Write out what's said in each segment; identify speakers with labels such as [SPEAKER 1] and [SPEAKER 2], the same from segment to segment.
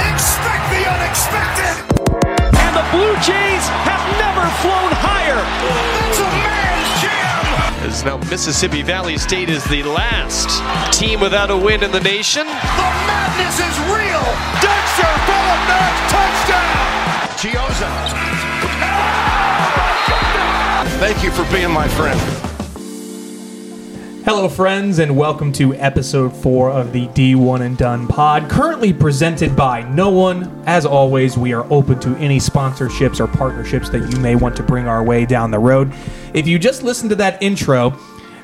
[SPEAKER 1] Expect the unexpected.
[SPEAKER 2] And the Blue Jays have never flown higher.
[SPEAKER 1] That's a man's jam.
[SPEAKER 3] As now Mississippi Valley State is the last team without a win in the nation.
[SPEAKER 1] The madness is real.
[SPEAKER 4] Dexter Bellamax touchdown.
[SPEAKER 1] Chioza.
[SPEAKER 4] Thank you for being my friend.
[SPEAKER 5] Hello, friends, and welcome to episode four of the D1 and Done pod, currently presented by No One. As always, we are open to any sponsorships or partnerships that you may want to bring our way down the road. If you just listened to that intro,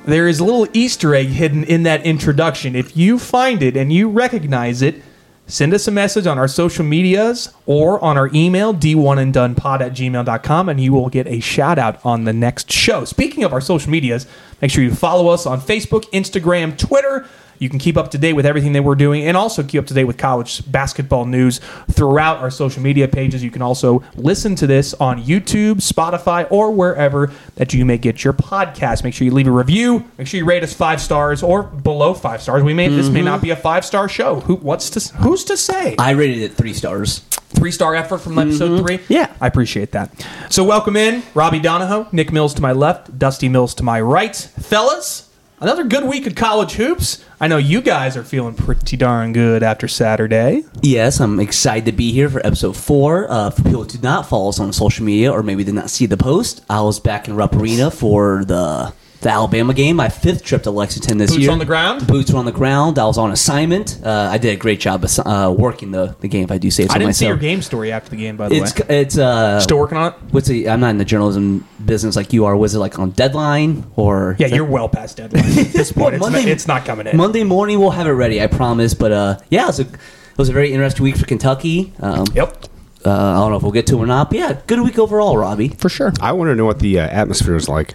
[SPEAKER 5] there is a little Easter egg hidden in that introduction. If you find it and you recognize it, send us a message on our social medias or on our email d1anddonepod at gmail.com and you will get a shout out on the next show speaking of our social medias make sure you follow us on facebook instagram twitter you can keep up to date with everything that we're doing and also keep up to date with college basketball news throughout our social media pages you can also listen to this on youtube spotify or wherever that you may get your podcast make sure you leave a review make sure you rate us five stars or below five stars we may this may not be a five star show who what's to who's to say
[SPEAKER 6] Mm-hmm. I rated it three stars.
[SPEAKER 5] three star effort from episode three.
[SPEAKER 6] Yeah.
[SPEAKER 5] I appreciate that. So welcome in Robbie Donahoe, Nick Mills to my left, Dusty Mills to my right, fellas. Another good week of college hoops. I know you guys are feeling pretty darn good after Saturday.
[SPEAKER 6] Yes, I'm excited to be here for episode four. Uh, for people who did not follow us on social media or maybe did not see the post, I was back in Rupp Arena for the the Alabama game, my fifth trip to Lexington this
[SPEAKER 5] Boots
[SPEAKER 6] year.
[SPEAKER 5] on the ground?
[SPEAKER 6] Boots were on the ground. I was on assignment. Uh, I did a great job assi- uh, working the, the game, if I do say it so
[SPEAKER 5] I didn't
[SPEAKER 6] myself.
[SPEAKER 5] see your game story after the game, by the
[SPEAKER 6] It's
[SPEAKER 5] way.
[SPEAKER 6] it's uh,
[SPEAKER 5] Still working on it.
[SPEAKER 6] what's the, I'm not in the journalism business like you are. Was it like on deadline or
[SPEAKER 5] Yeah, you're well past deadline at this
[SPEAKER 6] Well,
[SPEAKER 5] point. it's, not, it's not coming in.
[SPEAKER 6] Monday morning, we'll have it ready, I promise. But uh, yeah, it was a it was a very interesting week for Kentucky. Um,
[SPEAKER 5] Yep.
[SPEAKER 6] Uh, I don't know if we'll get to it or not. But yeah, good week overall, Robbie.
[SPEAKER 5] For sure.
[SPEAKER 7] I want to know what the uh, atmosphere is like.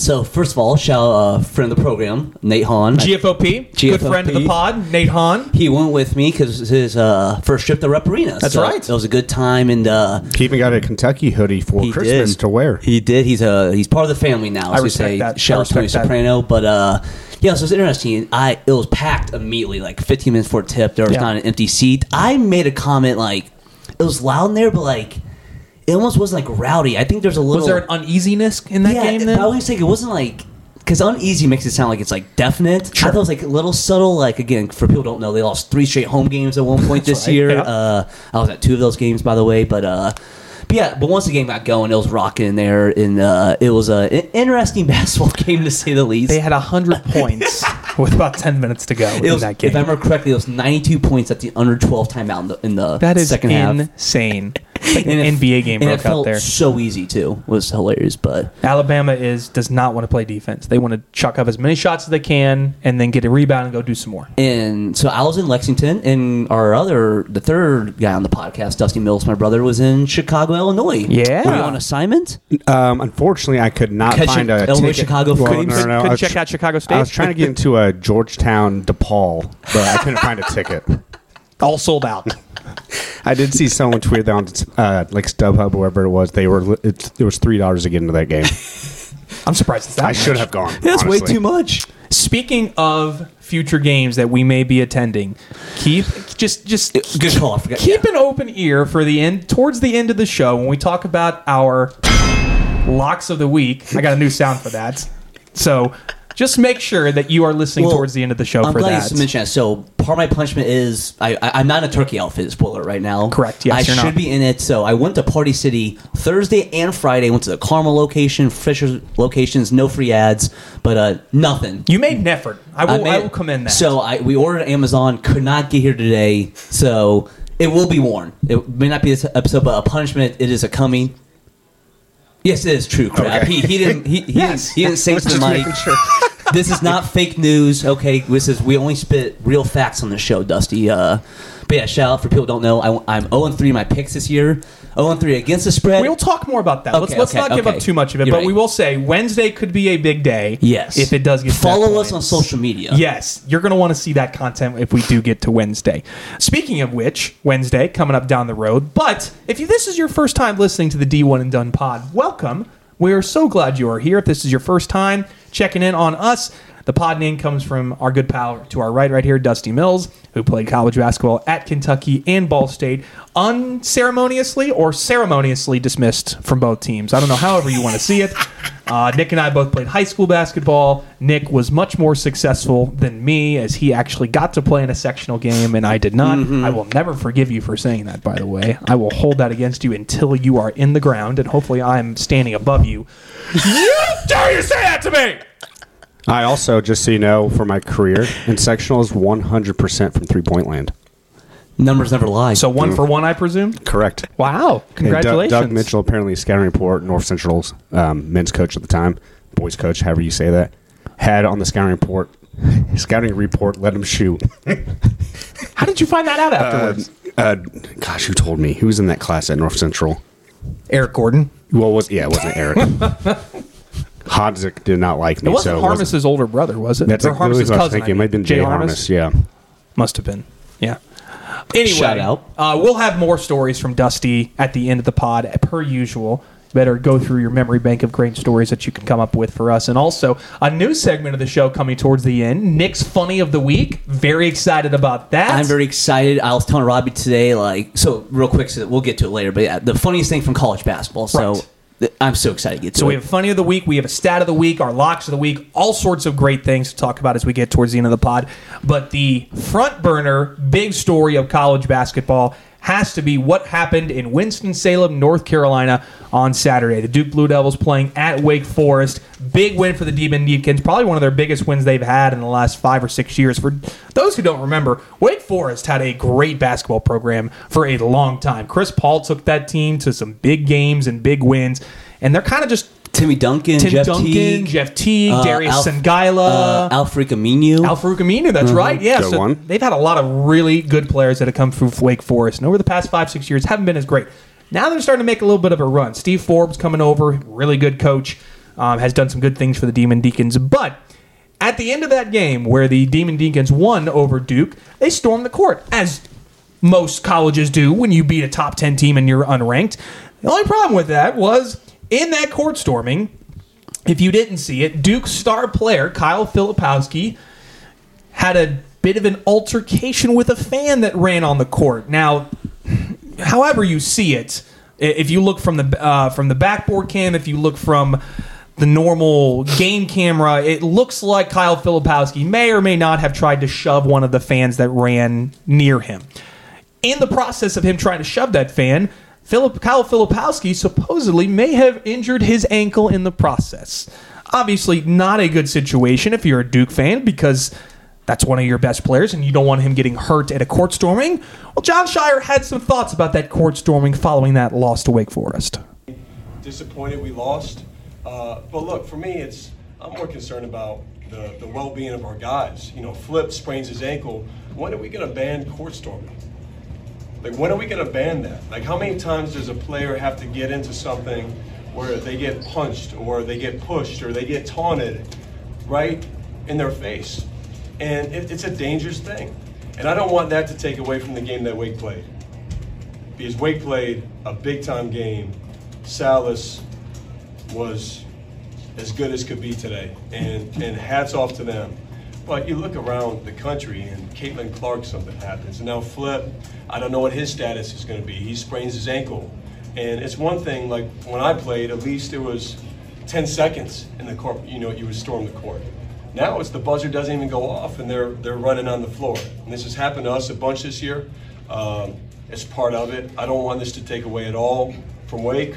[SPEAKER 6] So first of all, shall uh, friend of the program, Nate Hahn.
[SPEAKER 5] GFOP, good
[SPEAKER 6] GFOP.
[SPEAKER 5] friend of the pod, Nate Hahn.
[SPEAKER 6] he went with me because his uh, first trip to Rep Arena.
[SPEAKER 5] That's
[SPEAKER 6] So
[SPEAKER 5] right.
[SPEAKER 6] It was a good time, and uh,
[SPEAKER 7] He even got a Kentucky hoodie for
[SPEAKER 6] he
[SPEAKER 7] Christmas
[SPEAKER 6] did.
[SPEAKER 7] to wear.
[SPEAKER 6] He did. He's a he's part of the family now.
[SPEAKER 5] I
[SPEAKER 6] as we
[SPEAKER 5] respect
[SPEAKER 6] say.
[SPEAKER 5] that.
[SPEAKER 6] Shout
[SPEAKER 5] I
[SPEAKER 6] out to Tony
[SPEAKER 5] respect that.
[SPEAKER 6] Soprano. But uh, yeah, so it's interesting. I it was packed immediately, like 15 minutes before tip. There was
[SPEAKER 5] Yeah.
[SPEAKER 6] not an empty seat. I made a comment like it was loud in there, but like it almost wasn't like rowdy. I think there's a little.
[SPEAKER 5] Was there an uneasiness in that
[SPEAKER 6] yeah,
[SPEAKER 5] game
[SPEAKER 6] but I
[SPEAKER 5] then?
[SPEAKER 6] was saying it wasn't like. Because uneasy makes it sound like it's like definite.
[SPEAKER 5] Sure.
[SPEAKER 6] I thought it was like a little subtle. Like again, for people who don't know, they lost three straight home games at one point this
[SPEAKER 5] right,
[SPEAKER 6] year.
[SPEAKER 5] yeah.
[SPEAKER 6] Uh, I was at two of those games, by the way. But uh, but yeah, but once the game got going, it was rocking in there, and uh, it was a an interesting basketball game to say the least.
[SPEAKER 5] They had 100 points with about 10 minutes to go
[SPEAKER 6] it
[SPEAKER 5] in
[SPEAKER 6] was,
[SPEAKER 5] that game.
[SPEAKER 6] if I remember correctly, it was 92 points at the under 12 timeout in the, in the
[SPEAKER 5] That is
[SPEAKER 6] second half.
[SPEAKER 5] insane. It's like an
[SPEAKER 6] it-
[SPEAKER 5] NBA game
[SPEAKER 6] and
[SPEAKER 5] broke
[SPEAKER 6] it felt
[SPEAKER 5] out there.
[SPEAKER 6] so easy too. It was hilarious, but
[SPEAKER 5] Alabama is does not want to play defense. They want to chuck up as many shots as they can and then get a rebound and go do some more.
[SPEAKER 6] And so I was in Lexington, and our other, the third guy on the podcast, Dusty Mills, my brother, was in Chicago, Illinois.
[SPEAKER 5] Yeah.
[SPEAKER 6] Were you on assignment?
[SPEAKER 7] Um, unfortunately, I could not
[SPEAKER 6] Catch
[SPEAKER 7] find
[SPEAKER 6] it,
[SPEAKER 7] a
[SPEAKER 6] Illinois,
[SPEAKER 7] ticket.
[SPEAKER 6] Chicago,
[SPEAKER 7] Well,
[SPEAKER 6] couldn't-
[SPEAKER 7] no, no, no, I
[SPEAKER 5] couldn't
[SPEAKER 7] was
[SPEAKER 5] check
[SPEAKER 7] tr-
[SPEAKER 5] out Chicago State?
[SPEAKER 7] I was trying to get into a Georgetown DePaul, but I couldn't find a ticket.
[SPEAKER 5] All sold out.
[SPEAKER 7] I did see someone tweet that on uh, like StubHub, or wherever it was. They were it, it was three dollars to get into that game.
[SPEAKER 5] I'm surprised it's that.
[SPEAKER 7] I should
[SPEAKER 5] much.
[SPEAKER 7] have gone.
[SPEAKER 6] That's way
[SPEAKER 7] honestly.
[SPEAKER 6] too much.
[SPEAKER 5] Speaking of future games that we may be attending, keep just just
[SPEAKER 6] Good call. I forgot.
[SPEAKER 5] keep
[SPEAKER 6] yeah.
[SPEAKER 5] an open ear for the end towards the end of the show when we talk about our locks of the week. I got a new sound for that. So just make sure that you are listening
[SPEAKER 6] Well,
[SPEAKER 5] towards the end of the show
[SPEAKER 6] I'm
[SPEAKER 5] for
[SPEAKER 6] glad
[SPEAKER 5] that.
[SPEAKER 6] you mentioned that. So part of my punishment is I, I I'm not in a turkey outfit spoiler right now.
[SPEAKER 5] Correct. Yes,
[SPEAKER 6] I
[SPEAKER 5] you're
[SPEAKER 6] should
[SPEAKER 5] not.
[SPEAKER 6] be in it. So I went to Party City Thursday and Friday. Went to the Carmel location, Fisher's locations. No free ads, but uh, nothing.
[SPEAKER 5] You made an effort. I will, I
[SPEAKER 6] made-
[SPEAKER 5] will commend that.
[SPEAKER 6] So I we ordered Amazon, could not get here today, so it will be worn. It may not be this episode, but a punishment. It is a coming. Yes, it is true. Crap. He, he didn't. He, he, didn't, he didn't say to the mic. this is not fake news. Okay, this is we only spit real facts on the show, Dusty. Uh, but yeah, shout out for people who don't know. I, am 0 3 in my picks this year. 0 3 against the spread.
[SPEAKER 5] We'll talk more about that. let's
[SPEAKER 6] Okay,
[SPEAKER 5] let's
[SPEAKER 6] okay,
[SPEAKER 5] not give up
[SPEAKER 6] okay.
[SPEAKER 5] too much of it,
[SPEAKER 6] You're
[SPEAKER 5] but we
[SPEAKER 6] right.
[SPEAKER 5] will say Wednesday could be a big day.
[SPEAKER 6] Yes.
[SPEAKER 5] If it does get to that
[SPEAKER 6] Follow us
[SPEAKER 5] point.
[SPEAKER 6] on social media.
[SPEAKER 5] Yes, you're going to want to see that content if we do get to Wednesday. Speaking of which, Wednesday coming up down the road. But if you, this is your first time listening to the D1 and Done pod, welcome. We are so glad you are here. If this is your first time checking in on us, The pod name comes from our good pal to our right, right here, Dusty Mills, who played college basketball at Kentucky and Ball State, unceremoniously or ceremoniously dismissed from both teams. I don't know, however you want to see it. Uh, Nick and I both played high school basketball. Nick was much more successful than me, as he actually got to play in a sectional game, and I did not.
[SPEAKER 7] Mm-hmm.
[SPEAKER 5] I will never forgive you for saying that, by the way. I will hold that against you until you are in the ground, and hopefully I'm standing above you. you dare you say that to me!
[SPEAKER 7] I also, just so you know, for my career, in sectional is 100% from three point land.
[SPEAKER 6] Numbers never lie.
[SPEAKER 5] So one for one, I presume.
[SPEAKER 7] Correct.
[SPEAKER 5] Wow!
[SPEAKER 7] And Doug-
[SPEAKER 5] Congratulations,
[SPEAKER 7] Doug, Mitchell, apparently scouting report, North Central's um, men's coach at the time, boys coach, however you say that, had on the scouting report, scouting report, let him shoot.
[SPEAKER 5] How did you find that out afterwards?
[SPEAKER 7] Uh, gosh, who told me? Who was in that class at North Central?
[SPEAKER 5] Eric Gordon.
[SPEAKER 7] Well, was yeah, it wasn't Eric. Hodzik did not like
[SPEAKER 5] It
[SPEAKER 7] me,
[SPEAKER 5] wasn't
[SPEAKER 7] so it wasn't-
[SPEAKER 5] Harmis's older brother, was it?
[SPEAKER 7] That's
[SPEAKER 5] Or
[SPEAKER 7] exactly
[SPEAKER 5] Harmis's
[SPEAKER 7] what I was
[SPEAKER 5] cousin, I
[SPEAKER 7] thinking. It
[SPEAKER 5] mean.
[SPEAKER 7] might have been Jay Harmis. Yeah,
[SPEAKER 5] Must have been. Yeah. Anyway,
[SPEAKER 6] Shout out.
[SPEAKER 5] Uh, we'll have more stories from Dusty at the end of the pod, per usual. Better go through your memory bank of great stories that you can come up with for us. And also, a new segment of the show coming towards the end Nick's Funny of the Week. Very excited about that.
[SPEAKER 6] I'm very excited. I was telling Robbie today, like, so real quick, so that we'll get to it later. But yeah, the funniest thing from college basketball. So
[SPEAKER 5] Right.
[SPEAKER 6] th- I'm so excited to get to
[SPEAKER 5] So
[SPEAKER 6] it.
[SPEAKER 5] we have funny of the week, we have a stat of the week, our locks of the week, all sorts of great things to talk about as we get towards the end of the pod. But the front burner big story of college basketball has to be what happened in Winston-Salem, North Carolina on Saturday. The Duke Blue Devils playing at Wake Forest. Big win for the Demon Deacons, probably one of their biggest wins they've had in the last 5 or 6 years. For those who don't remember, Wake Forest had a great basketball program for a long time. Chris Paul took that team to some big games and big wins, and they're kind of just
[SPEAKER 6] Timmy Duncan,
[SPEAKER 5] Tim
[SPEAKER 6] Jeff
[SPEAKER 5] Duncan,
[SPEAKER 6] Teague,
[SPEAKER 5] Jeff Teague,
[SPEAKER 6] uh,
[SPEAKER 5] Darius
[SPEAKER 6] Alf-
[SPEAKER 5] Sengaila,
[SPEAKER 6] uh, Alfred Aminu.
[SPEAKER 5] Al Farouk Aminu. That's right. Yeah.
[SPEAKER 7] Good
[SPEAKER 5] So
[SPEAKER 7] one.
[SPEAKER 5] they've had a lot of really good players that have come through Wake Forest, and over the past five six years haven't been as great. Now they're starting to make a little bit of a run. Steve Forbes coming over, really good coach, um, has done some good things for the Demon Deacons, but. At the end of that game, where the Demon Deacons won over Duke, they stormed the court, as most colleges do when you beat a top 10 team and you're unranked. The only problem with that was in that court storming, if you didn't see it, Duke's star player, Kyle Filipowski, had a bit of an altercation with a fan that ran on the court. Now, however you see it, i- if you look from the uh, from the backboard cam, if you look from the normal game camera, it looks like Kyle Filipowski may or may not have tried to shove one of the fans that ran near him. In the process of him trying to shove that fan, Philip, Kyle Filipowski supposedly may have injured his ankle in the process. Obviously, not a good situation if you're a Duke fan because that's one of your best players and you don't want him getting hurt at a court storming. Well, John Shire had some thoughts about that court storming following that loss to Wake Forest.
[SPEAKER 8] disappointed we lost. Uh, but look, for me, it's I'm more concerned about the, the well-being of our guys. You know, Flip sprains his ankle. When are we going to ban court storming? Like, when are we going to ban that? Like, how many times does a player have to get into something where they get punched or they get pushed or they get taunted right in their face? And it, it's a dangerous thing. And I don't want that to take away from the game that Wake played because Wake played a big time game. Salas was as good as could be today, and, and hats off to them. But you look around the country, and Caitlin Clark, something happens. And now Flip, I don't know what his status is going to be. He sprains his ankle. And it's one thing, like when I played, at least it was 10 seconds in the court, you know, you would storm the court. Now it's the buzzer doesn't even go off, and they're, they're running on the floor. And this has happened to us a bunch this year. Um, it's part of it. I don't want this to take away at all from Wake.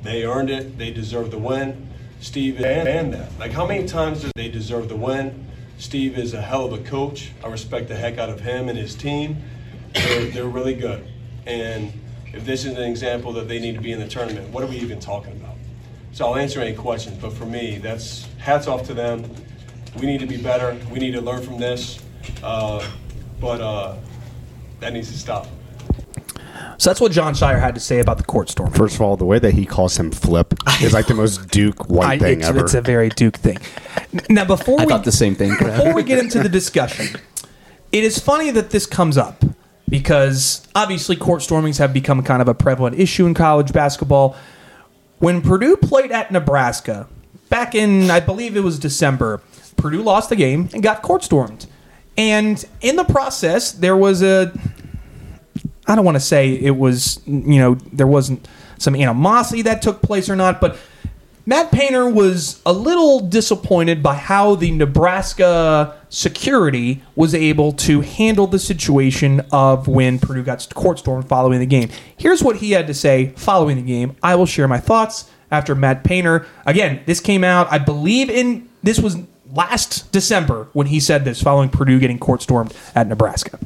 [SPEAKER 8] They earned it. They deserve the win. Steve and, and that. Like, how many times do they deserve the win? Steve is a hell of a coach. I respect the heck out of him and his team. They're, they're really good. And if this is an example that they need to be in the tournament, what are we even talking about? So I'll answer any questions. But for me, that's hats off to them. We need to be better. We need to learn from this. Uh, but uh, that needs to stop.
[SPEAKER 5] So that's what John Shire had to say about the court storming.
[SPEAKER 7] First of all, the way that he calls him Flip is like the most Duke white
[SPEAKER 5] I-
[SPEAKER 7] thing
[SPEAKER 5] it's,
[SPEAKER 7] ever.
[SPEAKER 5] it's a very Duke thing. N- Now, before
[SPEAKER 6] I
[SPEAKER 5] we
[SPEAKER 6] thought the same thing. Brad.
[SPEAKER 5] before we get into the discussion, it is funny that this comes up because obviously court stormings have become kind of a prevalent issue in college basketball. When Purdue played at Nebraska back in, I believe it was December, Purdue lost the game and got court stormed. And in the process, there was a I don't want to say it was, you know, there wasn't some animosity that took place or not, but Matt Painter was a little disappointed by how the Nebraska security was able to handle the situation of when Purdue got court stormed following the game. Here's what he had to say following the game. I will share my thoughts after Matt Painter. Again, this came out, I believe, in this was last December when he said this following Purdue getting court stormed at Nebraska.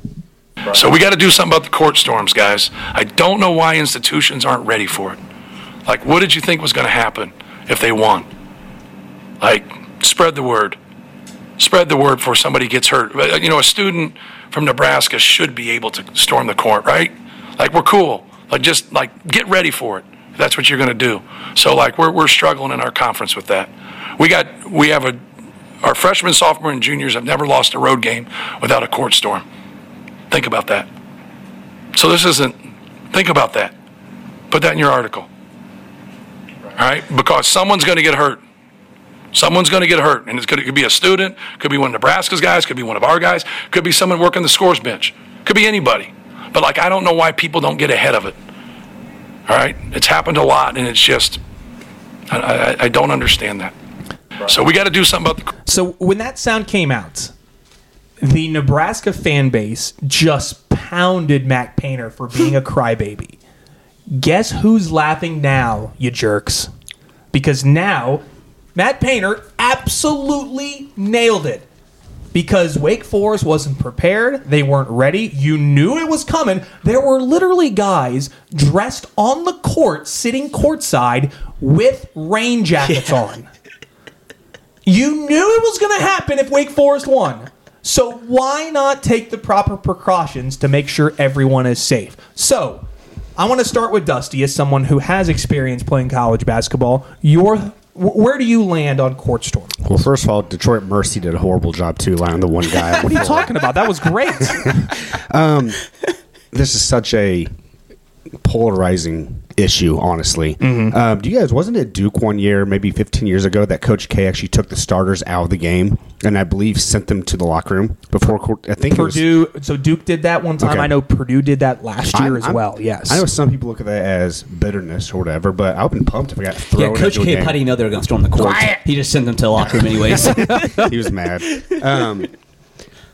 [SPEAKER 9] So we got to do something about the court storms, guys. I don't know why institutions aren't ready for it. Like, what did you think was going to happen if they won? Like, spread the word. Spread the word before somebody gets hurt. Uh, You know, a student from Nebraska should be able to storm the court, right? Like, we're cool. Like, just like get ready for it. If that's what you're going to do. So, like, we're we're struggling in our conference with that. We got we have a our freshmen, sophomore, and juniors have never lost a road game without a court storm. Think about that. So this isn't, think about that. Put that in your article. All right? Because someone's going to get hurt. Someone's going to get hurt. And it's going to, it could be a student, could be one of Nebraska's guys, could be one of our guys, could be someone working the scores bench, could be anybody. But like, I don't know why people don't get ahead of it. All right? It's happened a lot, and it's just, I, I, I don't understand that. So we got to do something about the.
[SPEAKER 5] So when that sound came out, the Nebraska fan base just pounded Mac Painter for being a crybaby. Guess who's laughing now, you jerks? Because now Matt Painter absolutely nailed it. Because Wake Forest wasn't prepared, they weren't ready. You knew it was coming. There were literally guys dressed on the court, sitting courtside with rain jackets on. You knew it was going to happen if Wake Forest won. So why not take the proper precautions to make sure everyone is safe? So, I want to start with Dusty as someone who has experience playing college basketball. Your wh- where do you land on court storm?
[SPEAKER 7] Well, first of all, Detroit Mercy did a horrible job too, allowing the one guy.
[SPEAKER 5] What are you talking about? That was great.
[SPEAKER 7] this is such a polarizing issue, honestly.
[SPEAKER 5] Mm-hmm.
[SPEAKER 7] Um, do you guys, wasn't it Duke one year, maybe 15 years ago, that Coach K actually took the starters out of the game and I believe sent them to the locker room before court? I think it was-
[SPEAKER 5] Purdue. So Duke did that one time.
[SPEAKER 7] Okay.
[SPEAKER 5] I know Purdue did that last year
[SPEAKER 7] I'm-
[SPEAKER 5] as
[SPEAKER 7] I'm-
[SPEAKER 5] well. Yes.
[SPEAKER 7] I know some people look at that as bitterness or whatever, but I've been pumped if I got
[SPEAKER 6] Yeah,
[SPEAKER 7] thrown
[SPEAKER 6] Coach
[SPEAKER 7] into a
[SPEAKER 6] K.
[SPEAKER 7] game.
[SPEAKER 6] How do you know they were going to storm the court? He just sent them to the locker room anyways.
[SPEAKER 7] he was mad. Um,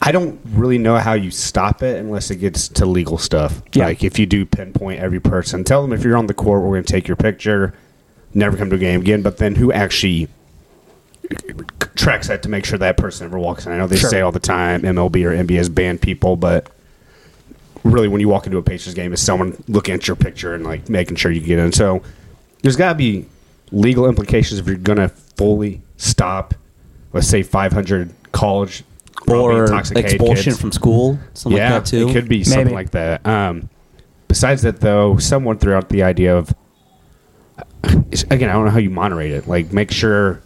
[SPEAKER 7] I don't really know how you stop it unless it gets to legal stuff.
[SPEAKER 5] Yeah.
[SPEAKER 7] Like if you do pinpoint every person, tell them if you're on the court, we're going to take your picture. Never come to a game again. But then who actually tracks that to make sure that person never walks in? I know they
[SPEAKER 5] Sure.
[SPEAKER 7] say all the time MLB or NBA has banned people, but really when you walk into a Pacers game, is someone looking at your picture and like making sure you get in. So there's got to be legal implications if you're going to fully stop, let's say 500 college probably
[SPEAKER 6] or
[SPEAKER 7] intoxicated
[SPEAKER 6] expulsion
[SPEAKER 7] kids.
[SPEAKER 6] from school, something
[SPEAKER 7] yeah,
[SPEAKER 6] like that too.
[SPEAKER 7] it could be something
[SPEAKER 5] Maybe.
[SPEAKER 7] like that. Um, besides that, though, someone threw out the idea of it's- again, I don't know how you moderate it. Like, make sure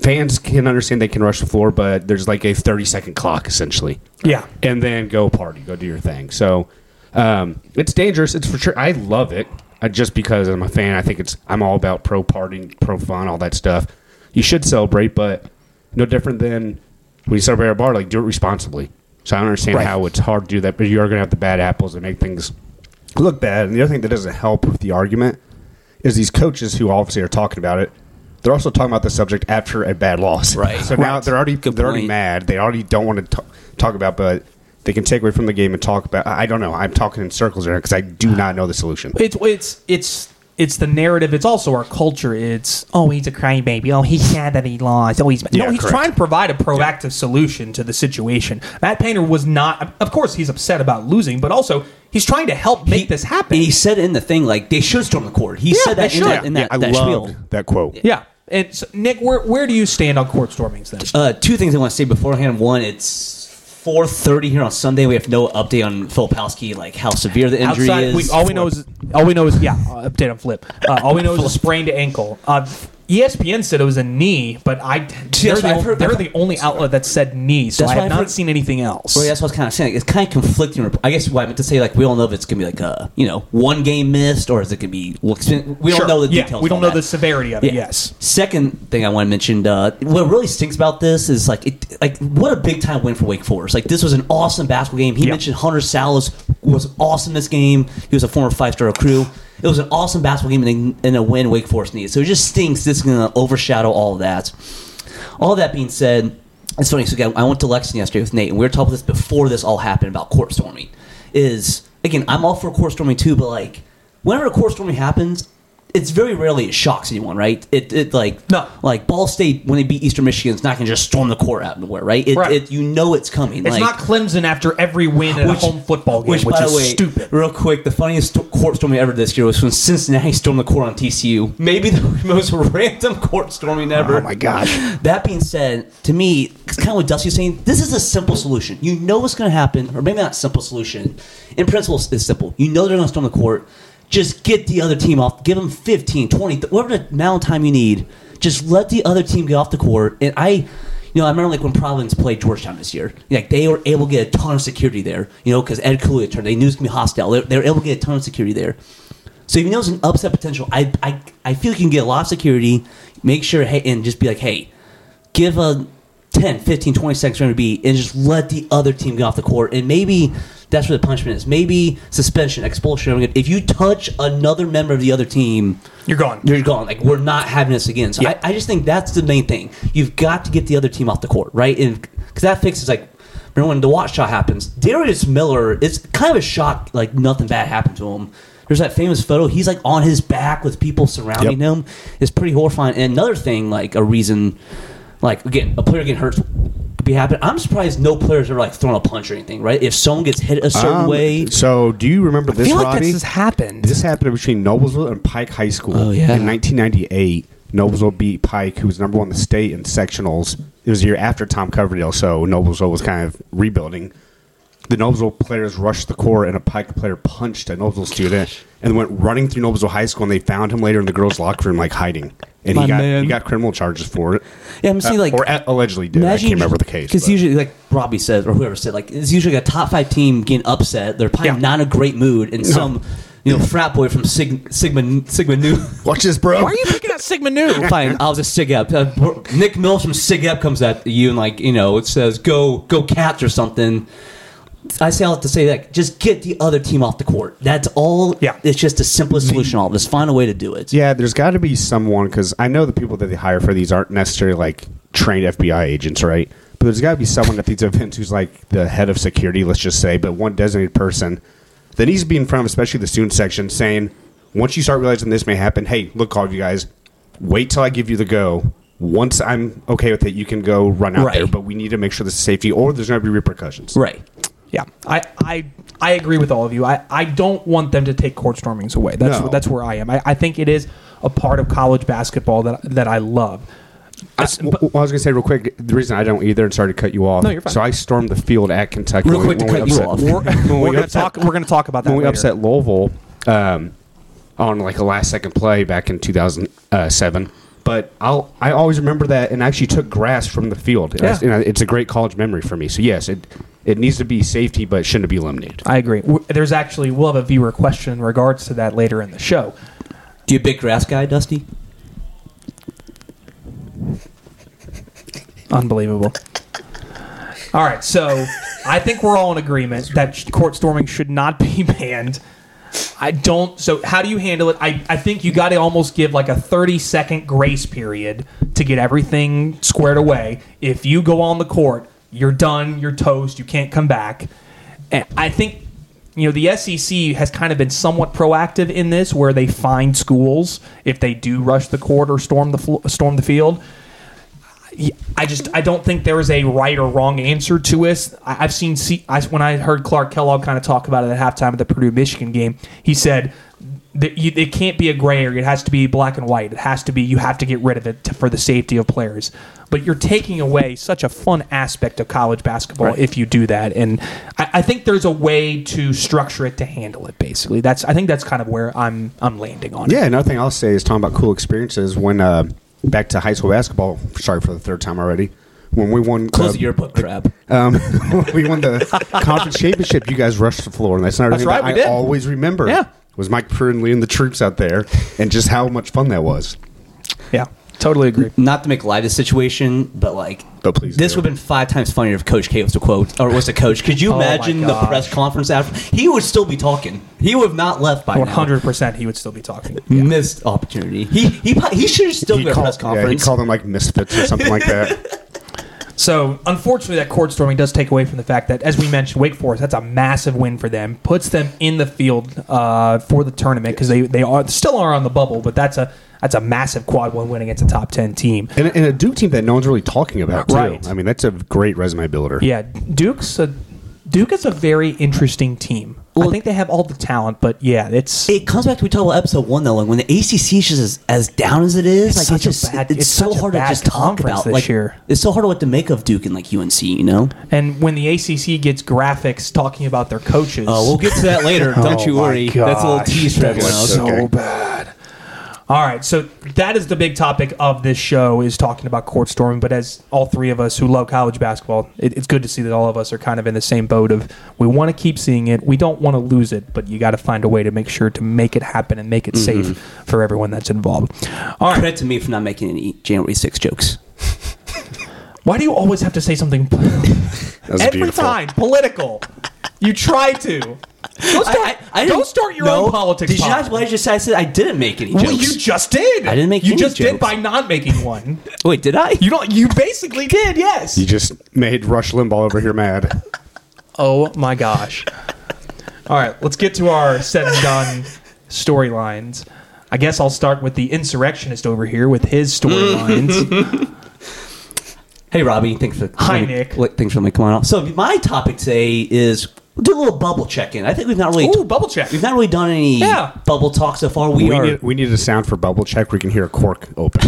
[SPEAKER 7] fans can understand they can rush the floor, but there's like a 30 second clock essentially
[SPEAKER 5] yeah.
[SPEAKER 7] and then go party, go do your thing. So um, it's dangerous. It's for sure. I love it I, just because I'm a fan. I think it's I'm all about pro partying, pro fun, all that stuff. You should celebrate, but no different than when you celebrate at a bar. Like do it responsibly. So I don't understand
[SPEAKER 5] Right.
[SPEAKER 7] how it's hard to do that, but you are going to have the bad apples that make things look bad. And the other thing that doesn't help with the argument is these coaches who obviously are talking about it. They're also talking about the subject after a bad loss.
[SPEAKER 6] Right.
[SPEAKER 7] So now
[SPEAKER 6] Right.
[SPEAKER 7] they're already
[SPEAKER 6] Good
[SPEAKER 7] they're already
[SPEAKER 6] point.
[SPEAKER 7] mad mad. They already don't want to t- talk about, but they can take away from the game and talk about. I I don't know. I'm talking in circles right because I do not know the solution.
[SPEAKER 5] it's it's it's it's the narrative. It's also our culture. It's oh, he's a crybaby. Oh, he's sad that he lost. Oh, he's
[SPEAKER 7] Yeah,
[SPEAKER 5] no. He's
[SPEAKER 7] correct.
[SPEAKER 5] trying to provide a proactive solution to the situation. Matt Painter was not. Of course, he's upset about losing, but also he's trying to help make
[SPEAKER 6] He-
[SPEAKER 5] this happen.
[SPEAKER 6] And he said in the thing like they should storm the court. He said
[SPEAKER 5] they
[SPEAKER 6] that in
[SPEAKER 5] should.
[SPEAKER 6] that, in that,
[SPEAKER 7] I
[SPEAKER 6] that
[SPEAKER 7] love
[SPEAKER 6] spiel.
[SPEAKER 7] that quote.
[SPEAKER 5] yeah. And so, Nick, where where do you stand on court stormings then?
[SPEAKER 6] Uh, two things I want to say beforehand. One, it's. 4:30 here on Sunday. We have no update on Filipowski, like how severe the injury
[SPEAKER 5] Outside,
[SPEAKER 6] is.
[SPEAKER 5] we, all we know is All we know is yeah, uh, update on flip. Uh, all we know is a sprained ankle. Uh, ESPN said it was a knee, but I they're,
[SPEAKER 6] I've
[SPEAKER 5] the, on-
[SPEAKER 6] heard-
[SPEAKER 5] they're the only outlet that said knee, so
[SPEAKER 6] That's
[SPEAKER 5] I
[SPEAKER 6] what
[SPEAKER 5] have
[SPEAKER 6] I've
[SPEAKER 5] not
[SPEAKER 6] heard.
[SPEAKER 5] seen anything else.
[SPEAKER 6] Well, that's what I was kind of saying. It's kind of conflicting. rep- I guess what I meant to say, like, we don't know if it's going to be like a, you know, one game missed or is it going to be, well, expen- we don't
[SPEAKER 5] Sure.
[SPEAKER 6] know the
[SPEAKER 5] Yeah,
[SPEAKER 6] details.
[SPEAKER 5] we
[SPEAKER 6] of
[SPEAKER 5] don't
[SPEAKER 6] all
[SPEAKER 5] know the
[SPEAKER 6] that.
[SPEAKER 5] severity of it. Yes.
[SPEAKER 6] Second thing I want to mention, uh, what really stinks about this is like, it, like what a big time win for Wake Forest. Like this was an awesome basketball game. He
[SPEAKER 5] Yeah.
[SPEAKER 6] mentioned Hunter Salas was awesome this game. He was a former five star recruit. It was an awesome basketball game and, and a win Wake Forest needed. So it just stinks. This is going to overshadow all of that. All that being said, it's funny. So again, I went to Lexington yesterday with Nate, and we were talking about this before this all happened about court storming. Is again, I'm all for court storming too, but like, whenever a court storming happens, it's very rarely it shocks anyone, right? It, it like
[SPEAKER 5] No.
[SPEAKER 6] like Ball State when they beat Eastern Michigan, it's not gonna just storm the court out of nowhere, right? It,
[SPEAKER 5] Right.
[SPEAKER 6] it you know it's coming.
[SPEAKER 5] It's
[SPEAKER 6] like,
[SPEAKER 5] not Clemson after every win at a home football game, which,
[SPEAKER 6] by
[SPEAKER 5] is
[SPEAKER 6] the way,
[SPEAKER 5] stupid.
[SPEAKER 6] Real quick, the funniest sto- court storming ever this year was when Cincinnati stormed the court on TCU. Maybe the most random court storming ever.
[SPEAKER 4] Oh my gosh.
[SPEAKER 6] That being said, to me, it's kind of what Dusty's saying. This is a simple solution. You know what's going to happen, or maybe not simple solution. In principle, it's simple. You know they're going to storm the court. Just get the other team off. Give them 15, 20, th- whatever the amount of time you need. Just let the other team get off the court. And I, you know, I remember like when Providence played Georgetown this year. Like they were able to get a ton of security there. You know, because Ed Cooley turned. They knew it was going to be hostile. They, they were able to get a ton of security there. So even though it's an upset potential, I, I I feel you can get a lot of security. Make sure hey, and just be like, hey, give a 10, 15, 20 seconds for him to be, and just let the other team get off the court. And maybe that's where the punishment is. Maybe suspension, expulsion. If you touch another member of the other team,
[SPEAKER 5] You're gone.
[SPEAKER 6] you're gone. Like we're not having this again. So
[SPEAKER 5] Yeah.
[SPEAKER 6] I, I just think that's the main thing. You've got to get the other team off the court, right? And because that fixes like. Remember when the watch shot happens? Darius Miller, it's kind of a shock, like nothing bad happened to him. There's that famous photo. He's like on his back with people surrounding him. It's pretty horrifying. And another thing, like a reason, like again, a player getting hurt could be happening. I'm surprised no players are like throwing a punch or anything, right? If someone gets hit a certain
[SPEAKER 7] Um,
[SPEAKER 6] way,
[SPEAKER 7] So, do you remember this,
[SPEAKER 5] I feel like
[SPEAKER 7] Robbie?
[SPEAKER 5] this has happened.
[SPEAKER 7] This happened between Noblesville and Pike High School
[SPEAKER 6] Oh, yeah.
[SPEAKER 7] in 1998. Noblesville beat Pike, who was number one in the state in sectionals. It was the year after Tom Coverdale, so Noblesville was kind of rebuilding. The Noblesville players rushed the court, and a Pike player punched a Noblesville student and went running through Noblesville High School, and they found him later in the girls' locker room, like hiding. And
[SPEAKER 6] My
[SPEAKER 7] he got
[SPEAKER 6] man.
[SPEAKER 7] he got criminal charges for it.
[SPEAKER 6] yeah, I'm seeing
[SPEAKER 7] Uh,
[SPEAKER 6] like
[SPEAKER 7] or a- allegedly did. I can't remember the case.
[SPEAKER 6] Because
[SPEAKER 7] but-
[SPEAKER 6] usually, like Robbie says, or whoever said, like it's usually a top five team getting upset. They're probably
[SPEAKER 5] Yeah.
[SPEAKER 6] not in a great mood, and some you know frat boy from Sig- Sigma Sigma Nu.
[SPEAKER 4] Watch this, bro.
[SPEAKER 5] Why are you picking out Sigma Nu?
[SPEAKER 6] Fine, I was a Sig Ep. Uh, bro- Nick Mills from Sig Ep comes at you and like you know it says go go cats or something. I say all that to say that just get the other team off the court. That's all.
[SPEAKER 5] Yeah.
[SPEAKER 6] it's just the simplest solution. to All of this, find a way to do it.
[SPEAKER 7] Yeah, there's got to be someone because I know the people that they hire for these aren't necessarily like trained FBI agents, right? But there's got to be someone at these events who's like the head of security, let's just say, but one designated person that needs to be in front of, especially the student section, saying, once you start realizing this may happen, hey, look, all of you guys, wait till I give you the go. Once I'm okay with it, you can go run out
[SPEAKER 6] Right.
[SPEAKER 7] there, but we need to make sure this is safety or there's going to be repercussions.
[SPEAKER 6] Right.
[SPEAKER 5] Yeah, I, I I agree with all of you. I, I don't want them to take court stormings away. That's
[SPEAKER 7] No.
[SPEAKER 5] that's where I am. I, I think it is a part of college basketball that that I love.
[SPEAKER 7] I, Uh, well, I was going to say real quick. The reason I don't either, and sorry to cut you off.
[SPEAKER 5] No, you're fine.
[SPEAKER 7] So I stormed the field at Kentucky.
[SPEAKER 6] Real
[SPEAKER 7] when we-
[SPEAKER 6] quick to
[SPEAKER 7] when we
[SPEAKER 6] cut you
[SPEAKER 7] upset-
[SPEAKER 6] off.
[SPEAKER 5] We're,
[SPEAKER 7] when
[SPEAKER 5] we're
[SPEAKER 7] we
[SPEAKER 5] gonna
[SPEAKER 7] upset-
[SPEAKER 5] talk. We're gonna talk about that.
[SPEAKER 7] when we
[SPEAKER 5] later.
[SPEAKER 7] upset Louisville um, on like a last second play back in 2007. But I'll I always remember that and actually took grass from the field. And I-
[SPEAKER 5] Yeah.
[SPEAKER 7] and I- it's a great college memory for me. So yes, it it needs to be safety, but it shouldn't be eliminated.
[SPEAKER 5] I agree. W there's actually we'll have a viewer question in regards to that later in the show.
[SPEAKER 6] Do you a big grass guy, Dusty?
[SPEAKER 5] Unbelievable. All right, so I think we're all in agreement that sh- court storming should not be banned. I don't. So how do you handle it? I, I think you got to almost give like a 30 second grace period to get everything squared away. If you go on the court, you're done, you're toast, you can't come back. And I think you know the SEC has kind of been somewhat proactive in this where they fine schools if they do rush the court or storm the fl- storm the field. I just I don't think there is a right or wrong answer to us. I, I've seen C, I, when I heard Clark Kellogg kind of talk about it at halftime of the Purdue Michigan game, he said that you, it can't be a gray area. It has to be black and white. It has to be you have to get rid of it to, for the safety of players. But you're taking away such a fun aspect of college basketball if you do that. And I, I think there's a way to structure it to handle it. Basically, that's I think that's kind of where I'm I'm landing on. it.
[SPEAKER 7] Yeah, another thing I'll say is talking about cool experiences when uh, back to high school basketball. Sorry for the third time already. When we won,
[SPEAKER 6] Close
[SPEAKER 7] uh,
[SPEAKER 6] the yearbook crap.
[SPEAKER 7] Um, when we won the conference championship. You guys rushed the floor, and that's another
[SPEAKER 5] That's
[SPEAKER 7] thing
[SPEAKER 5] right,
[SPEAKER 7] that
[SPEAKER 5] we
[SPEAKER 7] I
[SPEAKER 5] did.
[SPEAKER 7] always remember.
[SPEAKER 5] Yeah.
[SPEAKER 7] was Mike Pruitt and leading the troops out there, and just how much fun that was.
[SPEAKER 5] yeah, totally agree.
[SPEAKER 6] Not to make light of the situation, but like,
[SPEAKER 7] But please
[SPEAKER 6] this
[SPEAKER 7] do.
[SPEAKER 6] would have been five times funnier if Coach K was the quote or was the coach. Could you
[SPEAKER 5] Oh my
[SPEAKER 6] imagine the
[SPEAKER 5] gosh.
[SPEAKER 6] press conference after? He would still be talking. He would have not left by now.
[SPEAKER 5] One hundred percent, he would still be talking.
[SPEAKER 6] missed opportunity. He he pro- he should have still
[SPEAKER 7] He
[SPEAKER 6] been at a press
[SPEAKER 7] called, yeah, he
[SPEAKER 6] conference.
[SPEAKER 7] called them like misfits or something like that.
[SPEAKER 5] So, unfortunately, that court storming does take away from the fact that, as we mentioned, Wake Forest, that's a massive win for them. Puts them in the field uh, for the tournament because they, they are still are on the bubble, but that's a that's a massive quad one win against a top 10 team.
[SPEAKER 7] And, and a Duke team that no one's really talking about, too.
[SPEAKER 5] Right.
[SPEAKER 7] I mean, that's a great resume builder.
[SPEAKER 5] Yeah, Duke's a, Duke is a very interesting team. I think they have all the talent, but yeah, it's.
[SPEAKER 6] it comes back to we talked about episode one though, like when the ACC is just as, as down as it is,
[SPEAKER 5] It's
[SPEAKER 6] like
[SPEAKER 5] such a
[SPEAKER 6] it's just
[SPEAKER 5] bad-
[SPEAKER 6] it's,
[SPEAKER 5] it's
[SPEAKER 6] so
[SPEAKER 5] such a
[SPEAKER 6] hard to
[SPEAKER 5] bad
[SPEAKER 6] just talk
[SPEAKER 5] conference
[SPEAKER 6] about.
[SPEAKER 5] this
[SPEAKER 6] like
[SPEAKER 5] year.
[SPEAKER 6] it's so hard what to make of Duke and like UNC, you know.
[SPEAKER 5] and when the ACC gets graphics talking about their coaches.
[SPEAKER 6] Oh, we'll get to that later. Don't you worry. That's a little tease for everyone else.
[SPEAKER 7] so Okay.
[SPEAKER 5] bad. All right, so that is the big topic of this show is talking about court storming. But as all three of us who love college basketball, it, it's good to see that all of us are kind of in the same boat of we want to keep seeing it, we don't want to lose it, but you got to find a way to make sure to make it happen and make it safe for everyone that's involved. All right,
[SPEAKER 6] Credit to me for not making any January 6 jokes.
[SPEAKER 5] why do you always have to say something
[SPEAKER 7] That was
[SPEAKER 5] every
[SPEAKER 7] beautiful.
[SPEAKER 5] time political? You try to. Don't start,
[SPEAKER 6] I, I, I
[SPEAKER 5] don't
[SPEAKER 6] didn't-
[SPEAKER 5] start your
[SPEAKER 6] no.
[SPEAKER 5] own politics.
[SPEAKER 6] Did you
[SPEAKER 5] pod.
[SPEAKER 6] not? Why did you just say I said I didn't make any jokes?
[SPEAKER 5] Well, you just did.
[SPEAKER 6] I didn't make
[SPEAKER 5] You
[SPEAKER 6] any
[SPEAKER 5] just
[SPEAKER 6] jokes.
[SPEAKER 5] did by not making one.
[SPEAKER 6] Wait, did I?
[SPEAKER 5] You don't. You basically did. Yes.
[SPEAKER 7] You just made Rush Limbaugh over here mad.
[SPEAKER 5] Oh my gosh. All right, let's get to our set and done storylines. I guess I'll start with the insurrectionist over here with his storylines.
[SPEAKER 6] Hey, Robbie. Thanks for
[SPEAKER 5] Hi,
[SPEAKER 6] let me-
[SPEAKER 5] Nick.
[SPEAKER 6] let- Thanks for me coming on. So my topic today is we'll do a little bubble check in. I think we've not really
[SPEAKER 5] Ooh, bubble check.
[SPEAKER 6] We've not really done any
[SPEAKER 5] Yeah.
[SPEAKER 6] bubble talk so far. We,
[SPEAKER 7] We,
[SPEAKER 6] are.
[SPEAKER 7] need, we needed a sound for bubble check where you can hear a cork open.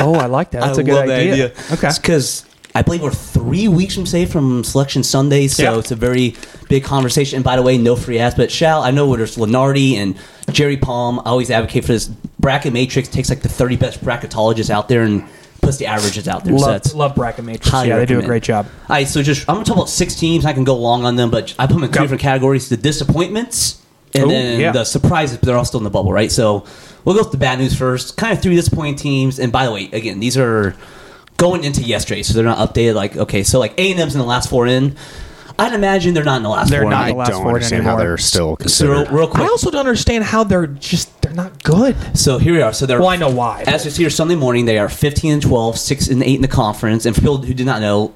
[SPEAKER 5] oh, I like that. That's a
[SPEAKER 6] I
[SPEAKER 5] good
[SPEAKER 6] love that
[SPEAKER 5] idea. Okay.
[SPEAKER 6] because I believe we're three weeks from say from Selection Sunday, so
[SPEAKER 5] Yeah.
[SPEAKER 6] it's a very big conversation. And by the way, no free ads, but shall I know there's Lenardi and Jerry Palm. I always advocate for this bracket matrix. Takes like the 30 best bracketologists out there and puts the averages out there. so
[SPEAKER 5] Love,
[SPEAKER 6] that's-
[SPEAKER 5] love bracket matrix.
[SPEAKER 6] Highly
[SPEAKER 5] yeah, they do a
[SPEAKER 6] recommend.
[SPEAKER 5] great job.
[SPEAKER 6] All right, so just I'm gonna talk about six teams. I can go long on them, but I put them in two
[SPEAKER 5] Go.
[SPEAKER 6] different categories: the disappointments and
[SPEAKER 5] Ooh,
[SPEAKER 6] then
[SPEAKER 5] yeah.
[SPEAKER 6] the surprises. But they're all still in the bubble, right? So we'll go with the bad news first. Kind of three disappointing teams. And by the way, again, these are going into yesterday, so they're not updated. Like okay, so like A and M's in the last four in. I'd imagine they're not in the last
[SPEAKER 5] They're
[SPEAKER 6] four.
[SPEAKER 5] not
[SPEAKER 7] I
[SPEAKER 5] the last
[SPEAKER 7] don't
[SPEAKER 5] word
[SPEAKER 7] understand how
[SPEAKER 5] anymore.
[SPEAKER 7] they're still
[SPEAKER 6] So
[SPEAKER 7] considered.
[SPEAKER 6] real, real quick,
[SPEAKER 5] I also don't understand how they're just they're not good.
[SPEAKER 6] So here we are. So they're
[SPEAKER 5] Well, I know why,
[SPEAKER 6] As you see here Sunday morning, they are 15 and 12, 6 and 8 in the conference. And for people who do not know,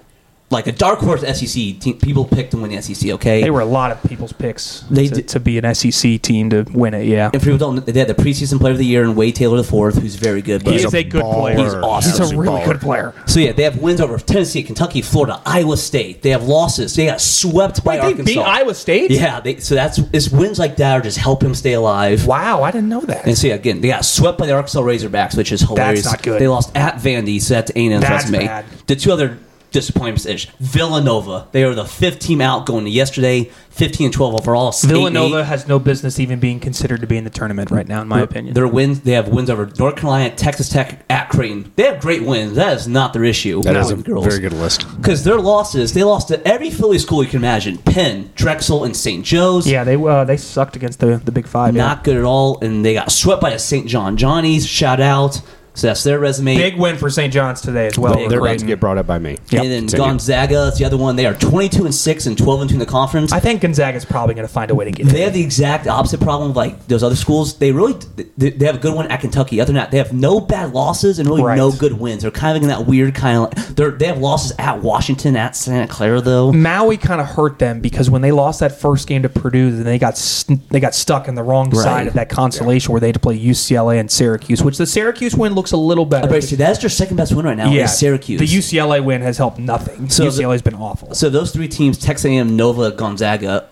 [SPEAKER 6] like a dark horse SEC team, people picked to win the SEC. Okay,
[SPEAKER 5] They were a lot of people's picks
[SPEAKER 6] They
[SPEAKER 5] to,
[SPEAKER 6] did-
[SPEAKER 5] to be an SEC team to win it. Yeah.
[SPEAKER 6] And for people who don't, they had the preseason player of the year and Wade Taylor the fourth, who's very good. But
[SPEAKER 5] He is a good player.
[SPEAKER 6] He's awesome.
[SPEAKER 5] He's a really good player.
[SPEAKER 6] so yeah, they have wins over Tennessee, Kentucky, Florida, Iowa State. They have losses. They got swept by
[SPEAKER 5] Wait, they
[SPEAKER 6] Arkansas.
[SPEAKER 5] beat Iowa State?
[SPEAKER 6] Yeah, they, so that's it's wins like that are just help him stay alive.
[SPEAKER 5] Wow, I didn't know that.
[SPEAKER 6] And so yeah, again, they got swept by the Arkansas Razorbacks, which is hilarious.
[SPEAKER 5] not good.
[SPEAKER 6] They lost at Vandy, so that's A and M's
[SPEAKER 5] That's
[SPEAKER 6] resume.
[SPEAKER 5] bad.
[SPEAKER 6] The two other disappointments ish Villanova. They were the fifth team out going to yesterday, fifteen and twelve overall. eight and
[SPEAKER 5] Villanova
[SPEAKER 6] eight.
[SPEAKER 5] has no business even being considered to be in the tournament right now, in my opinion.
[SPEAKER 6] Their wins. They have wins over North Carolina, Texas Tech, at Creighton. They have great wins. That is not their issue.
[SPEAKER 7] that is
[SPEAKER 6] Boys
[SPEAKER 7] a
[SPEAKER 6] and girls.
[SPEAKER 7] very good list.
[SPEAKER 6] Because their losses, they lost to every Philly school you can imagine: Penn, Drexel, and St. Joe's.
[SPEAKER 5] yeah, they uh, they sucked against the, the Big Five. yeah.
[SPEAKER 6] not good at all. And they got swept by the St. John Johnnies. Shout out. So that's their resume.
[SPEAKER 5] big win for St. John's today as well.
[SPEAKER 6] They're
[SPEAKER 7] They're about
[SPEAKER 5] Creighton.
[SPEAKER 7] to get brought up by me.
[SPEAKER 6] and then
[SPEAKER 7] Continue.
[SPEAKER 6] Gonzaga, it's the other one. They are 22 and 6 and 12 and 2 in the conference.
[SPEAKER 5] I think Gonzaga's probably going to find a way to get
[SPEAKER 6] they
[SPEAKER 5] in.
[SPEAKER 6] have the exact opposite problem of like those other schools. They really they, they have a good one at Kentucky. Other than that, they have no bad losses and really
[SPEAKER 5] Right.
[SPEAKER 6] no good wins. They're kind of in that weird kind of like, they're, they have losses at Washington, at Santa Clara though.
[SPEAKER 5] Maui kind of hurt them because when they lost that first game to Purdue, then they got s- they got stuck in the wrong side of that consolation where they had to play UCLA and Syracuse, which the Syracuse win looks a little better.
[SPEAKER 6] But see, that's their second best win right now.
[SPEAKER 5] yeah,
[SPEAKER 6] is Syracuse.
[SPEAKER 5] The UCLA win has helped nothing.
[SPEAKER 6] So the-
[SPEAKER 5] UCLA's been awful.
[SPEAKER 6] so those three teams: Texas A&M, Nova, Gonzaga.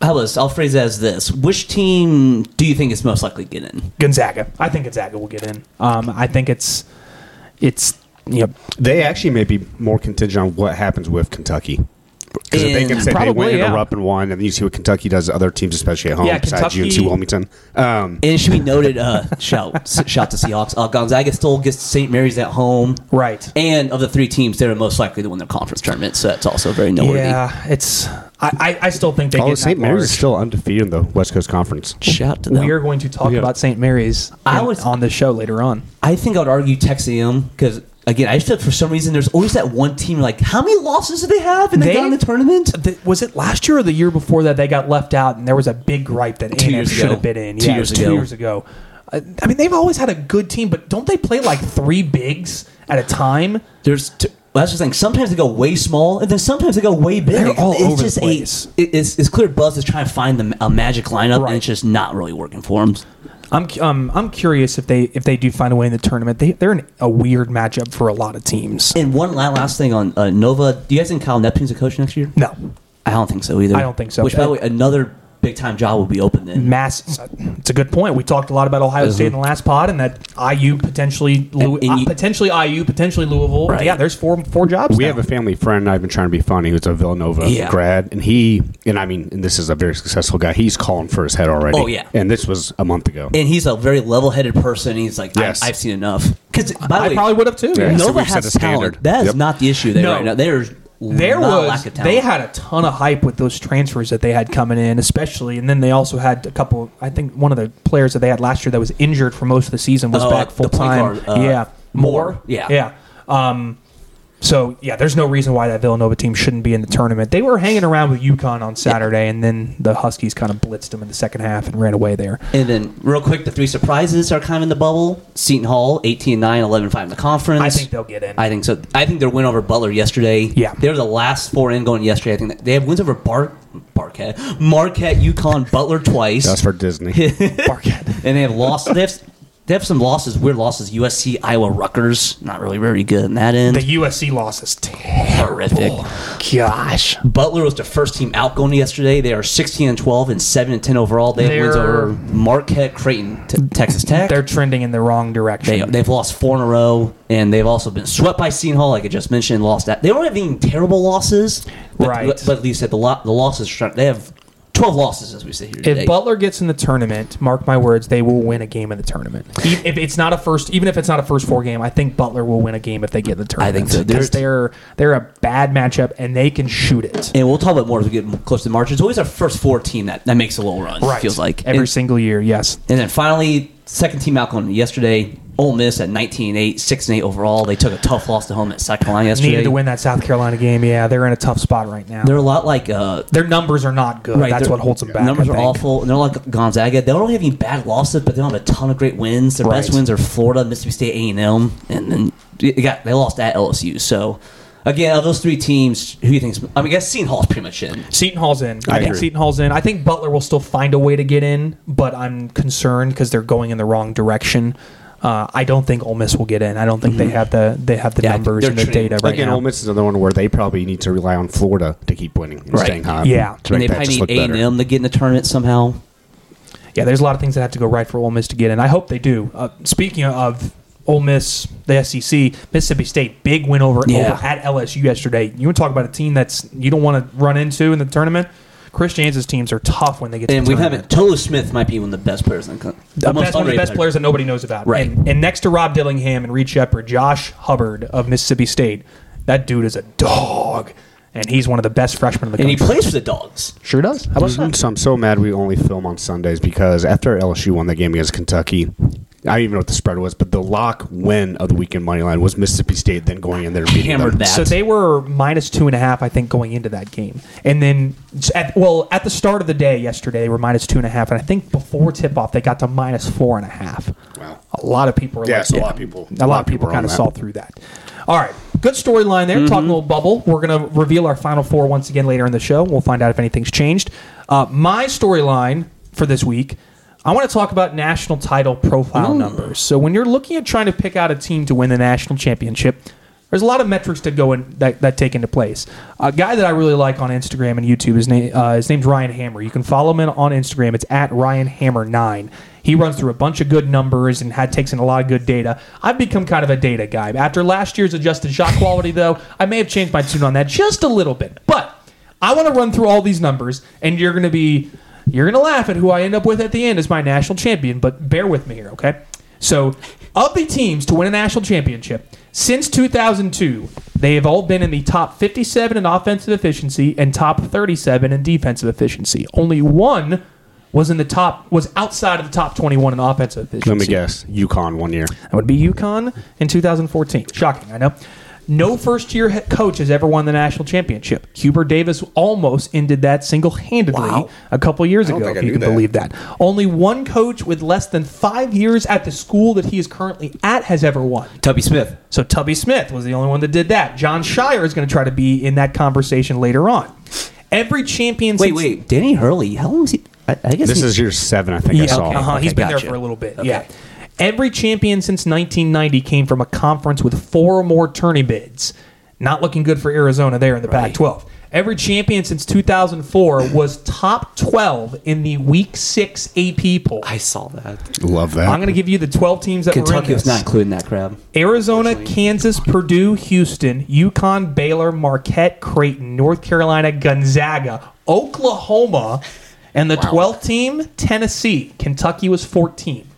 [SPEAKER 6] how about this? I'll phrase it as this: Which team do you think is most likely to get in?
[SPEAKER 5] Gonzaga. I think Gonzaga will get in. Um, I think it's it's you know
[SPEAKER 7] They actually may be more contingent on what happens with Kentucky. Because if they
[SPEAKER 6] And-
[SPEAKER 7] can say they
[SPEAKER 5] Probably,
[SPEAKER 7] win
[SPEAKER 5] yeah.
[SPEAKER 7] and up and one, and you see what Kentucky does to other teams, especially at home,
[SPEAKER 5] Yeah,
[SPEAKER 7] besides
[SPEAKER 5] Kentucky-
[SPEAKER 7] UNC Wilmington. Um,
[SPEAKER 6] And it should be noted. Uh, shout shout to Seahawks. Uh, Gonzaga still gets St. Mary's at home.
[SPEAKER 5] right.
[SPEAKER 6] And of the three teams, they're most likely to win their conference tournament, so that's also very noteworthy.
[SPEAKER 5] Yeah, it's I, I, I still think they
[SPEAKER 7] although
[SPEAKER 5] get
[SPEAKER 7] St.
[SPEAKER 5] that
[SPEAKER 7] Oh, Mary's
[SPEAKER 5] large.
[SPEAKER 7] is still undefeated in the West Coast Conference.
[SPEAKER 6] Shout to them.
[SPEAKER 5] we are going to talk
[SPEAKER 7] Yeah.
[SPEAKER 5] about St. Mary's
[SPEAKER 6] I
[SPEAKER 5] in-
[SPEAKER 6] was-
[SPEAKER 5] on this show later on.
[SPEAKER 6] I think I would argue Texas A&M because again, I just feel for some reason there's always that one team like how many losses do they have and they,
[SPEAKER 5] They-
[SPEAKER 6] got in the tournament?
[SPEAKER 5] Th- was it last year or the year before that they got left out and there was a big gripe that
[SPEAKER 6] Two
[SPEAKER 5] A&M
[SPEAKER 6] years
[SPEAKER 5] should
[SPEAKER 6] ago.
[SPEAKER 5] have been in
[SPEAKER 6] Two
[SPEAKER 5] Yeah, it
[SPEAKER 6] years
[SPEAKER 5] was two
[SPEAKER 6] ago.
[SPEAKER 5] years ago Uh, I mean they've always had a good team but don't they play like three bigs at a time
[SPEAKER 6] There's t- well, that's the thing. Sometimes they go way small and then sometimes they go way big.
[SPEAKER 5] They're all
[SPEAKER 6] it's
[SPEAKER 5] over the
[SPEAKER 6] just
[SPEAKER 5] place.
[SPEAKER 6] A, it- it's, it's clear Buzz is trying to find the, a magic lineup
[SPEAKER 5] Right.
[SPEAKER 6] and it's just not really working for him.
[SPEAKER 5] I'm cu- um, I'm curious if they if they do find a way in the tournament they they're in a weird matchup for a lot of teams
[SPEAKER 6] And one la- last thing on uh, Nova. Do you guys think Kyle Neptune's a coach next year?
[SPEAKER 5] no
[SPEAKER 6] I don't think so either.
[SPEAKER 5] I don't think so. Uh,
[SPEAKER 6] Which, by the way, another big time job will be open then.
[SPEAKER 5] mass uh, it's a good point we talked a lot about Ohio State in the last pod and that IU potentially Lou,
[SPEAKER 6] And- and you-
[SPEAKER 5] uh, potentially IU potentially Louisville
[SPEAKER 6] Right.
[SPEAKER 5] yeah there's four four jobs
[SPEAKER 7] We
[SPEAKER 5] now.
[SPEAKER 7] have a family friend. I've been trying to be funny. Who's a Villanova
[SPEAKER 6] Yeah.
[SPEAKER 7] grad, and he and I mean, and this is a very successful guy. He's calling for his head already.
[SPEAKER 6] Oh, yeah.
[SPEAKER 7] and this was a month ago.
[SPEAKER 6] And he's a very level headed person. and He's like,
[SPEAKER 7] Yes.
[SPEAKER 6] I, I've seen enough. Because, by the
[SPEAKER 5] I
[SPEAKER 6] way,
[SPEAKER 5] probably would have too
[SPEAKER 7] Yeah. So
[SPEAKER 6] Nova
[SPEAKER 7] we've set
[SPEAKER 6] has
[SPEAKER 7] a
[SPEAKER 6] talent.
[SPEAKER 7] standard.
[SPEAKER 6] That is
[SPEAKER 7] Yep.
[SPEAKER 6] not the issue there
[SPEAKER 5] No.
[SPEAKER 6] right now. There's
[SPEAKER 5] there
[SPEAKER 6] not a
[SPEAKER 5] was
[SPEAKER 6] lack of talent.
[SPEAKER 5] they had a ton of hype with those transfers that they had coming in, especially, and then they also had a couple. I think one of the players that they had last year that was injured for most of the season was
[SPEAKER 6] Oh,
[SPEAKER 5] back
[SPEAKER 6] the
[SPEAKER 5] full
[SPEAKER 6] point
[SPEAKER 5] time.
[SPEAKER 6] guard, uh,
[SPEAKER 5] yeah,
[SPEAKER 6] Moore.
[SPEAKER 5] Moore.
[SPEAKER 6] Yeah.
[SPEAKER 5] yeah. Um, so yeah, there's no reason why that Villanova team shouldn't be in the tournament. They were hanging around with UConn on Saturday, and then the Huskies kind of blitzed them in the second half and ran away there.
[SPEAKER 6] And then, real quick, the three surprises are kind of in the bubble. Seton Hall, 18 9, 11 5 in the conference.
[SPEAKER 5] I think they'll get in.
[SPEAKER 6] I think so. I think their win over Butler yesterday.
[SPEAKER 5] Yeah.
[SPEAKER 6] They were the last four in going yesterday. I think that- they have wins over Bar- Barquette, Marquette, UConn, Butler twice.
[SPEAKER 7] That's for Disney.
[SPEAKER 5] Marquette.
[SPEAKER 6] and they have lost. They have, they have some losses, weird losses. USC, Iowa, Rutgers. Not really very good in that end.
[SPEAKER 5] the USC loss is
[SPEAKER 6] Horrific.
[SPEAKER 5] terrible. Gosh,
[SPEAKER 6] Butler was the first team out going yesterday. They are 16 and 12 and 7 and 10 overall. They have wins
[SPEAKER 5] They're-
[SPEAKER 6] over Marquette, Creighton, T- Texas Tech.
[SPEAKER 5] they're trending in the wrong direction.
[SPEAKER 6] They, they've lost four in a row, and they've also been swept by Seton Hall, like I just mentioned. Lost that. They don't have any terrible losses, but,
[SPEAKER 5] Right.
[SPEAKER 6] But, at least at the lo- the losses, are- they have twelve losses as we sit here today.
[SPEAKER 5] If Butler gets in the tournament, mark my words, they will win a game in the tournament. E- If it's not a first, even if it's not a first four game, I think Butler will win a game if they get in the tournament.
[SPEAKER 6] think so.
[SPEAKER 5] because they're they're a bad matchup and they can shoot it.
[SPEAKER 6] and we'll talk about more as we get m- close to March. It's always our first four team that, that makes a little run. it feels like
[SPEAKER 5] every
[SPEAKER 6] and,
[SPEAKER 5] single year. Yes,
[SPEAKER 6] and then finally, second team out going yesterday. Ole Miss at 19-8, 6 8 overall. They took a tough loss to home at South Carolina yesterday.
[SPEAKER 5] needed to win that South Carolina game. Yeah, they're in a tough spot right now.
[SPEAKER 6] They're a lot like uh,
[SPEAKER 5] Their numbers are not good.
[SPEAKER 6] Right,
[SPEAKER 5] That's
[SPEAKER 6] their
[SPEAKER 5] what holds them back.
[SPEAKER 6] Numbers
[SPEAKER 5] I
[SPEAKER 6] are
[SPEAKER 5] think.
[SPEAKER 6] awful. And they're like Gonzaga. They don't have any bad losses, but they don't have a ton of great wins. Their best
[SPEAKER 5] Right.
[SPEAKER 6] wins are Florida, Mississippi State, A and M, and then they got they lost at LSU. So again, of those three teams, who do you think? I mean, I guess Seton Hall's pretty much in.
[SPEAKER 5] Seton Hall's in. I, think
[SPEAKER 7] agree.
[SPEAKER 5] Seton Hall's in. I think Butler will still find a way to get in, but I'm concerned because they're going in the wrong direction. Uh, I don't think Ole Miss will get in. I don't think they have the they have the
[SPEAKER 6] Mm-hmm. Yeah, I think
[SPEAKER 5] numbers
[SPEAKER 6] they're
[SPEAKER 5] and the
[SPEAKER 6] treating-
[SPEAKER 5] data right
[SPEAKER 7] Again,
[SPEAKER 5] now.
[SPEAKER 7] Ole Miss is another one where they probably need to rely on Florida to keep winning and
[SPEAKER 6] Right.
[SPEAKER 7] staying high.
[SPEAKER 5] Yeah.
[SPEAKER 7] to
[SPEAKER 6] And
[SPEAKER 7] make
[SPEAKER 6] they
[SPEAKER 7] that
[SPEAKER 6] probably
[SPEAKER 7] just
[SPEAKER 6] need
[SPEAKER 7] look
[SPEAKER 6] A and
[SPEAKER 7] better.
[SPEAKER 6] M to get in the tournament somehow.
[SPEAKER 5] Yeah, there's a lot of things that have to go right for Ole Miss to get in. I hope they do. Uh, speaking of Ole Miss, the SEC, Mississippi State, big win over,
[SPEAKER 6] Yeah.
[SPEAKER 5] over at LSU yesterday. You want to talk about a team that's you don't want to run into in the tournament. Chris James' teams are tough when they get to
[SPEAKER 6] And
[SPEAKER 5] the
[SPEAKER 6] we
[SPEAKER 5] tournament.
[SPEAKER 6] haven't. Tolu Smith might be one of the best players in the country.
[SPEAKER 5] the best, one of the best players that nobody knows about.
[SPEAKER 6] Right.
[SPEAKER 5] And, and next to Rob Dillingham and Reed Shepard, Josh Hubbard of Mississippi State, that dude is a dog, and he's one of the best freshmen in the
[SPEAKER 6] And
[SPEAKER 5] country.
[SPEAKER 6] he plays for the Dogs.
[SPEAKER 5] sure does. How about that?
[SPEAKER 7] Mm-hmm. So I'm so mad we only film on Sundays because after LSU won that game against Kentucky, I don't even know what the spread was, but the lock win of the weekend money line was Mississippi State then going in there and beating
[SPEAKER 6] Hammered
[SPEAKER 7] them.
[SPEAKER 6] that.
[SPEAKER 5] So they were minus two and a half, I think, going into that game, and then at, well at the start of the day yesterday they were minus two and a half, and I think before tip off they got to minus four and a half.
[SPEAKER 7] Wow.
[SPEAKER 5] A lot of people are
[SPEAKER 7] Yeah,
[SPEAKER 5] like,
[SPEAKER 7] it's a lot of people-
[SPEAKER 5] A lot of people
[SPEAKER 7] were on
[SPEAKER 5] kind of
[SPEAKER 7] that. Mm-hmm.
[SPEAKER 5] saw through that. All right, good storyline there. Talking a little bubble. We're gonna reveal our final four once again later in the show. We'll find out if anything's changed. Uh, my storyline for this week. I want to talk about national title profile numbers. So when you're looking at trying to pick out a team to win the national championship, There's a lot of metrics that go in that, that take into place. A guy that I really like on Instagram and YouTube his name uh, his name's Ryan Hammer. You can follow him on Instagram. It's at Ryan Hammer nine. He runs through a bunch of good numbers and had takes in a lot of good data. I've become kind of a data guy. After last year's adjusted shot quality, though, I may have changed my tune on that just a little bit. But I want to run through all these numbers, and you're going to be you're going to laugh at who I end up with at the end as my national champion. But bear with me here, okay? So, of the teams to win a national championship since 2002, they have all been in the top 57 in offensive efficiency and top 37 in defensive efficiency. Only one was in the top was outside of the top 21 in offensive efficiency.
[SPEAKER 7] Let me guess. UConn one year.
[SPEAKER 5] That would be UConn in 2014. Shocking, I know. No first year he- coach has ever won the national championship. Hubert Davis almost ended that single handedly a couple years ago,
[SPEAKER 4] think I
[SPEAKER 5] if you
[SPEAKER 4] knew
[SPEAKER 5] can
[SPEAKER 4] that.
[SPEAKER 5] believe that. Only one coach with less than five years at the school that he is currently at has ever won.
[SPEAKER 6] Tubby Smith.
[SPEAKER 5] So Tubby Smith was the only one that did that. John Shire is going to try to be in that conversation later on. Every champion
[SPEAKER 6] Wait,
[SPEAKER 5] since-
[SPEAKER 6] wait. Danny Hurley. How long is he? I, I guess
[SPEAKER 7] This
[SPEAKER 6] he-
[SPEAKER 7] is year seven, I think I saw.
[SPEAKER 5] Uh-huh.
[SPEAKER 6] okay,
[SPEAKER 5] He's been there
[SPEAKER 6] gotcha.
[SPEAKER 5] for a little bit. Yeah. Every champion since 1990 came from a conference with four or more tourney bids. Not looking good for Arizona there in the Pac 12. Every champion since 2004 was top 12 in the Week 6 AP poll.
[SPEAKER 6] I saw that.
[SPEAKER 7] Love that.
[SPEAKER 5] I'm going to give you the 12 teams that were in
[SPEAKER 6] Kentucky
[SPEAKER 5] this.
[SPEAKER 6] was not included in that crowd.
[SPEAKER 5] Arizona, Kansas, Purdue, Houston, Yukon, Baylor, Marquette, Creighton, North Carolina, Gonzaga, Oklahoma, and the 12th team, Tennessee. Kentucky was 14.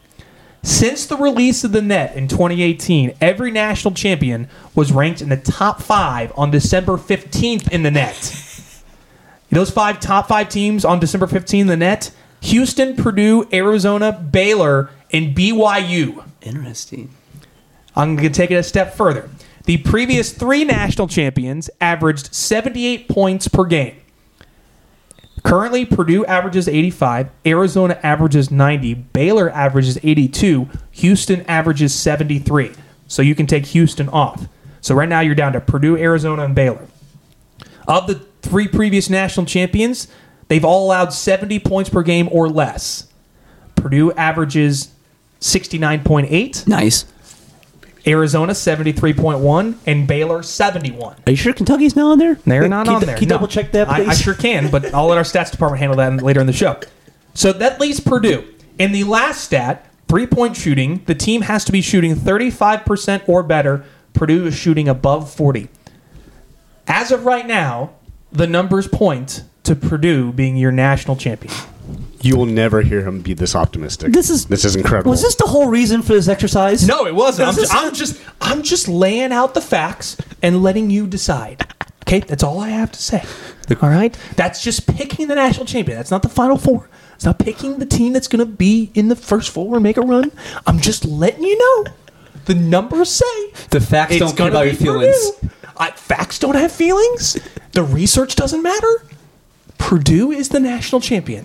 [SPEAKER 5] Since the release of the net in 2018, every national champion was ranked in the top five on December 15th in the net. Those five top five teams on December 15th in the net Houston, Purdue, Arizona, Baylor, and BYU.
[SPEAKER 6] Interesting.
[SPEAKER 5] I'm going to take it a step further. The previous three national champions averaged 78 points per game. Currently, Purdue averages 85, Arizona averages 90, Baylor averages 82, Houston averages 73. So you can take Houston off. So right now you're down to Purdue, Arizona, and Baylor. Of the three previous national champions, they've all allowed 70 points per game or less. Purdue averages 69.8.
[SPEAKER 6] Nice.
[SPEAKER 5] Arizona 73.1 and Baylor 71.
[SPEAKER 6] Are you sure Kentucky's not on there?
[SPEAKER 5] They're
[SPEAKER 6] Can-
[SPEAKER 5] not
[SPEAKER 6] can
[SPEAKER 5] on
[SPEAKER 6] you-
[SPEAKER 5] there.
[SPEAKER 6] Can you
[SPEAKER 5] no.
[SPEAKER 6] double check that,
[SPEAKER 5] I-
[SPEAKER 6] please?
[SPEAKER 5] I, sure can, but I'll let our stats department handle that later in the show. So that leaves Purdue. In the last stat, three point shooting, the team has to be shooting 35% or better. Purdue is shooting above 40. As of right now, the numbers point to Purdue being your national champion.
[SPEAKER 7] you will never hear him be this optimistic.
[SPEAKER 6] This is
[SPEAKER 7] this is incredible.
[SPEAKER 6] Was this the whole reason for this exercise?
[SPEAKER 5] No, it wasn't. I'm
[SPEAKER 6] This
[SPEAKER 5] just,
[SPEAKER 6] is-
[SPEAKER 5] I'm just I'm just laying out the facts and letting you decide. Okay, that's all I have to say. all right, that's just picking the national champion. That's not the final four. It's not picking the team that's going to be in the first four and make a run. I'm just letting you know. The numbers say
[SPEAKER 6] The facts
[SPEAKER 5] it's
[SPEAKER 6] don't care
[SPEAKER 5] gonna
[SPEAKER 6] about your
[SPEAKER 5] be
[SPEAKER 6] feelings.
[SPEAKER 5] Purdue. I, facts don't have feelings. The research doesn't matter. Purdue is the national champion,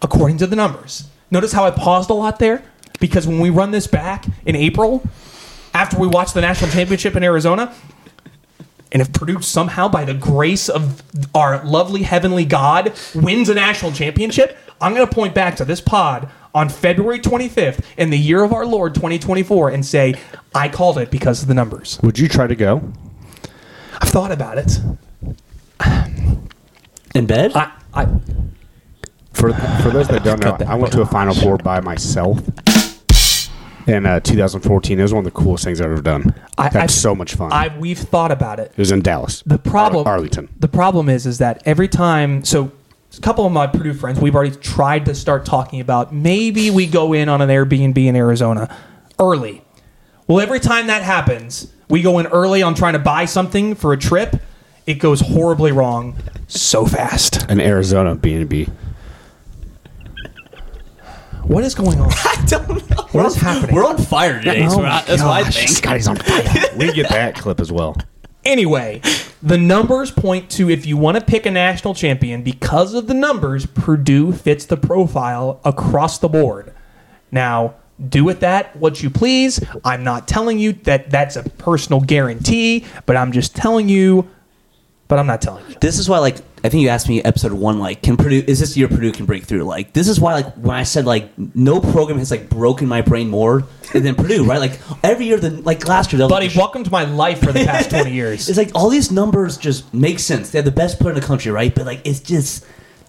[SPEAKER 5] according to the numbers. Notice how I paused a lot there? Because when we run this back in April, after we watch the national championship in Arizona, and if Purdue somehow, by the grace of our lovely heavenly God, wins a national championship, I'm going to point back to this pod on February 25th in the year of our Lord 2024 and say, I called it because of the numbers.
[SPEAKER 7] Would you try to go?
[SPEAKER 5] I've thought about it.
[SPEAKER 6] In bed?
[SPEAKER 5] I, I,
[SPEAKER 7] For for those that don't know, I went to a Final Four by myself in uh, 2014. It was one of the coolest things I've ever done.
[SPEAKER 5] I
[SPEAKER 7] That's
[SPEAKER 5] I've-
[SPEAKER 7] so much fun.
[SPEAKER 5] I, we've thought about it.
[SPEAKER 7] it was in Dallas.
[SPEAKER 5] The problem,
[SPEAKER 7] Ar- Arlington.
[SPEAKER 5] The problem is, is that every time, so a couple of my Purdue friends, we've already tried to start talking about maybe we go in on an Airbnb in Arizona early. Well, every time that happens, we go in early on trying to buy something for a trip. It goes horribly wrong so fast.
[SPEAKER 7] An Arizona B and B.
[SPEAKER 5] What is going on?
[SPEAKER 6] I don't know.
[SPEAKER 5] What is happening?
[SPEAKER 6] We're on fire today. so I- that's what I think.
[SPEAKER 7] Scotty's on fire. we get that clip as well.
[SPEAKER 5] Anyway, the numbers point to if you want to pick a national champion, because of the numbers, Purdue fits the profile across the board. Now, do with that what you please. I'm not telling you that that's a personal guarantee, but I'm just telling you, but I'm not telling you.
[SPEAKER 6] This is why, like, I think you asked me episode one, like, can Purdue is this year Purdue can break through? Like, this is why, like, when I said like no program has like broken my brain more than Purdue, right? Like every year, than like last year, they'll
[SPEAKER 5] Buddy, welcome to my life for the past 20 years.
[SPEAKER 6] It's like all these numbers just make sense. They have the best player in the country, right? But like, it's just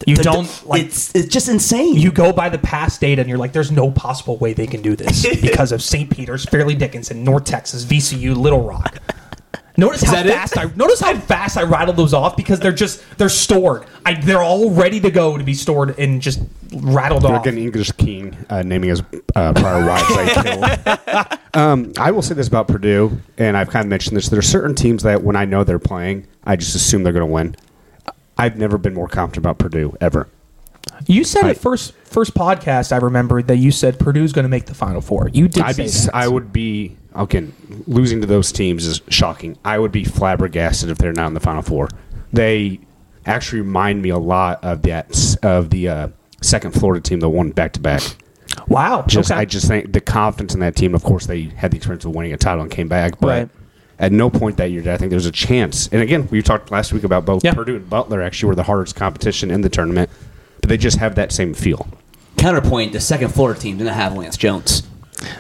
[SPEAKER 5] You
[SPEAKER 6] the- the-
[SPEAKER 5] don't, like-
[SPEAKER 6] it's it's just insane.
[SPEAKER 5] You go by the past data and you're like, there's no possible way they can do this because of St. Peter's, Fairleigh Dickinson, North Texas, VCU, Little Rock. Notice how
[SPEAKER 6] that it?
[SPEAKER 5] fast I notice how fast I rattled those off because they're just they're stored. I, they're all ready to go to be stored and just rattled
[SPEAKER 7] Like
[SPEAKER 5] off.
[SPEAKER 7] an English king uh, naming his uh, prior wives I killed. Um, I will say this about Purdue, and I've kind of mentioned this. There are certain teams that when I know they're playing, I just assume they're going to win. I've never been more confident about Purdue ever.
[SPEAKER 5] You said
[SPEAKER 7] I-
[SPEAKER 5] at first first podcast I remembered that you said Purdue's going to make the Final Four. You did
[SPEAKER 7] I'd
[SPEAKER 5] say
[SPEAKER 7] be,
[SPEAKER 5] that.
[SPEAKER 7] I would be again losing to those teams is shocking. I would be flabbergasted if they're not in the Final Four. They actually remind me a lot of that of the uh, second Florida team that won back to back.
[SPEAKER 5] wow.
[SPEAKER 7] Just
[SPEAKER 5] okay.
[SPEAKER 7] I just think the confidence in that team. Of course, they had the experience of winning a title and came back, but
[SPEAKER 5] Right.
[SPEAKER 7] at no point that year did I think there was a chance. And again, we talked last week about both
[SPEAKER 5] Yeah.
[SPEAKER 7] Purdue and Butler actually were the hardest competition in the tournament, but they just have that same feel.
[SPEAKER 6] Counterpoint: the second Florida team did not have Lance Jones.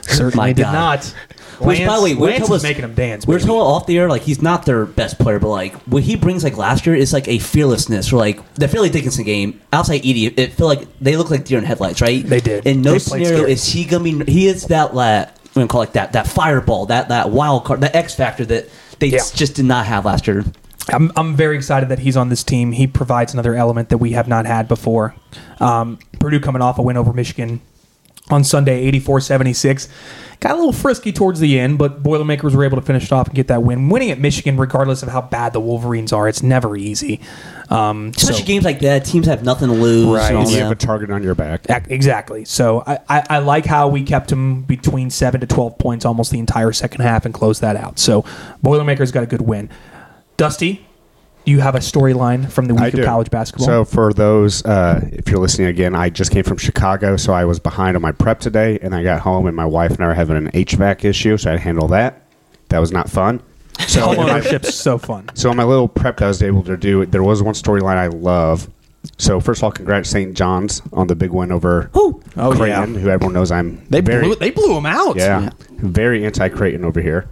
[SPEAKER 5] certainly
[SPEAKER 6] My
[SPEAKER 5] did
[SPEAKER 6] God.
[SPEAKER 5] not.
[SPEAKER 6] Which, by the way, we're
[SPEAKER 5] Lance
[SPEAKER 6] told
[SPEAKER 5] is
[SPEAKER 6] us-
[SPEAKER 5] making them dance.
[SPEAKER 6] We're
[SPEAKER 5] baby.
[SPEAKER 6] told off the air like he's not their best player, but like what he brings like last year is like a fearlessness. Or like the Philly Dickinson game outside Edie, it felt like they look like deer in headlights, right?
[SPEAKER 5] They did.
[SPEAKER 6] In no
[SPEAKER 5] They played
[SPEAKER 6] scenario
[SPEAKER 5] scary.
[SPEAKER 6] is he gonna be. He is that la I'm gonna call it that that fireball, that that wild card, that X factor that they
[SPEAKER 5] Yeah.
[SPEAKER 6] just did not have last year.
[SPEAKER 5] I'm, I'm very excited that he's on this team. He provides another element that we have not had before. Um, Purdue coming off a win over Michigan on Sunday, 84 76. Got a little frisky towards the end, but Boilermakers were able to finish it off and get that win. Winning at Michigan, regardless of how bad the Wolverines are, it's never easy. Um, so-
[SPEAKER 6] Especially games like that, teams have nothing to lose. and
[SPEAKER 5] Right.
[SPEAKER 6] all
[SPEAKER 7] And you
[SPEAKER 6] that.
[SPEAKER 7] have a target on your back.
[SPEAKER 5] Ac- Exactly. So I, I, I like how we kept him between seven to twelve points almost the entire second half and closed that out. So Boilermakers got a good win. Dusty, do you have a storyline from the week of
[SPEAKER 7] do.
[SPEAKER 5] college basketball?
[SPEAKER 7] So for those, uh, if you're listening again, I just came from Chicago, so I was behind on my prep today, and I got home, and my wife and I were having an HVAC issue, so I had to handle that. That was not fun. So in my-
[SPEAKER 5] Homeownership's so fun.
[SPEAKER 7] so in my little prep that I was able to do, there was one storyline I love. So first of all, congrats St. John's on the big win over
[SPEAKER 5] Oh,
[SPEAKER 7] Creighton, who everyone knows I'm
[SPEAKER 5] They
[SPEAKER 7] very
[SPEAKER 5] blew they blew him out.
[SPEAKER 7] yeah, very anti Creighton over here.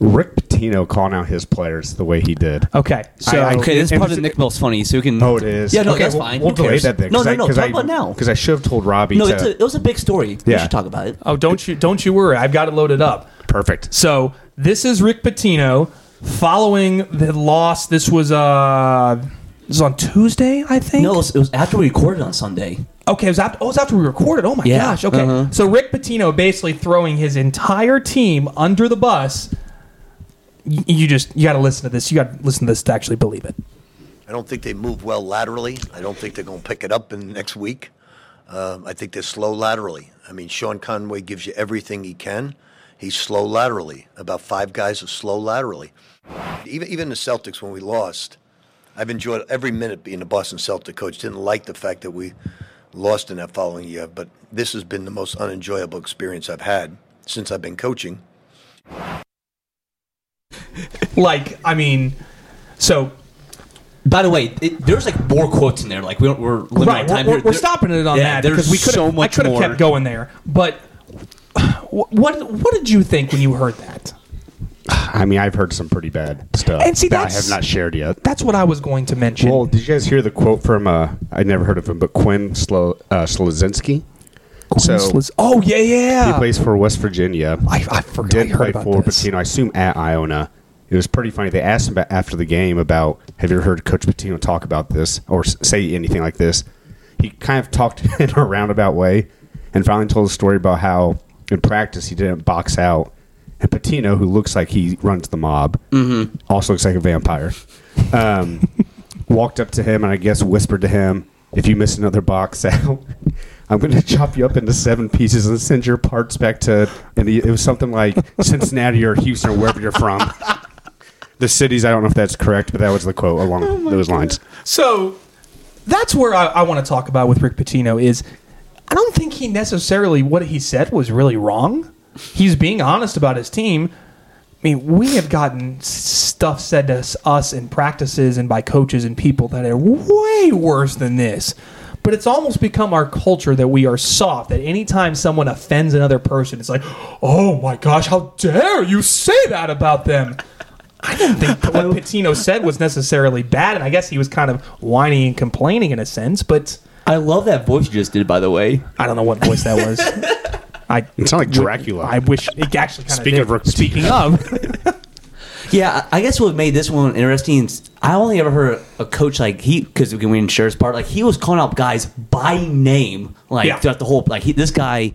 [SPEAKER 7] Rick Pitino calling out his players the way he did.
[SPEAKER 5] Okay. So
[SPEAKER 7] I- I-
[SPEAKER 6] Okay, this
[SPEAKER 7] And
[SPEAKER 6] part
[SPEAKER 7] it's-
[SPEAKER 6] of Nick Bell's funny, so we can.
[SPEAKER 7] Oh, it is.
[SPEAKER 6] Yeah, no,
[SPEAKER 7] Okay,
[SPEAKER 6] that's
[SPEAKER 7] we'll-
[SPEAKER 6] fine.
[SPEAKER 7] We'll
[SPEAKER 6] Who
[SPEAKER 7] delay
[SPEAKER 6] cares?
[SPEAKER 7] that then.
[SPEAKER 6] No,
[SPEAKER 7] 'cause
[SPEAKER 6] no,
[SPEAKER 7] I-
[SPEAKER 6] no.
[SPEAKER 7] 'cause
[SPEAKER 6] Talk
[SPEAKER 7] I,
[SPEAKER 6] about it now.
[SPEAKER 7] Because I should have told Robbie.
[SPEAKER 6] No,
[SPEAKER 7] to,
[SPEAKER 6] it's a, it was a big story. We
[SPEAKER 7] Yeah.
[SPEAKER 6] should talk about it.
[SPEAKER 5] oh don't you don't you worry. I've got it loaded up.
[SPEAKER 7] perfect.
[SPEAKER 5] So this is Rick Pitino following the loss. This was uh this was on Tuesday, I think.
[SPEAKER 6] No, it was, it was after we recorded on Sunday.
[SPEAKER 5] Okay, it was after, oh, it was after we recorded. Oh my
[SPEAKER 6] Yeah,
[SPEAKER 5] gosh. Okay.
[SPEAKER 6] uh-huh.
[SPEAKER 5] So Rick Patino basically throwing his entire team under the bus. Y- You just you got to listen to this. You got to listen to this to actually believe it.
[SPEAKER 10] I don't think they move well laterally. I don't think they're going to pick it up in the next week. Um, I think they're slow laterally. I mean, Sean Conway gives you everything he can. He's slow laterally. About five guys are slow laterally. Even even the Celtics when we lost, I've enjoyed every minute being a Boston Celtic coach. Didn't like the fact that we lost in that following year, but this has been the most unenjoyable experience I've had since I've been coaching.
[SPEAKER 5] Like, I mean, so
[SPEAKER 6] By the way, it, there's like more quotes in there. Like we don't, we're limited
[SPEAKER 5] right,
[SPEAKER 6] on
[SPEAKER 5] we're,
[SPEAKER 6] time.
[SPEAKER 5] we're,
[SPEAKER 6] here.
[SPEAKER 5] we're
[SPEAKER 6] There-
[SPEAKER 5] stopping it on
[SPEAKER 6] yeah,
[SPEAKER 5] that
[SPEAKER 6] there's
[SPEAKER 5] because we could
[SPEAKER 6] so
[SPEAKER 5] have I
[SPEAKER 6] much
[SPEAKER 5] could have
[SPEAKER 6] more.
[SPEAKER 5] kept going there. But wh- what what did you think when you heard that?
[SPEAKER 7] I mean, I've heard some pretty bad stuff
[SPEAKER 5] And see,
[SPEAKER 7] that I
[SPEAKER 5] that's-
[SPEAKER 7] have not shared yet.
[SPEAKER 5] That's what I was going to mention.
[SPEAKER 7] Well, did you guys hear the quote from, uh, I never heard of him, but Quinn Slo- uh, Slozinski? So
[SPEAKER 5] Quinsless- oh yeah,
[SPEAKER 7] he
[SPEAKER 5] yeah.
[SPEAKER 7] plays for West Virginia.
[SPEAKER 5] I, I forgot. I
[SPEAKER 7] did
[SPEAKER 5] heard
[SPEAKER 7] play
[SPEAKER 5] about
[SPEAKER 7] for
[SPEAKER 5] this.
[SPEAKER 7] Patino, I assume at Iona. It was pretty funny. They asked him about, after the game about, have you ever heard Coach Patino talk about this or s- say anything like this? He kind of talked in a roundabout way and finally told a story about how in practice he didn't box out. And Patino, who looks like he runs the mob,
[SPEAKER 5] Mm-hmm.
[SPEAKER 7] also looks like a vampire, um, walked up to him and I guess whispered to him, if you miss another box out, I'm going to chop you up into seven pieces and send your parts back to, and he, it was something like Cincinnati or Houston or wherever you're from. The cities, I don't know if that's correct, but that was the quote along those lines.
[SPEAKER 5] So that's where I, I want to talk about with Rick Pitino is I don't think he necessarily what he said was really wrong. He's being honest about his team, I mean, we have gotten s- stuff said to us, us in practices and by coaches and people that are way worse than this. But it's almost become our culture that we are soft. That anytime someone offends another person, it's like, oh my gosh, how dare you say that about them? I didn't think what Pitino said was necessarily bad, and I guess he was kind of whining and complaining in a sense. But
[SPEAKER 6] I love that voice you just did, by the way.
[SPEAKER 5] I don't know what voice that was. I
[SPEAKER 7] It sounded like Dracula.
[SPEAKER 5] I wish it actually kind
[SPEAKER 7] Speaking
[SPEAKER 5] of
[SPEAKER 7] of Rick Pitino.
[SPEAKER 5] speaking of.
[SPEAKER 6] Yeah, I I guess what made this one interesting is I only ever heard a coach like he because we win sheriff's part like he was calling out guys by name like
[SPEAKER 5] Yeah.
[SPEAKER 6] throughout the whole like he, this guy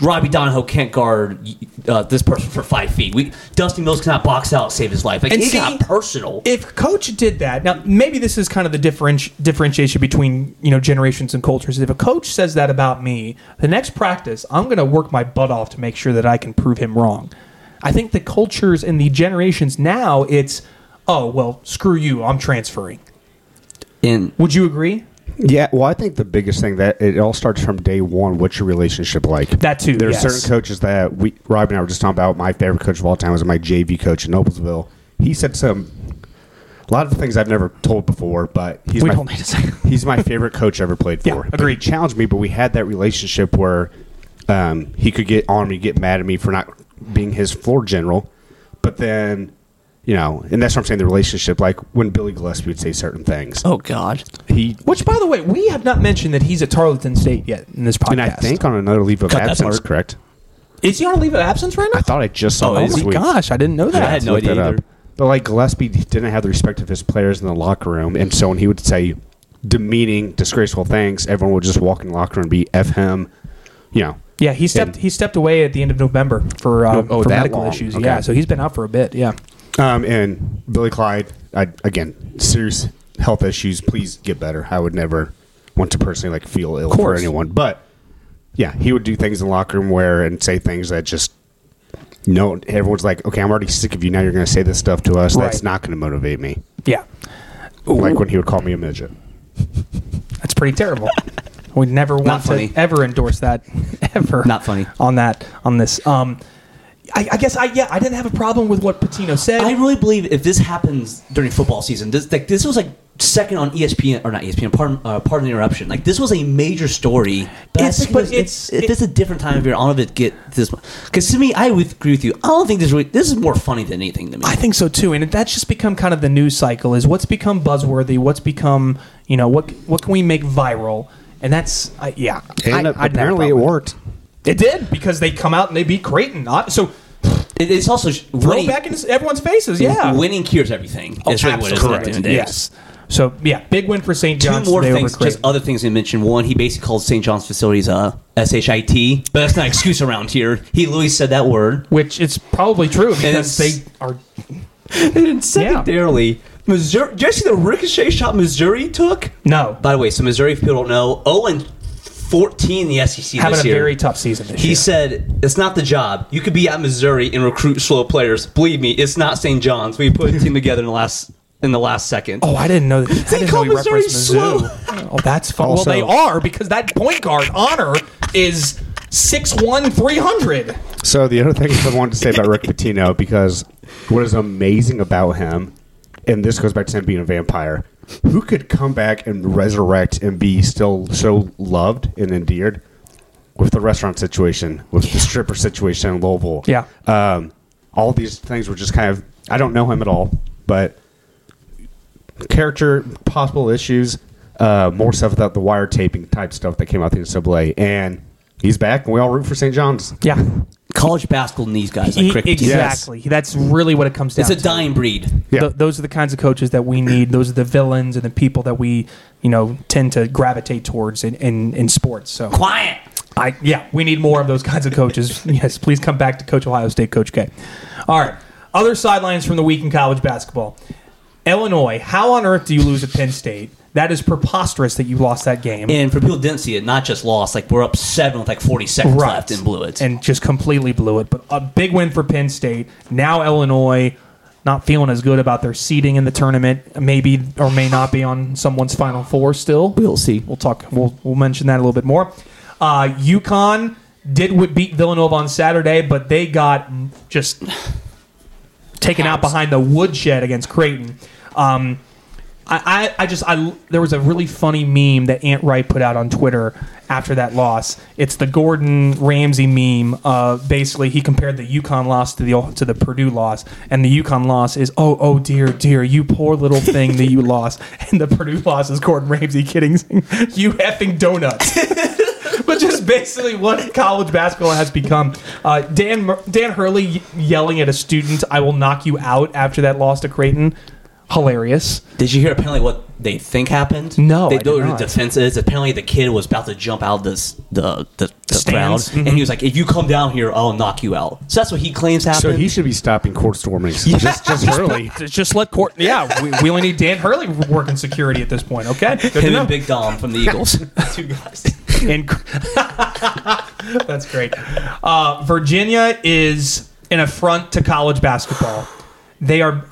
[SPEAKER 6] Robbie Donahoe can't guard uh, this person for five feet. We Dusty Mills cannot box out save his life. Like
[SPEAKER 5] And
[SPEAKER 6] it
[SPEAKER 5] see-
[SPEAKER 6] got personal.
[SPEAKER 5] if coach did that now maybe this is kind of the differenti- differentiation between you know generations and cultures if a coach says that about me the next practice i'm going to work my butt off to make sure that i can prove him wrong i think the cultures and the generations now it's oh well screw you i'm transferring
[SPEAKER 6] and
[SPEAKER 5] would you agree
[SPEAKER 7] Yeah, well, I think the biggest thing that it all starts from day one. What's your relationship like?
[SPEAKER 5] That too,
[SPEAKER 7] There are
[SPEAKER 5] yes.
[SPEAKER 7] certain coaches that we, Rob and I were just talking about. My favorite coach of all time was my JV coach in Noblesville. He said some, a lot of things I've never told before, but he's
[SPEAKER 5] We
[SPEAKER 7] my,
[SPEAKER 5] don't need to say.
[SPEAKER 7] he's my favorite coach I ever played for.
[SPEAKER 5] Yeah,
[SPEAKER 7] But
[SPEAKER 5] agreed.
[SPEAKER 7] He challenged me, but we had that relationship where um, he could get on me, get mad at me for not being his floor general, but then. You know, and that's what I'm saying. The relationship, like when Billy Gillespie would say certain things,
[SPEAKER 6] oh god,
[SPEAKER 7] he
[SPEAKER 5] which by the way we have not mentioned that he's at tarleton state yet in this podcast
[SPEAKER 7] And I think on another leave of
[SPEAKER 6] Cut that
[SPEAKER 7] absence,
[SPEAKER 6] part.
[SPEAKER 7] correct?
[SPEAKER 5] is he on a leave of absence right now
[SPEAKER 7] I thought I just saw
[SPEAKER 6] Oh,
[SPEAKER 7] that
[SPEAKER 6] is
[SPEAKER 7] this
[SPEAKER 6] he?
[SPEAKER 5] my
[SPEAKER 7] week.
[SPEAKER 5] gosh i didn't know that
[SPEAKER 6] I had no
[SPEAKER 7] Look that
[SPEAKER 6] idea
[SPEAKER 7] up.
[SPEAKER 6] either.
[SPEAKER 7] But like Gillespie didn't have the respect of his players in the locker room, and so when he would say demeaning, disgraceful things, everyone would just walk in the locker room and be f him. You know,
[SPEAKER 5] Yeah, he stepped
[SPEAKER 7] And-
[SPEAKER 5] he stepped away at the end of November for uh,
[SPEAKER 7] No- oh,
[SPEAKER 5] for
[SPEAKER 7] that
[SPEAKER 5] medical
[SPEAKER 7] long.
[SPEAKER 5] issues.
[SPEAKER 7] Okay.
[SPEAKER 5] Yeah, so he's been out for a bit. Yeah,
[SPEAKER 7] um, and Billy Clyde, I, again, serious health issues. Please get better. I would never want to personally like feel ill for
[SPEAKER 5] course.
[SPEAKER 7] anyone, but yeah, he would do things in the locker room where and say things that just. No, everyone's like, okay, I'm already sick of you. Now you're going to say this stuff to us.
[SPEAKER 5] Right.
[SPEAKER 7] That's not going to motivate me.
[SPEAKER 5] yeah,
[SPEAKER 7] like when he would call me a midget.
[SPEAKER 5] that's pretty terrible. we never want to
[SPEAKER 6] funny.
[SPEAKER 5] ever endorse that ever.
[SPEAKER 6] Not funny.
[SPEAKER 5] on that on this. Um, I, I guess I yeah I didn't have a problem with what Patino said.
[SPEAKER 7] Oh.
[SPEAKER 6] I really believe if this happens during football season, this like this was like second on E ESPN or not ESPN. Pardon, uh, pardon the interruption. Like this was a major story. But
[SPEAKER 5] It's-
[SPEAKER 6] I think
[SPEAKER 5] but
[SPEAKER 6] if-
[SPEAKER 5] it's-
[SPEAKER 6] if it's a different time of year, I don't know if it get this. Because to me, I would agree with you. I don't think this really, this is more funny than anything to me.
[SPEAKER 5] I think so too, and that's just become kind of the news cycle: is what's become buzzworthy, what's become you know what what can we make viral, and that's I yeah.
[SPEAKER 7] And
[SPEAKER 5] I, I'd have a
[SPEAKER 7] apparently it
[SPEAKER 5] problem.
[SPEAKER 7] worked.
[SPEAKER 5] It did because they come out and they beat Creighton. Uh, So
[SPEAKER 6] It- it's also sh-
[SPEAKER 5] throw
[SPEAKER 6] winning,
[SPEAKER 5] back in everyone's faces. Yeah, Oh,
[SPEAKER 6] winning cures everything. is really what it's
[SPEAKER 5] Absolutely.
[SPEAKER 6] like doing today.
[SPEAKER 5] Yes. So yeah, big win for St.
[SPEAKER 6] Two
[SPEAKER 5] John's.
[SPEAKER 6] more
[SPEAKER 5] today
[SPEAKER 6] things,
[SPEAKER 5] over Creighton.
[SPEAKER 6] just other things to mention. One, he basically called St. John's facilities uh, SHIT, but that's not an excuse around here. He literally said that word.
[SPEAKER 5] which it's probably true because
[SPEAKER 6] it's-
[SPEAKER 5] they are.
[SPEAKER 6] And then secondarily, Missouri. Did you see the ricochet shot Missouri took?
[SPEAKER 5] No.
[SPEAKER 6] By the way, so Missouri, if people don't know, 0 and 14 in the SEC
[SPEAKER 5] Having
[SPEAKER 6] this
[SPEAKER 5] a
[SPEAKER 6] year.
[SPEAKER 5] very tough season this
[SPEAKER 6] he
[SPEAKER 5] year.
[SPEAKER 6] said, it's not the job. You could be at Missouri and recruit slow players. Believe me, it's not St. John's. We put a team together in the last in the last second.
[SPEAKER 5] "Oh, I didn't know that." I
[SPEAKER 6] They
[SPEAKER 5] didn't
[SPEAKER 6] call
[SPEAKER 5] know he
[SPEAKER 6] Missouri
[SPEAKER 5] referenced Mizzou. Oh, that's fun. well,
[SPEAKER 7] Also-
[SPEAKER 5] they are because that point guard honor is six one three hundred.
[SPEAKER 7] So the other thing I wanted to say about Rick Pitino, because what is amazing about him, and this goes back to him being a vampire, who could come back and resurrect and be still so loved and endeared with the restaurant situation, with the stripper situation in Louisville.
[SPEAKER 5] Yeah.
[SPEAKER 7] Um, all these things were just kind of, I don't know him at all, but character possible issues, uh, more stuff about the wiretaping type stuff that came out the NCAA. And he's back, and we all root for St. John's.
[SPEAKER 5] Yeah,
[SPEAKER 6] College basketball needs guys like
[SPEAKER 5] E-
[SPEAKER 6] cricket. teams.
[SPEAKER 5] exactly. That's really what it comes down.
[SPEAKER 6] It's a
[SPEAKER 5] to.
[SPEAKER 6] dying breed.
[SPEAKER 7] Yeah.
[SPEAKER 5] Th- those are the kinds of coaches that we need. Those are the villains and the people that we, you know, tend to gravitate towards in, in, in sports. So
[SPEAKER 6] Quiet.
[SPEAKER 5] I yeah, we need more of those kinds of coaches. yes, please come back to Coach Ohio State, Coach K. All right, other sidelines from the week in college basketball. Illinois, how on earth do you lose at Penn State? That is preposterous that you lost that game.
[SPEAKER 6] And for people who didn't see it, not just lost, like we're up seven with like 40 seconds left and blew it.
[SPEAKER 5] and just completely blew it. But a big win for Penn State. Now Illinois not feeling as good about their seeding in the tournament, maybe or may not be on someone's final four still.
[SPEAKER 6] We'll see.
[SPEAKER 5] We'll talk. We'll we'll mention that a little bit more. Uh, UConn did w- beat Villanova on Saturday, but they got m- just taken out behind the woodshed against Creighton. Um, I, I, I just I there was a really funny meme that Aunt Wright put out on Twitter after that loss. It's the Gordon Ramsay meme. Uh, basically, he compared the Yukon loss to the to the Purdue loss, and the Yukon loss is oh oh dear dear you poor little thing that you lost, and the Purdue loss is Gordon Ramsay kidding you effing donuts but just basically what college basketball has become. Uh, Dan Mur- Dan Hurley y- yelling at a student, "I will knock you out" after that loss to Creighton, hilarious.
[SPEAKER 6] Did you hear apparently what they think happened?
[SPEAKER 5] No,
[SPEAKER 6] they
[SPEAKER 5] I did
[SPEAKER 6] know what
[SPEAKER 5] not.
[SPEAKER 6] the defense is. Apparently, the kid was about to jump out this the the, the crowd,
[SPEAKER 5] Stands. Mm-hmm.
[SPEAKER 6] and he was like, "If you come down here, I'll knock you out." So that's what he claims happened.
[SPEAKER 7] So he should be stopping court storming. Just, just early.
[SPEAKER 5] Just let court. Yeah, we, we only need Dan Hurley working security at this point. Okay, good to
[SPEAKER 6] him
[SPEAKER 5] know.
[SPEAKER 6] and Big Dom from the Eagles, two guys.
[SPEAKER 5] And that's great. Uh, Virginia is an affront to college basketball. They are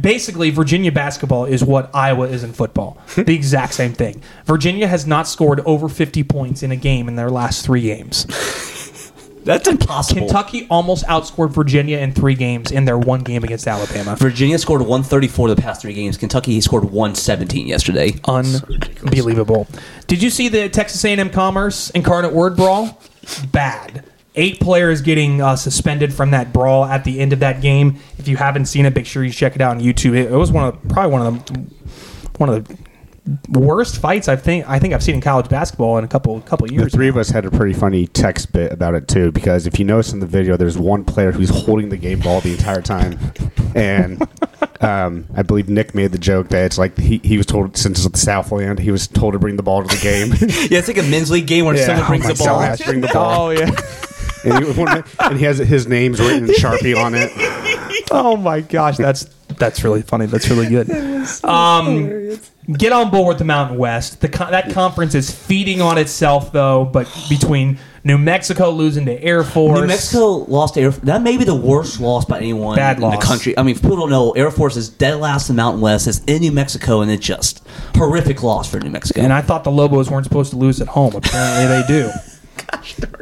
[SPEAKER 5] basically Virginia basketball is what Iowa is in football. the exact same thing. Virginia has not scored over 50 points in a game in their last three games.
[SPEAKER 6] That's impossible.
[SPEAKER 5] Kentucky almost outscored Virginia in three games in their one game against Alabama.
[SPEAKER 6] Virginia scored 134 the past three games. Kentucky he scored 117 yesterday.
[SPEAKER 5] Unbelievable. Did you see the Texas A&M Commerce Incarnate Word brawl? Bad. Eight players getting uh, suspended from that brawl at the end of that game. If you haven't seen it, make sure you check it out on YouTube. It, it was one of probably one of the one of the worst fights I think I think I've seen in college basketball in a couple couple
[SPEAKER 7] The
[SPEAKER 5] years.
[SPEAKER 7] three of us had a pretty funny text bit about it too, because if you notice in the video, there's one player who's holding the game ball the entire time, and um, I believe Nick made the joke that it's like he, he was told since it's the Southland, he was told to bring the ball to the game.
[SPEAKER 6] Yeah, it's like a men's league game where someone brings
[SPEAKER 7] Oh my
[SPEAKER 6] the ball.
[SPEAKER 7] gosh, bring the ball.
[SPEAKER 5] Oh yeah.
[SPEAKER 7] and, he, and he has his name's written in Sharpie on it.
[SPEAKER 5] oh my gosh, that's that's really funny. That's really good. um, get on board with the Mountain West. The con- that conference is feeding on itself though, but between New Mexico losing to Air Force,
[SPEAKER 6] New Mexico lost to Air Force. That may be the worst loss by anyone
[SPEAKER 5] Bad
[SPEAKER 6] in
[SPEAKER 5] loss.
[SPEAKER 6] the country. I mean, if people don't know, Air Force is dead last in Mountain West. It's in New Mexico, and it's just horrific loss for New Mexico.
[SPEAKER 5] and I thought the Lobos weren't supposed to lose at home. Apparently they do.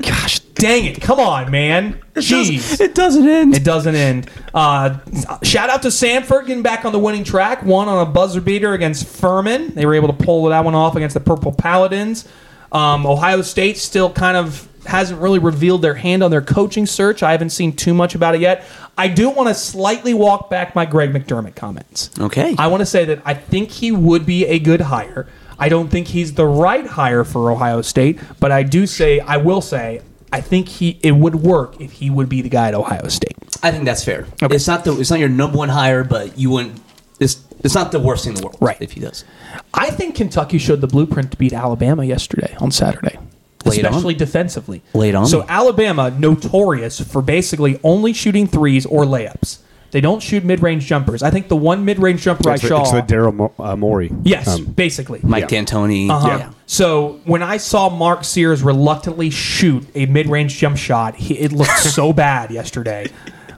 [SPEAKER 5] Gosh, dang it! Come on, man. Jeez.
[SPEAKER 6] it doesn't end.
[SPEAKER 5] It doesn't end. Uh, shout out to Sanford getting back on the winning track. One on a buzzer beater against Furman. They were able to pull that one off against the Purple Paladins. Um, Ohio State still kind of hasn't really revealed their hand on their coaching search. I haven't seen too much about it yet. I do want to slightly walk back my Greg McDermott comments.
[SPEAKER 6] Okay.
[SPEAKER 5] I want to say that I think he would be a good hire. I don't think he's the right hire for Ohio State, but I do say I will say I think he it would work if he would be the guy at Ohio State.
[SPEAKER 6] I think that's fair. It's not the it's not your number one hire, but you wouldn't. It's it's not the worst thing in the world,
[SPEAKER 5] Right.
[SPEAKER 6] If he does,
[SPEAKER 5] I think Kentucky showed the blueprint to beat Alabama yesterday on Saturday.
[SPEAKER 6] Lay it on.
[SPEAKER 5] Especially defensively.
[SPEAKER 6] Lay it on
[SPEAKER 5] So
[SPEAKER 6] me.
[SPEAKER 5] Alabama notorious for basically only shooting threes or layups. They don't shoot mid-range jumpers. I think the one mid-range jumper
[SPEAKER 7] It's
[SPEAKER 5] I
[SPEAKER 7] the,
[SPEAKER 5] saw.
[SPEAKER 7] it's the Daryl Mo- uh, Morey.
[SPEAKER 5] yes,
[SPEAKER 7] Um,
[SPEAKER 5] basically.
[SPEAKER 6] Mike D'Antoni.
[SPEAKER 5] Uh-huh.
[SPEAKER 6] Yeah.
[SPEAKER 5] So when I saw Mark Sears reluctantly shoot a mid-range jump shot, he, it looked so bad yesterday.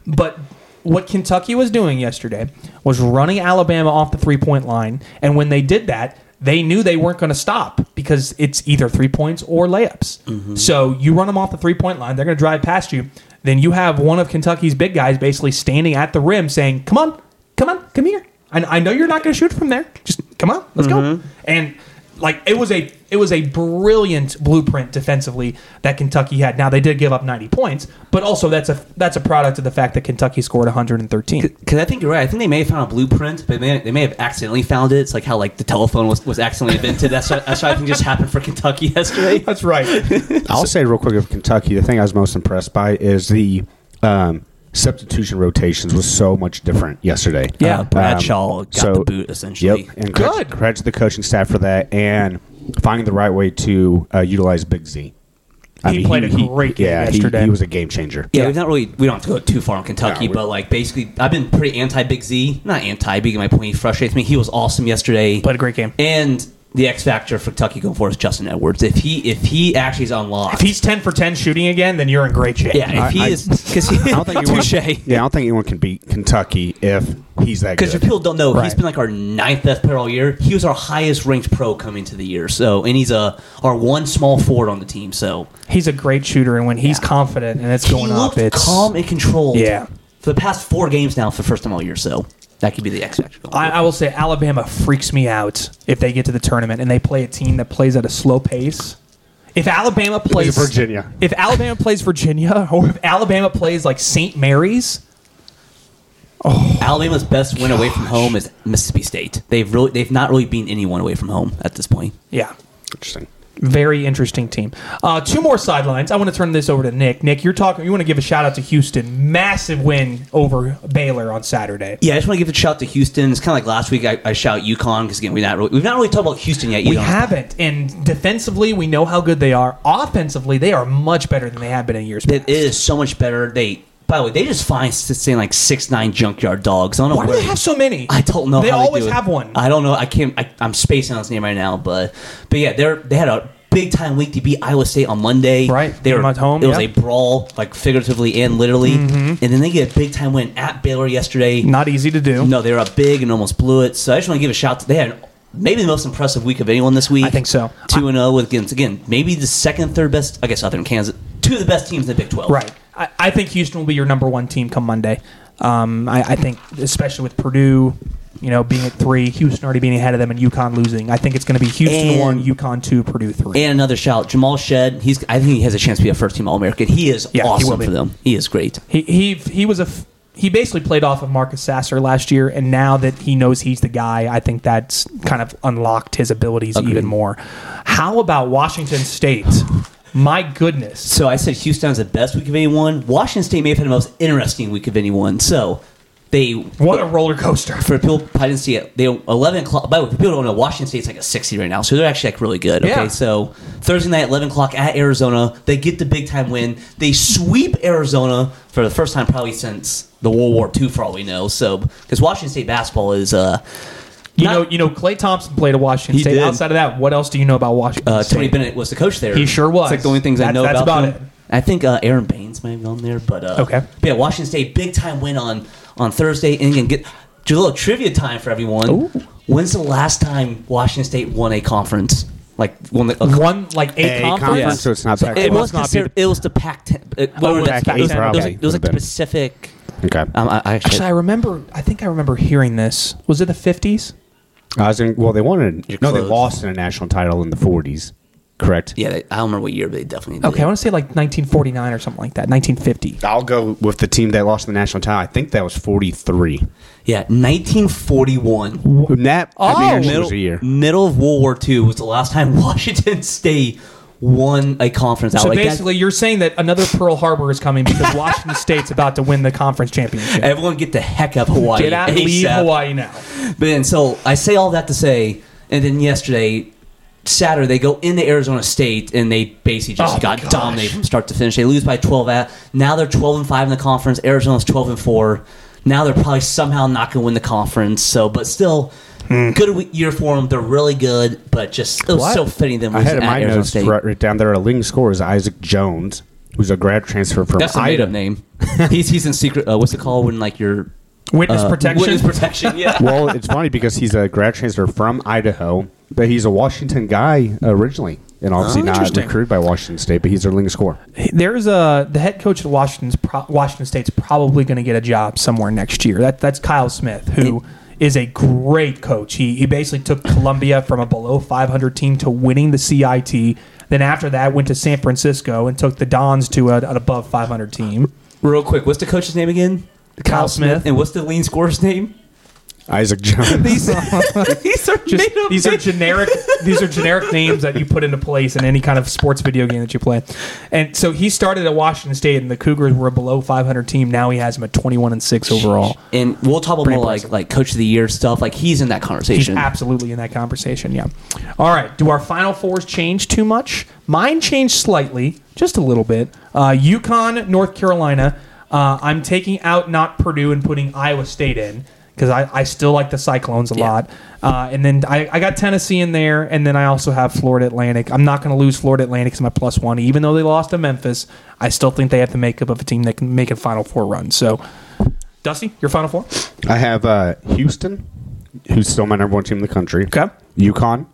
[SPEAKER 5] But what Kentucky was doing yesterday was running Alabama off the three-point line, and when they did that, they knew they weren't going to stop because it's either three points or layups. So you run them off the three-point line; they're going to drive past you. Then you have one of Kentucky's big guys basically standing at the rim, saying, "Come on, come on, come here." I, I know you're not going to shoot from there. Just come on, let's go.
[SPEAKER 7] Mm-hmm.
[SPEAKER 5] And like it was a it was a brilliant blueprint defensively that Kentucky had. Now they did give up 90 points, but also that's a that's a product of the fact that Kentucky scored 113.
[SPEAKER 6] Because I think you're right. I think they may have found a blueprint, but they may, they may have accidentally found it. It's like how like the telephone was, was accidentally invented. That's what, that's what I think just happened for Kentucky yesterday.
[SPEAKER 5] That's right.
[SPEAKER 7] I'll say real quick of Kentucky. The thing I was most impressed by is the um, substitution rotations was so much different yesterday. Um,
[SPEAKER 5] Yeah.
[SPEAKER 6] Uh, Bradshaw got the boot, essentially.
[SPEAKER 7] Yep, and credit-
[SPEAKER 5] Good.
[SPEAKER 7] Credit to the coaching staff for that and finding the right way to uh, utilize Big Z. I
[SPEAKER 5] He played a great game
[SPEAKER 7] yeah, he-
[SPEAKER 5] yesterday.
[SPEAKER 7] He, was a game changer.
[SPEAKER 6] Yeah, we've not really. We don't have to go too far on Kentucky,
[SPEAKER 7] No, we-
[SPEAKER 6] but like basically, I've been pretty anti Big Z. Not anti, but you get my point. He frustrates me. He was awesome yesterday.
[SPEAKER 5] Played a great game.
[SPEAKER 6] And the X factor for Kentucky going forward is Justin Edwards. If he if he actually is unlocked,
[SPEAKER 5] if he's 10 for 10 shooting again, then you're in great shape.
[SPEAKER 6] yeah, if he
[SPEAKER 7] I-
[SPEAKER 6] is because he, I don't think
[SPEAKER 7] anyone- Yeah, I don't think anyone can beat Kentucky if he's that
[SPEAKER 6] Because
[SPEAKER 7] good.
[SPEAKER 6] if people don't know, he's
[SPEAKER 5] Right.
[SPEAKER 6] been like our ninth best player all year. He was our highest ranked pro coming into the year. So, and he's a our one small forward on the team. So
[SPEAKER 5] He's a great shooter and when he's confident and it's
[SPEAKER 6] he
[SPEAKER 5] going
[SPEAKER 6] looked
[SPEAKER 5] up, it's
[SPEAKER 6] calm and controlled.
[SPEAKER 5] Yeah.
[SPEAKER 6] for the past four games now for the first time all year. So that could be the X factor.
[SPEAKER 5] I, I will say Alabama freaks me out if they get to the tournament and they play a team that plays at a slow pace. If Alabama plays
[SPEAKER 7] Virginia.
[SPEAKER 5] if Alabama plays Virginia, or if Alabama plays like St. Mary's,
[SPEAKER 6] Alabama's best win away from home is Mississippi State. They've really they've not really beaten anyone away from home at this point.
[SPEAKER 5] yeah,
[SPEAKER 7] Interesting.
[SPEAKER 5] very interesting team. Uh, two more sidelines. I want to turn this over to Nick. Nick, you're talking. You want to give a shout out to Houston, massive win over Baylor on Saturday.
[SPEAKER 6] Yeah, I just want to give a shout to Houston. It's kind of like last week. I, I shout UConn because again we not really, we've not really talked about Houston yet.
[SPEAKER 5] We
[SPEAKER 6] either.
[SPEAKER 5] haven't, and defensively, we know how good they are. Offensively, they are much better than they have been in years.
[SPEAKER 6] It
[SPEAKER 5] past.
[SPEAKER 6] is so much better. They by the way they just find s- saying like six nine junkyard dogs. I don't know
[SPEAKER 5] Why do
[SPEAKER 6] where-
[SPEAKER 5] they have so many?
[SPEAKER 6] I don't know.
[SPEAKER 5] They
[SPEAKER 6] how
[SPEAKER 5] always
[SPEAKER 6] do it.
[SPEAKER 5] have one.
[SPEAKER 6] I don't know. I can't. I, I'm spacing on his name right now, but but yeah, they're they had a big time week to beat Iowa State on Monday.
[SPEAKER 5] Right.
[SPEAKER 6] they were
[SPEAKER 5] Them at home,
[SPEAKER 6] It was
[SPEAKER 5] yeah. Mm-hmm.
[SPEAKER 6] a brawl, like figuratively and literally, and then they get a big time win at Baylor yesterday.
[SPEAKER 5] Not easy to do.
[SPEAKER 6] No, they were up big and almost blew it. So I just want to give a shout to they had maybe the most impressive week of anyone this week.
[SPEAKER 5] I think so.
[SPEAKER 6] Two and zero with against again maybe the second third best. I guess other than Kansas, two of the best teams in the Big Twelve.
[SPEAKER 5] Right. I, I think Houston will be your number one team come Monday. Um, I, I think, especially with Purdue, you know, being at three, Houston already being ahead of them, and UConn losing. I think it's going to be Houston
[SPEAKER 6] And-
[SPEAKER 5] one, UConn two, Purdue three.
[SPEAKER 6] And another shout, Jamal Shed. He's I think he has a chance to be a first team All American. He is
[SPEAKER 5] Yeah, he will
[SPEAKER 6] awesome
[SPEAKER 5] be.
[SPEAKER 6] for them. He is great.
[SPEAKER 5] he he he was a f- he basically played off of Marcus Sasser last year, and now that he knows he's the guy, I think that's kind of unlocked his abilities even more. How about Washington State? My goodness.
[SPEAKER 6] So I said Houston has the best week of anyone. Washington State may have had the most interesting week of anyone. So they
[SPEAKER 5] What a roller coaster.
[SPEAKER 6] for people probably didn't see it. They eleven o'clock. By the way, for people who don't know, Washington State's like a sixty right now, so they're actually like really good. Okay,
[SPEAKER 5] Yeah.
[SPEAKER 6] so Thursday night eleven o'clock at Arizona, they get the big time win. They sweep Arizona for the first time probably since the World War II, for all we know. So because Washington State basketball is uh,
[SPEAKER 5] You
[SPEAKER 6] Not-
[SPEAKER 5] know, you know, Clay Thompson played at Washington
[SPEAKER 6] He
[SPEAKER 5] State.
[SPEAKER 6] did.
[SPEAKER 5] Outside of that, what else do you know about Washington
[SPEAKER 6] uh,
[SPEAKER 5] State?
[SPEAKER 6] Tony Bennett was the coach there.
[SPEAKER 5] He sure was.
[SPEAKER 6] It's like the only things I
[SPEAKER 5] That's-
[SPEAKER 6] know
[SPEAKER 5] that's
[SPEAKER 6] about,
[SPEAKER 5] about
[SPEAKER 6] them.
[SPEAKER 5] it.
[SPEAKER 6] I think uh, Aaron Baines might have gone there, but uh,
[SPEAKER 5] Okay.
[SPEAKER 6] But yeah, Washington State big time win on on Thursday, and again, get do a little trivia time for everyone. When's the last time Washington State won a conference? Like won the a,
[SPEAKER 5] One like a,
[SPEAKER 7] A
[SPEAKER 5] conference.
[SPEAKER 7] conference, so it's not that
[SPEAKER 6] It was
[SPEAKER 7] close.
[SPEAKER 6] considered. It was the Pac-10. uh, what
[SPEAKER 5] Oh,
[SPEAKER 6] were that-
[SPEAKER 5] Pac-10,
[SPEAKER 6] it was- it was-
[SPEAKER 7] probably
[SPEAKER 6] It was like the
[SPEAKER 7] would've been.
[SPEAKER 6] Pacific.
[SPEAKER 7] Okay.
[SPEAKER 6] Um, I, I actually,
[SPEAKER 5] Actually, I remember. I think I remember hearing this. Was it the fifties?
[SPEAKER 7] I was Uh, in, well, they wanted.
[SPEAKER 6] You're
[SPEAKER 7] no, they
[SPEAKER 6] close.
[SPEAKER 7] lost in a national title in the 40s. Correct.
[SPEAKER 6] yeah, they, I don't remember what year, but they definitely. Did.
[SPEAKER 5] Okay, I want to say like 1949 or something like that. 1950.
[SPEAKER 7] I'll go with the team that lost the national title. I think that was 43.
[SPEAKER 6] yeah, 1941.
[SPEAKER 7] And that
[SPEAKER 5] Oh!
[SPEAKER 7] I mean,
[SPEAKER 6] middle,
[SPEAKER 7] was a year.
[SPEAKER 6] middle of World War II was the last time Washington State won a conference out.
[SPEAKER 5] So
[SPEAKER 6] like that-
[SPEAKER 5] basically, you're saying that another Pearl Harbor is coming because Washington State's about to win the conference championship.
[SPEAKER 6] everyone get the heck out of Hawaii.
[SPEAKER 5] Get out, leave
[SPEAKER 6] ASAP.
[SPEAKER 5] Hawaii now.
[SPEAKER 6] But then, so I say all that to say, and then yesterday, Saturday, they go into Arizona State and they basically just
[SPEAKER 5] Oh, my
[SPEAKER 6] got
[SPEAKER 5] gosh.
[SPEAKER 6] dominated from start to finish. They lose by 12 at. Now they're 12 and 5 in the conference. Arizona's 12 and 4. Now they're probably somehow not going to win the conference. So, but still. Good we- year for them. They're really good, but just it was
[SPEAKER 7] What?
[SPEAKER 6] so fitting them.
[SPEAKER 7] I had
[SPEAKER 6] losing
[SPEAKER 7] in
[SPEAKER 6] at
[SPEAKER 7] my
[SPEAKER 6] Arizona
[SPEAKER 7] notes
[SPEAKER 6] State.
[SPEAKER 7] right, right down there. A leading scorer is Isaac Jones, who's a grad transfer from
[SPEAKER 6] That's a made up
[SPEAKER 7] Idaho.
[SPEAKER 6] name. he's he's in secret. Uh, what's it called when like your
[SPEAKER 5] Witness
[SPEAKER 6] uh,
[SPEAKER 5] protection.
[SPEAKER 6] Witness protection. Yeah.
[SPEAKER 7] well, it's funny because he's a grad transfer from Idaho, but he's a Washington guy originally, and
[SPEAKER 6] Oh,
[SPEAKER 7] obviously not recruited by Washington State, but he's their leading scorer.
[SPEAKER 5] There's a the head coach of Washington's pro, Washington State's probably going to get a job somewhere next year. That that's Kyle Smith, who is a great coach. He he basically took Columbia from a below 500 team to winning the CIT. Then after that, went to San Francisco and took the Dons to a, an above 500 team.
[SPEAKER 6] Real quick, what's the coach's name again?
[SPEAKER 5] Kyle Smith.
[SPEAKER 6] And what's the lean scorer's name?
[SPEAKER 7] Isaac Jones.
[SPEAKER 6] These, these are
[SPEAKER 5] Just,
[SPEAKER 6] made up
[SPEAKER 5] these are
[SPEAKER 6] names.
[SPEAKER 5] generic. these are generic names that you put into place in any kind of sports video game that you play. And so he started at Washington State, and the Cougars were a below 500 team. Now he has them at 21 and six overall.
[SPEAKER 6] And we'll talk about more like like coach of the year stuff. Like he's in that
[SPEAKER 5] He's
[SPEAKER 6] conversation.
[SPEAKER 5] absolutely in that conversation. Yeah. All right. Do our final fours change too much? Mine changed slightly, just a little bit. Uh, UConn, North Carolina. Uh, I'm taking out not Purdue and putting Iowa State in because I, I still like the Cyclones a
[SPEAKER 6] Yeah.
[SPEAKER 5] lot. Uh, and then I, I got Tennessee in there, and then I also have Florida Atlantic. I'm not going to lose Florida Atlantic as my plus one, even though they lost to Memphis. I still think they have the makeup of a team that can make a Final Four run. So, Dusty, your Final Four?
[SPEAKER 7] I have uh, Houston, who's still my number one team in the country.
[SPEAKER 5] Okay.
[SPEAKER 7] UConn.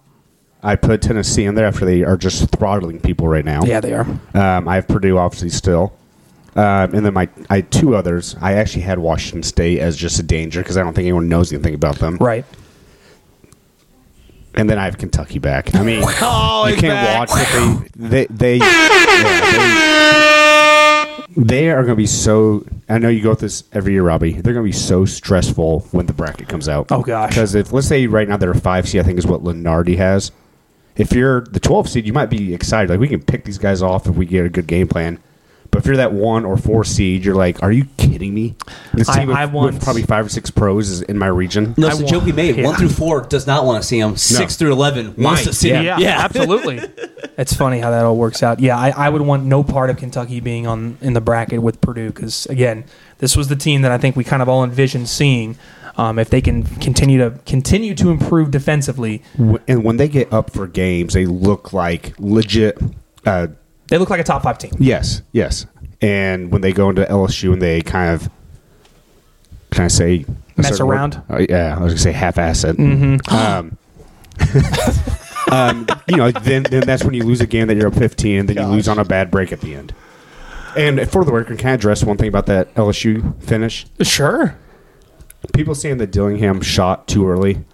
[SPEAKER 7] I put Tennessee in there after they are just throttling people right now.
[SPEAKER 5] Yeah, they are.
[SPEAKER 7] Um, I have Purdue obviously still. Um, and then my I had two others. I actually had Washington State as just a danger because I don't think anyone knows anything about them.
[SPEAKER 5] Right.
[SPEAKER 7] And then I have Kentucky back. I mean,
[SPEAKER 3] Oh,
[SPEAKER 7] you
[SPEAKER 3] he's
[SPEAKER 7] can't
[SPEAKER 3] back.
[SPEAKER 7] watch what they they they, yeah, they, they are going to be so. I know you go through this every year, Robbie. They're going to be so stressful when the bracket comes out.
[SPEAKER 5] Oh, gosh.
[SPEAKER 7] Because if let's say right now they're a five seed, I think is what Lenardi has. If you're the 12 seed, you might be excited. Like we can pick these guys off if we get a good game plan. But if you're that one or four seed, you're like, are you kidding me? This
[SPEAKER 5] I-
[SPEAKER 7] team with,
[SPEAKER 5] I
[SPEAKER 7] with
[SPEAKER 5] once-
[SPEAKER 7] probably five or six pros is in my region.
[SPEAKER 6] No,
[SPEAKER 5] I
[SPEAKER 6] it's a
[SPEAKER 5] wa-
[SPEAKER 6] joke he made.
[SPEAKER 5] yeah.
[SPEAKER 6] One through four does not want to see him. Six through eleven wants
[SPEAKER 7] Mine,
[SPEAKER 6] to see him.
[SPEAKER 5] Yeah, absolutely. It's funny how that all works out. Yeah, I, I would want no part of Kentucky being on in the bracket with Purdue because again, this was the team that I think we kind of all envisioned seeing. Um, if they can continue to continue to improve defensively,
[SPEAKER 7] W- and when they get up for games, they look like legit. Uh,
[SPEAKER 5] they look like a top five team.
[SPEAKER 7] yes, yes. And when they go into LSU and they kind of, can I say, a
[SPEAKER 5] Mess
[SPEAKER 7] certain word?
[SPEAKER 5] around? Mm-hmm.
[SPEAKER 7] Uh, yeah, I was gonna say half-ass it. Um, um, you know, then then that's when you lose a game that you're up 15, and then you lose on a bad break at the end. And for the record, can I address one thing about that LSU finish?
[SPEAKER 5] Sure.
[SPEAKER 7] People saying that Dillingham shot too early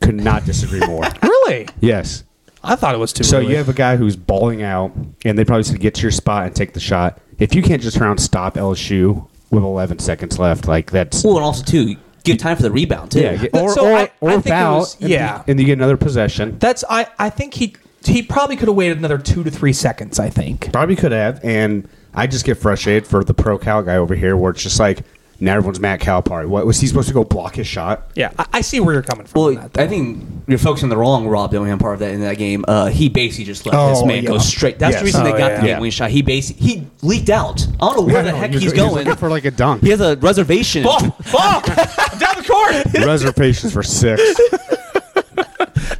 [SPEAKER 7] could not disagree more.
[SPEAKER 5] Really?
[SPEAKER 7] yes.
[SPEAKER 5] I thought it was too.
[SPEAKER 7] So
[SPEAKER 5] early.
[SPEAKER 7] you have a guy who's balling out, and they probably said, "Get to your spot and take the shot." If you can't just round stop LSU with 11 seconds left, like that's
[SPEAKER 6] Well, and also too, give time for the rebound too.
[SPEAKER 7] yeah, get-
[SPEAKER 5] Th-
[SPEAKER 7] or
[SPEAKER 5] so
[SPEAKER 7] or,
[SPEAKER 5] I-
[SPEAKER 7] or
[SPEAKER 5] I think it
[SPEAKER 7] foul,
[SPEAKER 5] was-
[SPEAKER 7] and
[SPEAKER 5] yeah.
[SPEAKER 7] you- and you get another possession.
[SPEAKER 5] That's I. I think he he probably could have waited another two to three seconds. I think.
[SPEAKER 7] Probably could have, and I just get frustrated for the pro Cal guy over here, where it's just like now everyone's Matt Calipari. What was he supposed to go block his shot?
[SPEAKER 5] Yeah, I, I see where you're coming from. on
[SPEAKER 6] Well,
[SPEAKER 5] that, though.
[SPEAKER 6] I think you're focusing on the wrong Rob Dillingham part of that in that game. Uh, he basically just let this
[SPEAKER 7] Oh,
[SPEAKER 6] man
[SPEAKER 7] yeah.
[SPEAKER 6] go straight. That's the
[SPEAKER 7] Yes.
[SPEAKER 6] reason they
[SPEAKER 5] Oh,
[SPEAKER 6] got
[SPEAKER 5] yeah.
[SPEAKER 6] the
[SPEAKER 7] Yeah.
[SPEAKER 6] game winning shot. He basically he leaked out. I don't know where
[SPEAKER 7] I
[SPEAKER 6] the
[SPEAKER 7] know,
[SPEAKER 6] heck
[SPEAKER 7] he was-
[SPEAKER 6] he's
[SPEAKER 7] he was
[SPEAKER 6] going.
[SPEAKER 7] looking for like a dunk.
[SPEAKER 6] He has a reservation.
[SPEAKER 5] ball down the court.
[SPEAKER 7] Reservations for six.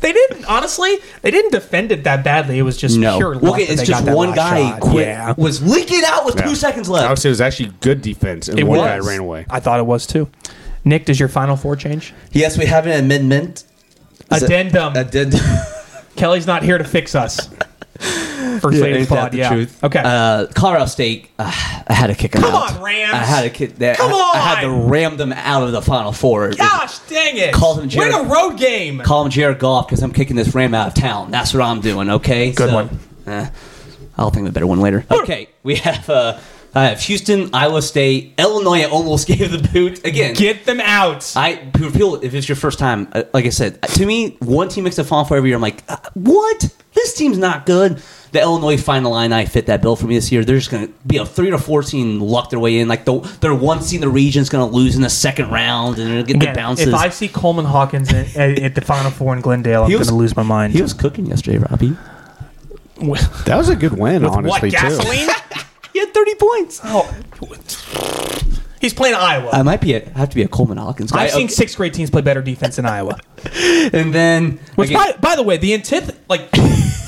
[SPEAKER 5] They didn't honestly. They didn't defend it that badly. It was just
[SPEAKER 6] No,
[SPEAKER 5] pure
[SPEAKER 6] Well,
[SPEAKER 5] luck.
[SPEAKER 6] okay,
[SPEAKER 5] that
[SPEAKER 6] it's
[SPEAKER 5] they
[SPEAKER 6] just
[SPEAKER 5] got that
[SPEAKER 6] one
[SPEAKER 5] last
[SPEAKER 6] guy
[SPEAKER 5] shot.
[SPEAKER 6] quit,
[SPEAKER 5] Yeah.
[SPEAKER 6] was leaking out with two seconds
[SPEAKER 7] I would
[SPEAKER 6] left.
[SPEAKER 7] say it was actually good defense, and
[SPEAKER 5] It
[SPEAKER 7] one
[SPEAKER 5] was.
[SPEAKER 7] guy ran away.
[SPEAKER 5] I thought it was too. Nick, does your final four change?
[SPEAKER 6] Yes, we have an amendment. Uh, Is it-
[SPEAKER 5] Addendum.
[SPEAKER 6] Addendum.
[SPEAKER 5] Kelly's not here to fix us. First
[SPEAKER 6] Yeah,
[SPEAKER 5] lady's
[SPEAKER 6] ain't that
[SPEAKER 5] pod.
[SPEAKER 6] the
[SPEAKER 5] Yeah.
[SPEAKER 6] truth?
[SPEAKER 5] Okay.
[SPEAKER 6] Uh, Colorado State. Uh, I had to kick them
[SPEAKER 5] Come
[SPEAKER 6] out.
[SPEAKER 5] on, Rams.
[SPEAKER 6] I had to kick that.
[SPEAKER 5] Come
[SPEAKER 6] I, I had to
[SPEAKER 5] on.
[SPEAKER 6] ram them out of the Final Four.
[SPEAKER 5] Gosh dang it!
[SPEAKER 6] Call him
[SPEAKER 5] Win
[SPEAKER 6] Jared.
[SPEAKER 5] a road game.
[SPEAKER 6] call him Jared Goff because I'm kicking this ram out of town. That's what I'm doing. Okay,
[SPEAKER 5] Good one.
[SPEAKER 6] eh, I'll think of a better one later. Okay, we have uh, I have Houston, Iowa State, Illinois. I almost gave the boot again.
[SPEAKER 5] Get them out.
[SPEAKER 6] I people, if it's your first time, uh, like I said, to me, one team makes the Final Four every year. I'm like, uh, what? This team's not good. The Illinois final line, I fit that bill for me this year. They're just going to be a three to four team, luck their way in. Like the, their one seed in the region's going to lose in the second round, and they're going to get
[SPEAKER 5] Again,
[SPEAKER 6] the bounces.
[SPEAKER 5] If I see Coleman Hawkins in, at, at the Final Four in Glendale, I'm
[SPEAKER 6] He
[SPEAKER 5] going
[SPEAKER 6] was-
[SPEAKER 5] to lose my mind.
[SPEAKER 6] he was cooking yesterday, Robbie.
[SPEAKER 7] That was a good win, honestly. Too.
[SPEAKER 6] He had 30 points.
[SPEAKER 5] oh. He's playing Iowa.
[SPEAKER 6] I might be a, have to be a Coleman Hawkins guy.
[SPEAKER 5] I've seen
[SPEAKER 6] Okay.
[SPEAKER 5] sixth grade teams play better defense than Iowa.
[SPEAKER 6] And then
[SPEAKER 5] Which,
[SPEAKER 6] again,
[SPEAKER 5] by, by the way, the antith like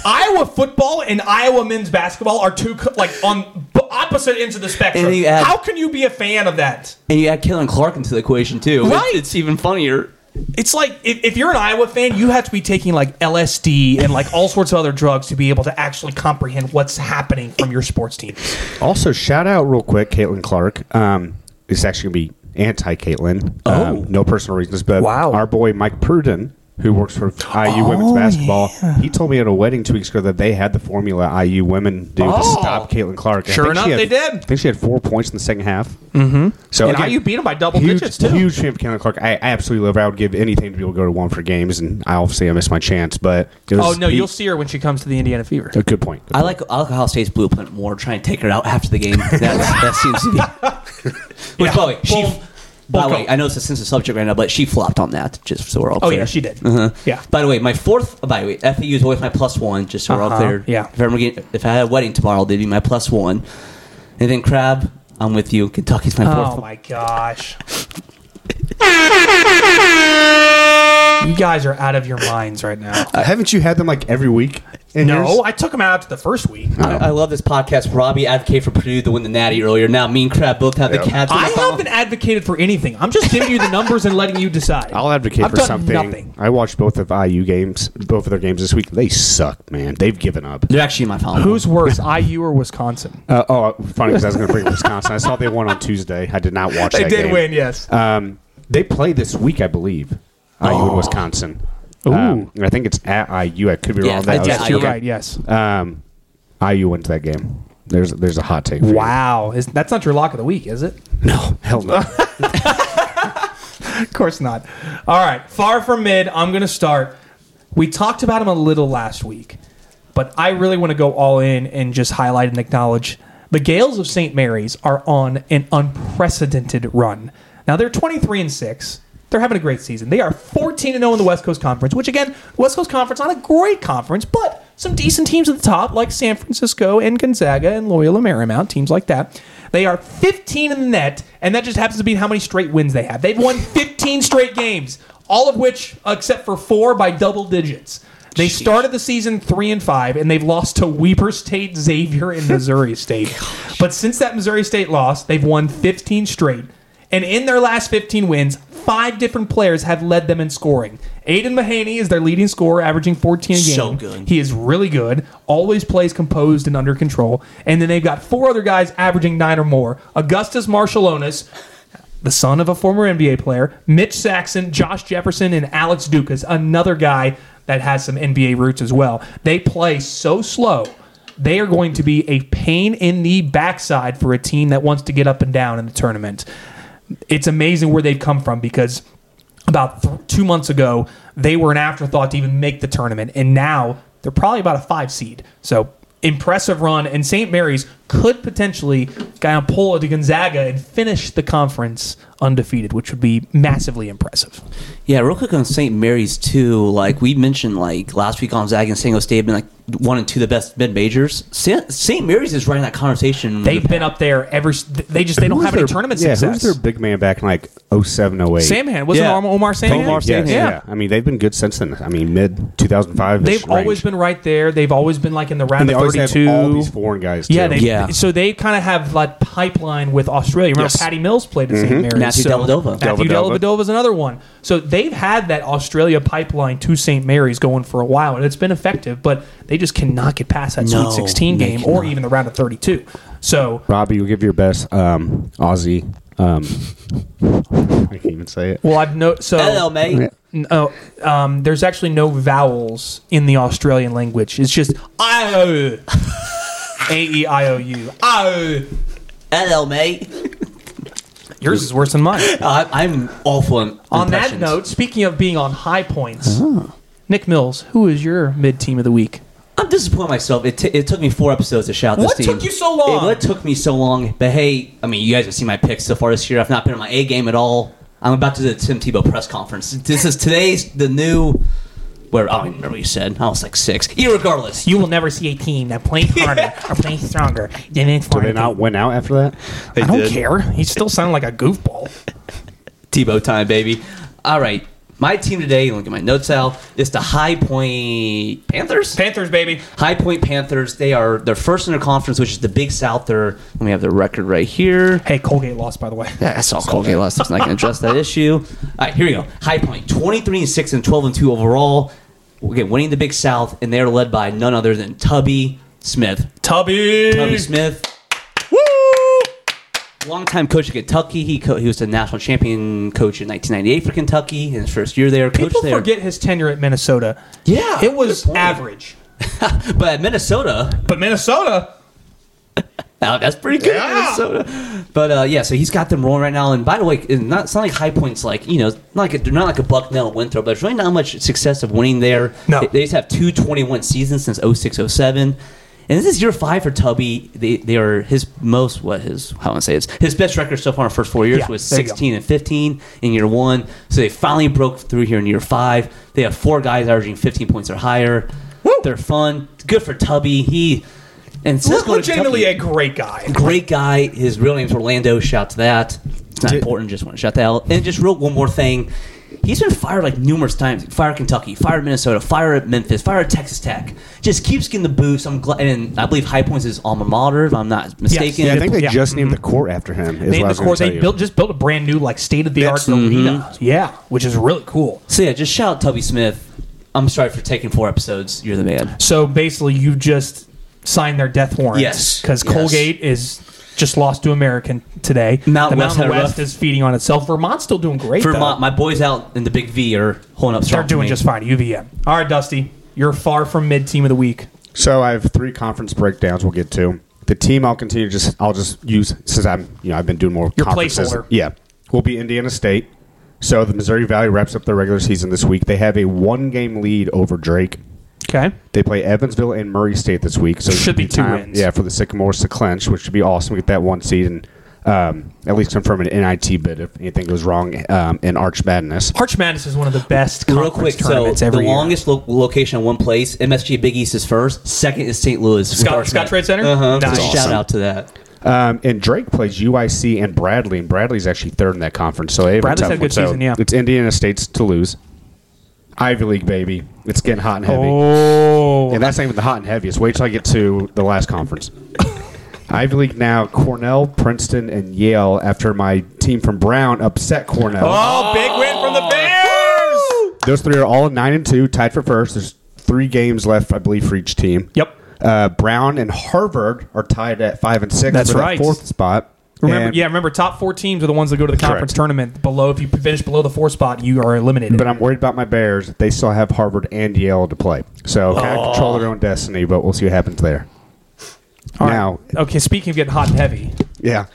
[SPEAKER 5] Iowa football and Iowa men's basketball are two co- like on b- opposite ends of the spectrum.
[SPEAKER 6] And you add-
[SPEAKER 5] How can you be a fan of that?
[SPEAKER 6] and you add Kellen Clark into the equation too. It's-
[SPEAKER 5] Right.
[SPEAKER 6] It's, even funnier.
[SPEAKER 5] It's like if, if you're an Iowa fan, you have to be taking like LSD and like all sorts of other drugs to be able to actually comprehend what's happening from your sports team.
[SPEAKER 7] Also, shout out real quick, Caitlin Clark. Um, it's actually gonna be anti Caitlin.
[SPEAKER 6] Oh.
[SPEAKER 7] no personal reasons, but
[SPEAKER 5] Wow. Oh,
[SPEAKER 7] our boy Mike Pruden, who works for IU women's basketball, he told me at a wedding two weeks ago that they had the formula IU women do to
[SPEAKER 5] Oh.
[SPEAKER 7] stop Caitlin Clark. I
[SPEAKER 5] Sure
[SPEAKER 7] think she
[SPEAKER 5] enough,
[SPEAKER 7] had-
[SPEAKER 5] they did.
[SPEAKER 7] I think she had four points in the second half. Mm-hmm. So
[SPEAKER 5] And
[SPEAKER 7] again,
[SPEAKER 5] IU beat them by double
[SPEAKER 7] huge,
[SPEAKER 5] digits, too.
[SPEAKER 7] Huge fan of Caitlin Clark. I, I absolutely love her. I would give anything to be able to go to one for games, and I obviously I missed my chance, but it
[SPEAKER 5] Oh
[SPEAKER 7] was-
[SPEAKER 5] no,
[SPEAKER 7] he-
[SPEAKER 5] you'll see her when she comes to the Indiana Fever.
[SPEAKER 7] A good point.
[SPEAKER 6] I like I like Ohio State's blueprint more. Try and take her out after the game. That's, that seems to be. Which, by the way, she.
[SPEAKER 5] Bull-
[SPEAKER 6] By the
[SPEAKER 5] bull-
[SPEAKER 6] way, I know it's a sensitive subject right now, but she flopped on that. Just so we're all
[SPEAKER 5] Oh
[SPEAKER 6] clear. Uh-huh.
[SPEAKER 5] yeah, she did. Yeah.
[SPEAKER 6] By the way, my fourth. oh, By the way, FAU is always my plus one. Just so we're all
[SPEAKER 5] Uh-huh,
[SPEAKER 6] clear.
[SPEAKER 5] yeah.
[SPEAKER 6] If, I'm getting, if I had a wedding tomorrow, they'd be my plus one. And then Crab, I'm with you.
[SPEAKER 5] Oh, uh,
[SPEAKER 6] Kentucky's my fourth.
[SPEAKER 5] Oh my gosh. You guys are out of your minds right now.
[SPEAKER 7] Haven't you had them like every week? in
[SPEAKER 5] No,
[SPEAKER 7] yours?
[SPEAKER 5] I took him out after the first week.
[SPEAKER 6] I, I love this podcast. Robbie advocated for Purdue to win the Natty earlier. Now me and Crab both have the
[SPEAKER 7] Yeah.
[SPEAKER 6] Cavs. in the
[SPEAKER 5] I
[SPEAKER 6] final.
[SPEAKER 5] haven't advocated for anything. I'm just giving you the numbers and letting you decide.
[SPEAKER 7] I'll advocate
[SPEAKER 5] I've
[SPEAKER 7] for
[SPEAKER 5] done
[SPEAKER 7] something.
[SPEAKER 5] Nothing.
[SPEAKER 7] I watched both of IU games, both of their games this week. They suck, man. They've given up.
[SPEAKER 6] They're actually in my final.
[SPEAKER 5] Who's worse, IU or Wisconsin?
[SPEAKER 7] Uh, oh, funny because I was going to bring Wisconsin. I saw they won on Tuesday. I did not watch.
[SPEAKER 5] They
[SPEAKER 7] that
[SPEAKER 5] did
[SPEAKER 7] game.
[SPEAKER 5] win, yes.
[SPEAKER 7] Um, they play this week, I believe. IU
[SPEAKER 5] Oh.
[SPEAKER 7] and Wisconsin. Um, I think it's at IU. I could be
[SPEAKER 6] Yeah,
[SPEAKER 7] wrong. That
[SPEAKER 6] I
[SPEAKER 7] was-
[SPEAKER 6] guess
[SPEAKER 5] You're
[SPEAKER 6] Okay.
[SPEAKER 5] right. Yes.
[SPEAKER 7] Um, IU wins that game. There's there's a hot take. for you.
[SPEAKER 5] Wow, is, that's not your lock of the week, is it?
[SPEAKER 7] No, hell no.
[SPEAKER 5] Of course not. All right, far from mid. I'm going to start. We talked about him a little last week, but I really want to go all in and just highlight and acknowledge the Gales of St. Mary's are on an unprecedented run. Now they're 23 and six. They're having a great season. They are 14 and 0 in the West Coast Conference, which again, West Coast Conference not a great conference, but some decent teams at the top like San Francisco and Gonzaga and Loyola Marymount, teams like that. They are 15 in the net, and that just happens to be how many straight wins they have. They've won 15 straight games, all of which, except for four, by double digits. They started the season three and five, and they've lost to Weber State, Xavier, and Missouri State. But since that Missouri State loss, they've won 15 straight. And in their last 15 wins, five different players have led them in scoring. Aiden Mahaney is their leading scorer, averaging 14 a game.
[SPEAKER 6] So good.
[SPEAKER 5] He is really good, always plays composed and under control. And then they've got four other guys averaging nine or more Augustus Marshallonis, the son of a former NBA player, Mitch Saxon, Josh Jefferson, and Alex Dukas, another guy that has some NBA roots as well. They play so slow. They are going to be a pain in the backside for a team that wants to get up and down in the tournament. It's amazing where they've come from because about th- two months ago, they were an afterthought to even make the tournament, and now they're probably about a five seed. So impressive run, and St. Mary's could potentially guy on Polo to Gonzaga and finish the conference undefeated, which would be massively impressive.
[SPEAKER 6] Yeah, real quick on St. Mary's too. Like we mentioned, like last week on Zag and San Jose State, have been like one and two of the best mid majors. St. Mary's is right in that conversation.
[SPEAKER 5] They've been up there ever. s- They just they don't
[SPEAKER 7] Who's
[SPEAKER 5] have any
[SPEAKER 7] their-
[SPEAKER 5] tournament
[SPEAKER 7] yeah,
[SPEAKER 5] success.
[SPEAKER 7] Who's their big man back in like 07, 08?
[SPEAKER 5] Samhan wasn't
[SPEAKER 6] Yeah.
[SPEAKER 5] Omar, Omar Samhan.
[SPEAKER 7] Omar Samhan,
[SPEAKER 5] yeah.
[SPEAKER 7] yeah. I mean, they've been good since then. I mean, mid 2005.
[SPEAKER 5] They've always been right there. They've always been like in the round
[SPEAKER 7] And they
[SPEAKER 5] of
[SPEAKER 7] always have
[SPEAKER 5] thirty-two.
[SPEAKER 7] all these foreign guys. Too.
[SPEAKER 5] Yeah, they,
[SPEAKER 6] Yeah.
[SPEAKER 5] So they kind of have like pipeline with Australia. Remember,
[SPEAKER 7] Yes. Mm-hmm.
[SPEAKER 5] Patty Mills played at St. Mary's.
[SPEAKER 6] Matthew
[SPEAKER 5] so
[SPEAKER 6] Dellavedova.
[SPEAKER 5] Matthew
[SPEAKER 7] Dellavedova.
[SPEAKER 5] Dellavedova is another one. So they've had that Australia pipeline to St. Mary's going for a while, and it's been effective. But they just cannot get past that
[SPEAKER 6] No,
[SPEAKER 5] Sweet 16
[SPEAKER 6] they
[SPEAKER 5] game or
[SPEAKER 6] cannot.
[SPEAKER 5] even the round of 32. So
[SPEAKER 7] Robbie, you'll give your best. Um, Aussie. Um, I can't even say it.
[SPEAKER 5] Well, I've no so
[SPEAKER 6] Hello, mate.
[SPEAKER 5] N- oh, um, there's actually no vowels in the Australian language. It's just I O A E I O U. I O.
[SPEAKER 6] Hello, mate.
[SPEAKER 5] Yours is worse than mine.
[SPEAKER 6] Uh, I'm awful in
[SPEAKER 5] On that
[SPEAKER 6] impressions.
[SPEAKER 5] note, speaking of being on high points, Nick Mills, who is your mid team of the week?
[SPEAKER 6] I'm disappointed in myself. It, t- it took me four episodes to shout this
[SPEAKER 5] What
[SPEAKER 6] team.
[SPEAKER 5] took you so long?
[SPEAKER 6] It, what took me so long? But hey, I mean, you guys have seen my picks so far this year. I've not been on my A game at all. I'm about to do the Tim Tebow press conference. This is today's the new. Where I don't even remember what you said. I was like six. Irregardless,
[SPEAKER 5] You will never see a team that plays harder or plays stronger than it's
[SPEAKER 7] Did they not win out after that?
[SPEAKER 5] I don't care. He still sounded like a goofball.
[SPEAKER 6] Tebow time, baby. All right, my team today. Look at my notes out. It's the High Point Panthers.
[SPEAKER 5] Panthers, baby.
[SPEAKER 6] High Point Panthers. They are they're first in their conference, which is the Big South. They're let me have their record right here.
[SPEAKER 5] Hey, Colgate lost, by the way.
[SPEAKER 6] Yeah, I saw Colgate last. I'm not going to address that issue. All right, here we go. High Point, 23 and 6 and 12 and 2 overall. Again, winning the Big South, and they're led by none other than Tubby Smith.
[SPEAKER 5] Tubby.
[SPEAKER 6] Tubby Smith, longtime coach at Kentucky. He co- he was the national champion coach in 1998 for Kentucky in his first year there. Coach
[SPEAKER 5] People
[SPEAKER 6] there,
[SPEAKER 5] forget his tenure at Minnesota.
[SPEAKER 6] Yeah,
[SPEAKER 5] It was
[SPEAKER 6] good point.
[SPEAKER 5] average.
[SPEAKER 6] but at Minnesota,
[SPEAKER 5] But Minnesota,
[SPEAKER 6] Oh, that's pretty good,
[SPEAKER 5] Yeah.
[SPEAKER 6] Minnesota. But uh, yeah, so he's got them rolling right now. And by the way, it's not, it's not like High Point's like you know, it's not like a, they're not like a Bucknell Winthrop, but there's really not much success of winning there.
[SPEAKER 5] No.
[SPEAKER 6] they, they just have two 21 seasons since 06, 07. and this is year five for Tubby. They, they are his most what his how want to say it's his best record so far in the first four years
[SPEAKER 5] Yeah,
[SPEAKER 6] was
[SPEAKER 5] there you go.
[SPEAKER 6] 16 and 15 in year one. So they finally broke through here in year five. They have four guys averaging 15 points or higher. They're fun. Good for Tubby. He. And Cisco to
[SPEAKER 5] legitimately
[SPEAKER 6] Tubby-
[SPEAKER 5] a great guy.
[SPEAKER 6] great guy. His real name's Orlando. Shout to that. It's not important. Just want to shout that out. And just real one more thing. He's been fired like numerous times. Fire Kentucky, fire Minnesota, fire Memphis, fire Texas Tech. Just keeps getting the boost. I'm glad, and I believe High Point's his alma mater, if I'm not mistaken.
[SPEAKER 7] Yeah, I think they
[SPEAKER 5] Yeah. Mm-hmm.
[SPEAKER 7] just named the court after him. Is
[SPEAKER 5] They,
[SPEAKER 7] what I
[SPEAKER 5] the
[SPEAKER 7] was
[SPEAKER 5] court,
[SPEAKER 7] gonna
[SPEAKER 5] they
[SPEAKER 7] tell mm-hmm.
[SPEAKER 5] built just built a brand new like state of the art arena. Yeah, which is really cool.
[SPEAKER 6] So yeah, just shout out Tubby Smith. I'm sorry for taking four episodes. You're the man.
[SPEAKER 5] So basically, you just signed their death warrant.
[SPEAKER 6] Yes.
[SPEAKER 5] because
[SPEAKER 6] Yes.
[SPEAKER 5] Colgate is just lost to American today.
[SPEAKER 6] Mountain
[SPEAKER 5] the Mountain
[SPEAKER 6] West had a
[SPEAKER 5] West
[SPEAKER 6] rough-
[SPEAKER 5] is feeding on itself. Vermont's still doing great.
[SPEAKER 6] Vermont,
[SPEAKER 5] though.
[SPEAKER 6] my boys out in the Big V are holding up strong.
[SPEAKER 5] they're
[SPEAKER 6] for
[SPEAKER 5] doing
[SPEAKER 6] me.
[SPEAKER 5] just fine. UVM. All right, Dusty, you're far from mid team of the week.
[SPEAKER 7] you. So I have three conference breakdowns. We'll get to the team. I'll continue. Just I'll just use since I'm you know I've been doing more
[SPEAKER 5] Your
[SPEAKER 7] conferences.
[SPEAKER 5] placeholder.
[SPEAKER 7] Yeah, will be Indiana State. So the Missouri Valley wraps up their regular season this week. They have a one game lead over Drake.
[SPEAKER 5] Okay,
[SPEAKER 7] They play Evansville and Murray State this week, so it
[SPEAKER 5] Should be two wins.
[SPEAKER 7] Yeah, for the Sycamores to clinch, which should be awesome. Get that one seed and um, at least confirm an NIT bid if anything goes wrong um, in Arch Madness.
[SPEAKER 5] Arch Madness is one of the best
[SPEAKER 6] Real
[SPEAKER 5] conference
[SPEAKER 6] quick, so
[SPEAKER 5] tournaments
[SPEAKER 6] the
[SPEAKER 5] every year.
[SPEAKER 6] longest lo- location in one place, MSG Big East is first, second is St. Louis. with
[SPEAKER 5] Scott-
[SPEAKER 6] Arch
[SPEAKER 5] Scott
[SPEAKER 6] Madness.
[SPEAKER 5] Trade Center?
[SPEAKER 6] Uh-huh. So
[SPEAKER 5] Nice.
[SPEAKER 6] Shout
[SPEAKER 5] Awesome.
[SPEAKER 6] out to that.
[SPEAKER 7] Um, and Drake plays UIC and Bradley, and Bradley's actually third in that conference. So they have
[SPEAKER 5] Bradley's
[SPEAKER 7] a tough
[SPEAKER 5] had a good
[SPEAKER 7] one. So
[SPEAKER 5] season, yeah.
[SPEAKER 7] It's Indiana State's to lose. Ivy League, baby. It's getting hot and heavy.
[SPEAKER 5] Oh,
[SPEAKER 7] And that's not even the hot and heaviest. Wait till I get to the last conference. Ivy League now, Cornell, Princeton, and Yale after my team from Brown upset Cornell.
[SPEAKER 5] oh, big win from the Bears.
[SPEAKER 7] Those three are all nine and two, tied for first. There's three games left, I believe, for each team.
[SPEAKER 5] Yep.
[SPEAKER 7] Uh, Brown and Harvard are tied at five and six
[SPEAKER 5] That's
[SPEAKER 7] for
[SPEAKER 5] right.
[SPEAKER 7] that fourth spot.
[SPEAKER 5] Remember,
[SPEAKER 7] And-
[SPEAKER 5] yeah, remember, top four teams are the ones that go to the conference
[SPEAKER 7] Correct.
[SPEAKER 5] tournament. Below, if you finish below the four spot, you are eliminated.
[SPEAKER 7] But I'm worried about my Bears. They still have Harvard and Yale to play, so kind of control their own destiny. But we'll see what happens there.
[SPEAKER 5] All right.
[SPEAKER 7] now,
[SPEAKER 5] okay, speaking of getting hot and heavy,
[SPEAKER 7] yeah,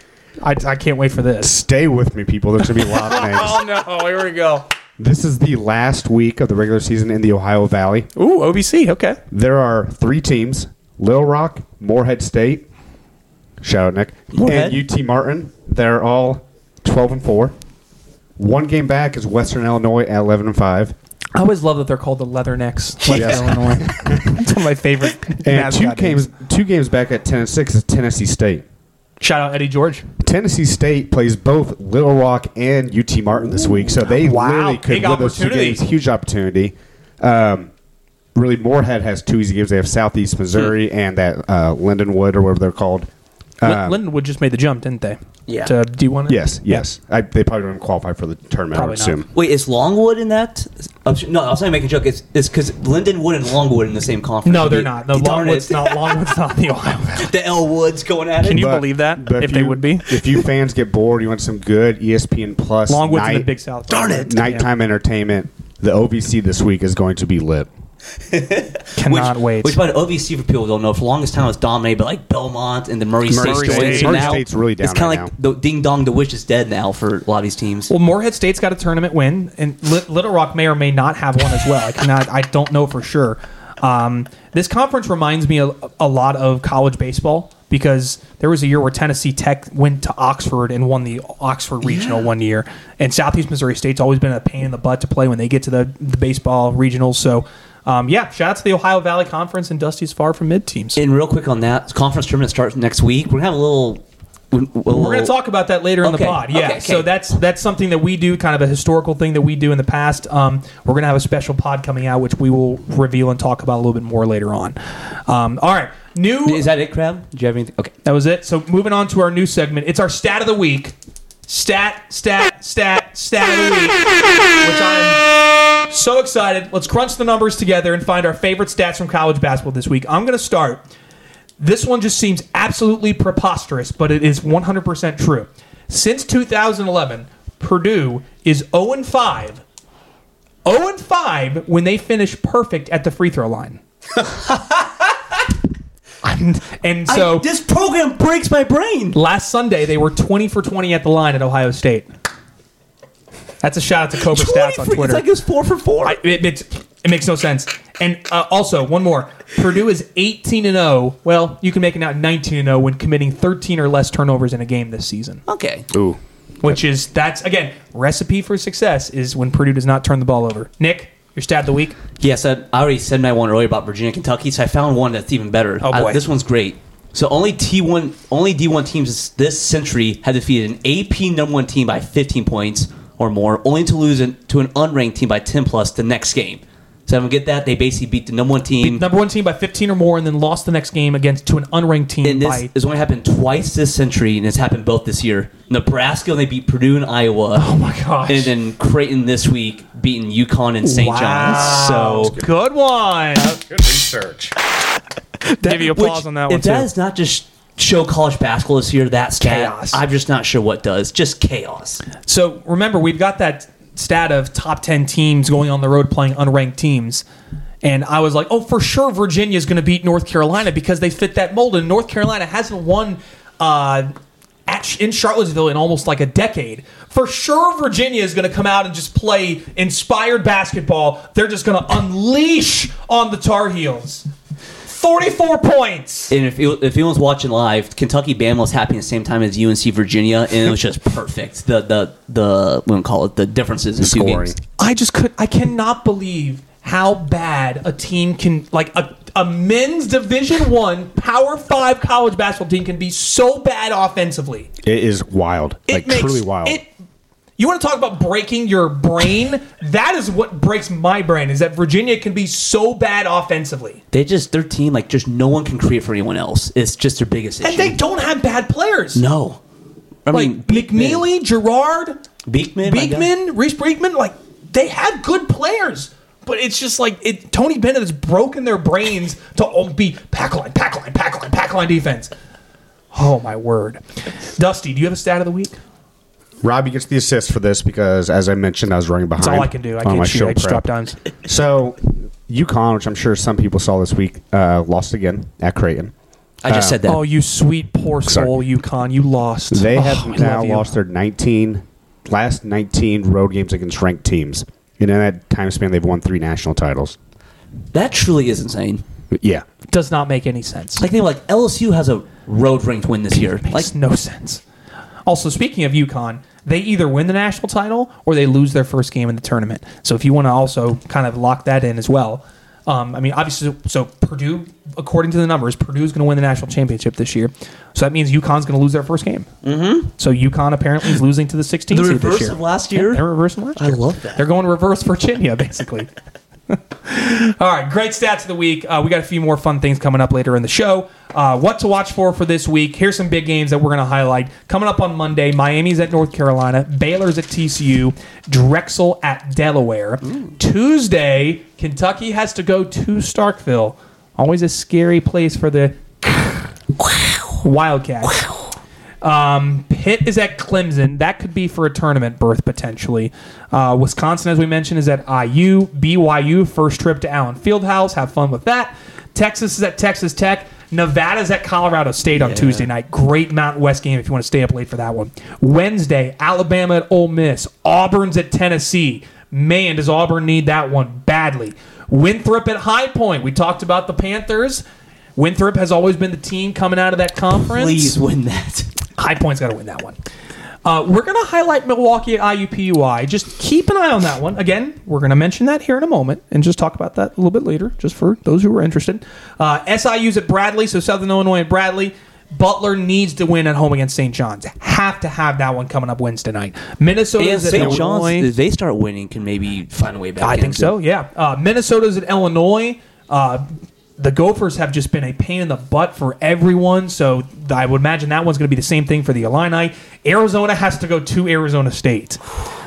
[SPEAKER 5] I, I can't wait for this.
[SPEAKER 7] stay with me, people. There's gonna be a lot of names.
[SPEAKER 5] Oh no! Here we go.
[SPEAKER 7] This is the last week of the regular season in the Ohio Valley.
[SPEAKER 5] Ooh, OBC. Okay.
[SPEAKER 7] There are three teams: Little Rock, Moorhead State, shout out Nick,
[SPEAKER 6] Moorhead?
[SPEAKER 7] and UT Martin. They're all twelve and four. One game back is Western Illinois at eleven and five,
[SPEAKER 5] I always love that they're called the Leathernecks. Like
[SPEAKER 7] Yeah.
[SPEAKER 5] Illinois. It's one of my favorite.
[SPEAKER 7] and two
[SPEAKER 5] mascot names.
[SPEAKER 7] games two games back at ten and six is Tennessee State.
[SPEAKER 5] Shout out Eddie George.
[SPEAKER 7] Tennessee State plays both Little Rock and UT Martin this week, so they
[SPEAKER 5] Wow,
[SPEAKER 7] really could
[SPEAKER 5] big
[SPEAKER 7] win those two
[SPEAKER 5] opportunity.
[SPEAKER 7] games. Huge opportunity. Um, really, Moorhead has two easy games. They have Southeast Missouri
[SPEAKER 5] Hmm.
[SPEAKER 7] and that uh, Lindenwood or whatever they're called.
[SPEAKER 5] Lin- Lindenwood just made the jump, didn't they? Yeah. To D1.
[SPEAKER 7] Yes, yes. I, they probably don't qualify for the tournament.
[SPEAKER 5] Probably
[SPEAKER 7] I would
[SPEAKER 5] not.
[SPEAKER 7] assume.
[SPEAKER 6] Wait, is Longwood in that? Oh, sh- No, I was not making a joke. It's because Lindenwood and Longwood in the same conference.
[SPEAKER 5] No, they're
[SPEAKER 6] You-
[SPEAKER 5] not. No,
[SPEAKER 6] darn
[SPEAKER 5] Longwood's
[SPEAKER 6] it.
[SPEAKER 5] not. Longwood's not the Ohio Valley.
[SPEAKER 6] the Elwoods going at it.
[SPEAKER 5] Can you
[SPEAKER 7] But-
[SPEAKER 5] believe that?
[SPEAKER 7] but
[SPEAKER 5] If, they
[SPEAKER 7] you-
[SPEAKER 5] would be.
[SPEAKER 7] if you fans get bored, you want some good E ESPN Plus.
[SPEAKER 5] Longwood's in the
[SPEAKER 7] night-
[SPEAKER 5] Big South.
[SPEAKER 6] Darn it.
[SPEAKER 7] Nighttime entertainment. The OVC this week is going to be lit.
[SPEAKER 5] Cannot wait.
[SPEAKER 6] Which by the OVC for people who don't know, for the longest time it was dominated by like Belmont and the Murray, State.
[SPEAKER 7] State.
[SPEAKER 6] joints, and
[SPEAKER 7] Murray
[SPEAKER 6] now
[SPEAKER 7] State's really down
[SPEAKER 6] It's kind
[SPEAKER 7] right
[SPEAKER 6] of like
[SPEAKER 7] now.
[SPEAKER 6] the ding dong. The wish is dead now for a lot of these teams.
[SPEAKER 5] well, Moorhead State's got a tournament win, and Lit- Little Rock may or may not have one as well. I cannot. I don't know for sure. Um, this conference reminds me a, a lot of college baseball because there was a year where Tennessee Tech went to Oxford and won the Oxford Regional one year, and Southeast Missouri State's always been a pain in the butt to play when they get to the, the baseball regionals. So, um, yeah, shout out to the Ohio Valley Conference and Dusty's far from mid teams.
[SPEAKER 6] And real quick on that, conference tournament starts next week. We're gonna have a little. We're
[SPEAKER 5] We're going to talk about that later in the
[SPEAKER 6] Okay,
[SPEAKER 5] pod. Yeah.
[SPEAKER 6] okay, okay.
[SPEAKER 5] So that's that's something that we do, kind of a historical thing that we do in the past. Um, we're going to have a special pod coming out, which we will reveal and talk about a little bit more later on. Um, all right. New.
[SPEAKER 6] Is that it, Crab? Do you have anything? Okay.
[SPEAKER 5] that was it. So moving on to our new segment. It's our stat of the week. Stat, stat, stat, stat of the week. Which I'm so excited. Let's crunch the numbers together and find our favorite stats from college basketball this week. I'm going to start. This one just seems absolutely preposterous, but it is 100% true. Since 2011, Purdue is 0 5. 0 5 oh when they finish perfect at the free throw line. and, and so
[SPEAKER 6] I- this program breaks my brain.
[SPEAKER 5] last Sunday they were 20 for 20 at the line at Ohio State. That's a shout out to Cobra Stats on
[SPEAKER 6] 23
[SPEAKER 5] Twitter.
[SPEAKER 6] It's like it was four for four.
[SPEAKER 5] I- it, it's- it makes no sense. And uh, also, one more. Purdue is 18 and 0. Well, you can make it out 19 and 0 when committing 13 or less turnovers in a game this season.
[SPEAKER 6] okay.
[SPEAKER 7] Ooh.
[SPEAKER 5] Which is that's again, recipe for success is when Purdue does not turn the ball over. Nick, your stat of the week.
[SPEAKER 6] Yes, I, I already said my one earlier about Virginia, Kentucky. So I found one that's even better.
[SPEAKER 5] Oh, boy.
[SPEAKER 6] I- this one's great. So only T one, only D one teams this century have defeated an AP number one team by 15 points or more, only to lose in, to an unranked team by 10 plus the next game. So I don't get that. They basically beat the number one team.
[SPEAKER 5] Number one team by 15 or more, and then lost the next game against to an unranked team
[SPEAKER 6] and this
[SPEAKER 5] by
[SPEAKER 6] has only happened twice this century, and it's happened both this year. Nebraska, they beat Purdue and Iowa.
[SPEAKER 5] Oh my gosh.
[SPEAKER 6] And then Creighton this week beating UConn and St. John's.
[SPEAKER 5] Wow.
[SPEAKER 6] So
[SPEAKER 5] good one.
[SPEAKER 7] Good research.
[SPEAKER 5] Give you applause
[SPEAKER 6] Which,
[SPEAKER 5] on that one
[SPEAKER 6] If that
[SPEAKER 5] too.
[SPEAKER 6] does not just show college basketball this year, that's
[SPEAKER 5] Chaos.
[SPEAKER 6] chaos. I'm just not sure what does. Just chaos.
[SPEAKER 5] So remember, we've got that stat of top 10 teams going on the road playing unranked teams. And I was like, oh, for sure Virginia's going to beat North Carolina because they fit that mold. And North Carolina hasn't won uh, at, in Charlottesville in almost like a decade. For sure Virginia is going to come out and just play inspired basketball. They're just going to unleash on the Tar Heels. 44 points.
[SPEAKER 6] And if, you- if anyone's watching live, Kentucky Bama was happening at the same time as UNC Virginia, and it was just perfect. The the the we call it the differences in two
[SPEAKER 7] Scoring.
[SPEAKER 6] games.
[SPEAKER 5] I just could. I cannot believe how bad a team can like a, a men's Division One Power Five college basketball team can be so bad offensively.
[SPEAKER 7] It is wild.
[SPEAKER 5] It
[SPEAKER 7] like
[SPEAKER 5] makes
[SPEAKER 7] truly wild.
[SPEAKER 5] It, you want to talk about breaking your brain? that is what breaks my brain. Is that Virginia can be so bad offensively,
[SPEAKER 6] They just their team like just no one can create for anyone else. It's just their biggest issue.
[SPEAKER 5] and they don't have bad players.
[SPEAKER 6] no. I
[SPEAKER 5] like
[SPEAKER 6] mean, Beekman.
[SPEAKER 5] McNeely, Gerard,
[SPEAKER 6] Beekman, my guy.
[SPEAKER 5] Beekman, Reese Beekman, like they have good players, but it's just like it. Tony Bennett has broken their brains to all be pack line, pack line, pack line, pack line defense. Oh my word, Dusty, do you have a stat of the week?
[SPEAKER 7] Robbie gets the assist for this because, as I mentioned, I was running behind.
[SPEAKER 5] That's all I can do. I
[SPEAKER 7] on
[SPEAKER 5] can't
[SPEAKER 7] my
[SPEAKER 5] shoot.
[SPEAKER 7] show
[SPEAKER 5] I just
[SPEAKER 7] prep.
[SPEAKER 5] drop dimes.
[SPEAKER 7] So, UConn, which I'm sure some people saw this week, uh, lost again at Creighton.
[SPEAKER 6] I just said that.
[SPEAKER 5] Oh, you sweet poor soul, UConn, you lost.
[SPEAKER 7] They
[SPEAKER 5] Oh,
[SPEAKER 7] have
[SPEAKER 5] I
[SPEAKER 7] now
[SPEAKER 5] love you.
[SPEAKER 7] lost their 19 last 19 road games against ranked teams, and in that time span, they've won three national titles.
[SPEAKER 6] that truly is insane.
[SPEAKER 7] Yeah,
[SPEAKER 5] Does not make any sense.
[SPEAKER 6] Like they were like LSU has a road ranked win this year. Like
[SPEAKER 5] makes no sense. Also, speaking of UConn, they either win the national title or they lose their first game in the tournament. So if you want to also kind of lock that in as well, um, I mean, obviously, so Purdue, according to the numbers, Purdue's going to win the national championship this year. So that means UConn's going to lose their first game. Mm-hmm. So UConn apparently is losing to the 16th
[SPEAKER 6] The
[SPEAKER 5] seed
[SPEAKER 6] reverse
[SPEAKER 5] this year.
[SPEAKER 6] of last year?
[SPEAKER 5] Yeah, they're reversing last
[SPEAKER 6] I
[SPEAKER 5] year.
[SPEAKER 6] love that.
[SPEAKER 5] They're going reverse Virginia, basically. All right, great stats of the week. Uh, we got a few more fun things coming up later in the show. Uh, what to watch for for this week? Here's some big games that we're going to highlight coming up on Monday. Miami's at North Carolina, Baylor's at TCU, Drexel at Delaware. Tuesday, Kentucky has to go to Starkville. Always a scary place for the Wildcats. Um, Pitt is at Clemson. That could be for a tournament berth potentially. Uh, Wisconsin, as we mentioned, is at IU. BYU first trip to Allen Fieldhouse. Have fun with that. Texas is at Texas Tech. Nevada's at Colorado State on Tuesday night. Great Mountain West game if you want to stay up late for that one. Wednesday, Alabama at Ole Miss. Auburn's at Tennessee. Man, does Auburn need that one badly. Winthrop at High Point. We talked about the Panthers. Winthrop has always been the team coming out of that conference.
[SPEAKER 6] please win that.
[SPEAKER 5] High Point's got to win that one. Uh, we're going to highlight Milwaukee at IUPUI. Just keep an eye on that one. Again, we're going to mention that here in a moment and just talk about that a little bit later, just for those who are interested. Uh, SIU's at Bradley, so Southern Illinois at Bradley. Butler needs to win at home against St. John's. Have to have that one coming up Wednesday night.
[SPEAKER 6] And
[SPEAKER 5] Minnesota's at
[SPEAKER 6] St. John's,
[SPEAKER 5] Illinois.
[SPEAKER 6] if they start winning, can maybe find a way back.
[SPEAKER 5] I
[SPEAKER 6] in.
[SPEAKER 5] think so. Yeah, uh, Minnesota's at Illinois. Uh, the Gophers have just been a pain in the butt for everyone, so th- I would imagine that one's going to be the same thing for the Illini. Arizona has to go to Arizona State.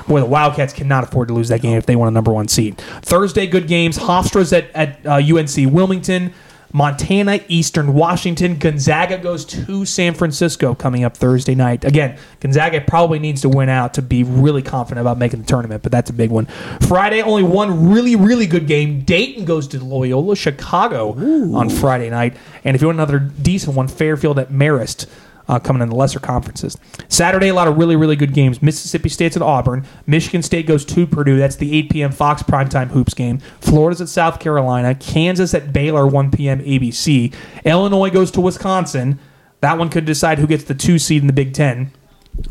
[SPEAKER 5] Boy, the Wildcats cannot afford to lose that game if they want a number one seed. Thursday, good games. Hofstra's at, at uh, UNC Wilmington. Montana, Eastern Washington. Gonzaga goes to San Francisco coming up Thursday night. Again, Gonzaga probably needs to win out to be really confident about making the tournament, but that's a big one. Friday, only one really, really good game. Dayton goes to Loyola Chicago on Friday night. And if you want another decent one, Fairfield at Marist. Uh, coming in the lesser conferences. Saturday, a lot of really, really good games. Mississippi State's at Auburn. Michigan State goes to Purdue. That's the 8 p.m. Fox primetime hoops game. Florida's at South Carolina. Kansas at Baylor, 1 p.m. ABC. Illinois goes to Wisconsin. That one could decide who gets the two seed in the Big Ten.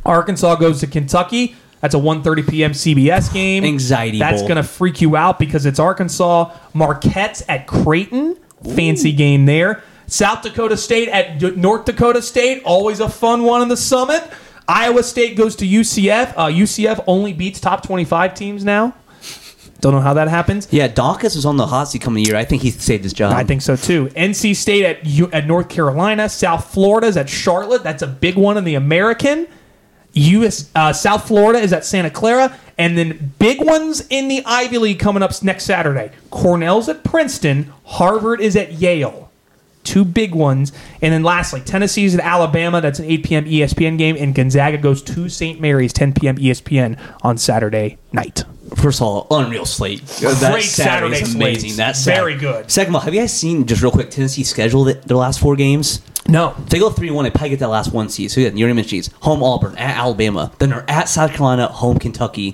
[SPEAKER 5] Arkansas goes to Kentucky. That's a 1:30 p.m. CBS game.
[SPEAKER 6] Anxiety
[SPEAKER 5] That's
[SPEAKER 6] bowl.
[SPEAKER 5] going to freak you out because it's Arkansas. Marquette's at Creighton. Fancy game there. South Dakota State at D- North Dakota State. Always a fun one in the summit. Iowa State goes to UCF. Uh, UCF only beats top 25 teams now. Don't know how that happens.
[SPEAKER 6] Yeah, Dawkins was on the hot seat coming year. I think he saved his job.
[SPEAKER 5] I think so too. NC State at U- at North Carolina, South Florida's at Charlotte. That's a big one in the American. US uh, South Florida is at Santa Clara, and then big ones in the Ivy League coming up s- next Saturday. Cornell's at Princeton, Harvard is at Yale. Two big ones, and then lastly, Tennessee's at Alabama. That's an 8 p.m. ESPN game, and Gonzaga goes to St. Mary's 10 p.m. ESPN on Saturday night.
[SPEAKER 6] First of all, unreal slate.
[SPEAKER 5] Great
[SPEAKER 6] that
[SPEAKER 5] Saturday
[SPEAKER 6] Saturday's
[SPEAKER 5] slate.
[SPEAKER 6] amazing. That's
[SPEAKER 5] Very good.
[SPEAKER 6] Second of all, have you guys seen just real quick Tennessee schedule that their last four games?
[SPEAKER 5] No,
[SPEAKER 6] If they go three one, they probably get that last one seed. So yeah, you already mentioned these. home Auburn, at Alabama, then they're at South Carolina, home Kentucky.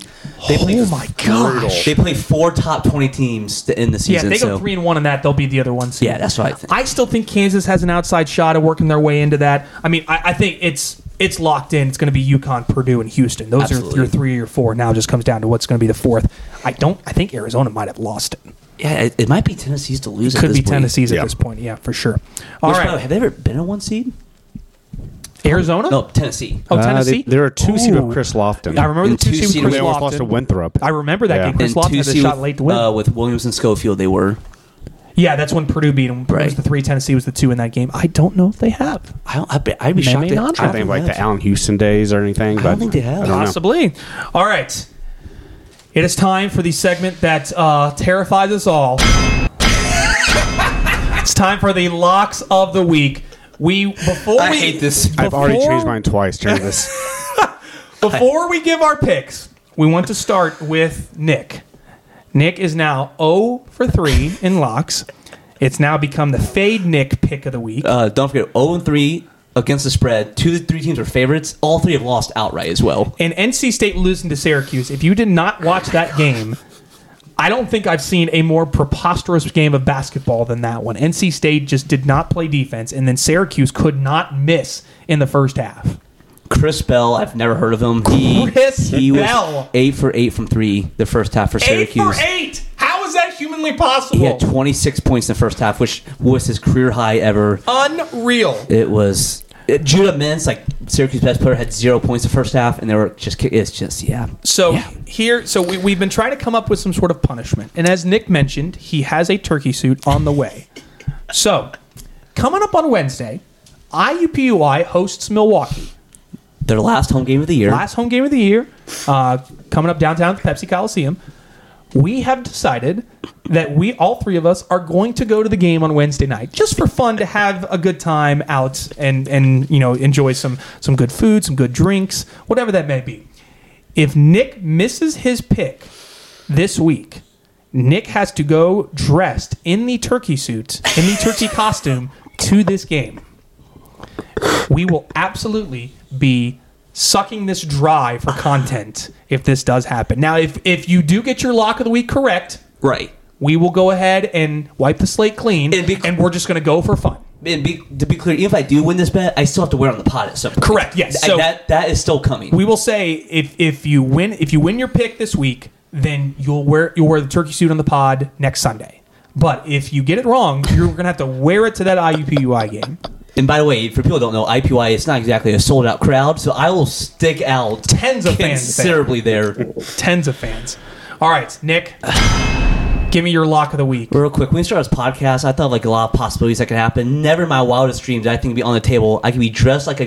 [SPEAKER 6] They play,
[SPEAKER 5] Oh my gosh.
[SPEAKER 6] They play four top twenty teams to end the
[SPEAKER 5] yeah,
[SPEAKER 6] season.
[SPEAKER 5] if they
[SPEAKER 6] so-
[SPEAKER 5] go three and one in that, they'll be the other one. seed.
[SPEAKER 6] Yeah, that's what I think.
[SPEAKER 5] I still think Kansas has an outside shot at working their way into that. I mean, I, I think it's it's locked in. It's going to be UConn, Purdue, and Houston. Those
[SPEAKER 6] Absolutely.
[SPEAKER 5] are your three or your four. Now it just comes down to what's going to be the fourth. I don't. I think Arizona might have lost it.
[SPEAKER 6] yeah, it, it might be Tennessee's to lose. at
[SPEAKER 5] Could
[SPEAKER 6] this
[SPEAKER 5] be
[SPEAKER 6] point.
[SPEAKER 5] Tennessee's
[SPEAKER 4] Yeah.
[SPEAKER 5] at this point. Yeah, for sure. All
[SPEAKER 6] Which,
[SPEAKER 5] right,
[SPEAKER 6] by the way, have they ever been a one seed?
[SPEAKER 5] Arizona.
[SPEAKER 6] No, Tennessee.
[SPEAKER 5] Oh,
[SPEAKER 7] Uh,
[SPEAKER 5] Tennessee.
[SPEAKER 7] they- there are two seed
[SPEAKER 5] Ooh.
[SPEAKER 7] with Chris Lofton.
[SPEAKER 5] I remember the
[SPEAKER 6] And
[SPEAKER 5] two,
[SPEAKER 6] two
[SPEAKER 5] seed with
[SPEAKER 6] seed
[SPEAKER 5] Chris
[SPEAKER 6] they
[SPEAKER 7] almost lost to
[SPEAKER 5] Lofton.
[SPEAKER 7] Winthrop.
[SPEAKER 5] I remember that
[SPEAKER 7] Yeah.
[SPEAKER 5] game. Chris
[SPEAKER 6] And
[SPEAKER 5] Lofton had a
[SPEAKER 6] Tennessee
[SPEAKER 5] shot
[SPEAKER 6] with-
[SPEAKER 5] late to win.
[SPEAKER 6] uh, with Williams and Schofield. They were.
[SPEAKER 5] yeah, that's when Purdue beat them. Purdue was
[SPEAKER 6] Right.
[SPEAKER 5] the three. Tennessee was the two in that game. I don't know if they have.
[SPEAKER 6] I don't, I'd be, I'd be
[SPEAKER 5] They
[SPEAKER 6] shocked.
[SPEAKER 5] may
[SPEAKER 6] if-
[SPEAKER 5] not
[SPEAKER 7] I don't think like
[SPEAKER 6] know.
[SPEAKER 7] the Allen Houston days or anything.
[SPEAKER 6] I
[SPEAKER 7] but
[SPEAKER 6] don't think they have.
[SPEAKER 7] I don't know.
[SPEAKER 5] Possibly. All right. It is time for the segment that uh, terrifies us all. it's time for the locks of the week. We before
[SPEAKER 6] I
[SPEAKER 5] we
[SPEAKER 6] hate this.
[SPEAKER 7] I've already
[SPEAKER 5] before-
[SPEAKER 7] changed mine twice during this.
[SPEAKER 5] Before we give our picks, we want to start with Nick. Nick is now 0 for 3 in locks. It's now become the fade Nick pick of the week.
[SPEAKER 6] Uh, don't forget, 0 and 3 against the spread. Two of the three teams are favorites. All three have lost outright as well.
[SPEAKER 5] and NC State losing to Syracuse. If you did not watch that game, I don't think I've seen a more preposterous game of basketball than that one. NC State just did not play defense, and then Syracuse could not miss in the first half.
[SPEAKER 6] Chris Bell, I've never heard of him. He,
[SPEAKER 5] Chris
[SPEAKER 6] he
[SPEAKER 5] Bell.
[SPEAKER 6] was 8 for 8 from 3 the first half for Syracuse.
[SPEAKER 5] Eight for eight. How is that humanly possible?
[SPEAKER 6] He had 26 points in the first half, which was his career high ever.
[SPEAKER 5] Unreal.
[SPEAKER 6] It was. it- Judah Mintz, like Syracuse best player, had zero points the first half, and they were just. kick- It's just yeah.
[SPEAKER 5] So
[SPEAKER 6] Yeah.
[SPEAKER 5] here, so we, we've been trying to come up with some sort of punishment, and as Nick mentioned, he has a turkey suit on the way. so, coming up on Wednesday, IUPUI hosts Milwaukee.
[SPEAKER 6] Their last home game of the year.
[SPEAKER 5] last home game of the year, uh, coming up downtown at the Pepsi Coliseum. We have decided that we, all three of us, are going to go to the game on Wednesday night just for fun to have a good time out and and you know enjoy some some good food, some good drinks, whatever that may be. If Nick misses his pick this week, Nick has to go dressed in the turkey suit, in the turkey costume, to this game we will absolutely be sucking this dry for content if this does happen. Now, if if you do get your lock of the week correct,
[SPEAKER 6] right.
[SPEAKER 5] we will go ahead and wipe the slate clean,
[SPEAKER 6] It'd be-
[SPEAKER 5] and we're just going to go for fun.
[SPEAKER 6] And be, to be clear, even if I do win this bet, I still have to wear it on the pot at some point.
[SPEAKER 5] Correct, yes.
[SPEAKER 6] Th-
[SPEAKER 5] So-
[SPEAKER 6] that that is still coming.
[SPEAKER 5] We will say if if you win if you win your pick this week, then you'll wear you'll wear the turkey suit on the pod next Sunday. But if you get it wrong, you're going to have to wear it to that IUPUI game.
[SPEAKER 6] And by the way, for people who don't know, IPY it's not exactly a sold out crowd, so I will stick out
[SPEAKER 5] Tens of fans there.
[SPEAKER 6] considerably there.
[SPEAKER 5] Tens of fans. All right, Nick, give me your lock of the week.
[SPEAKER 6] Real quick, when we started this podcast, I thought of, like a lot of possibilities that could happen. Never in my wildest dreams I think it'd be on the table. I could be dressed like a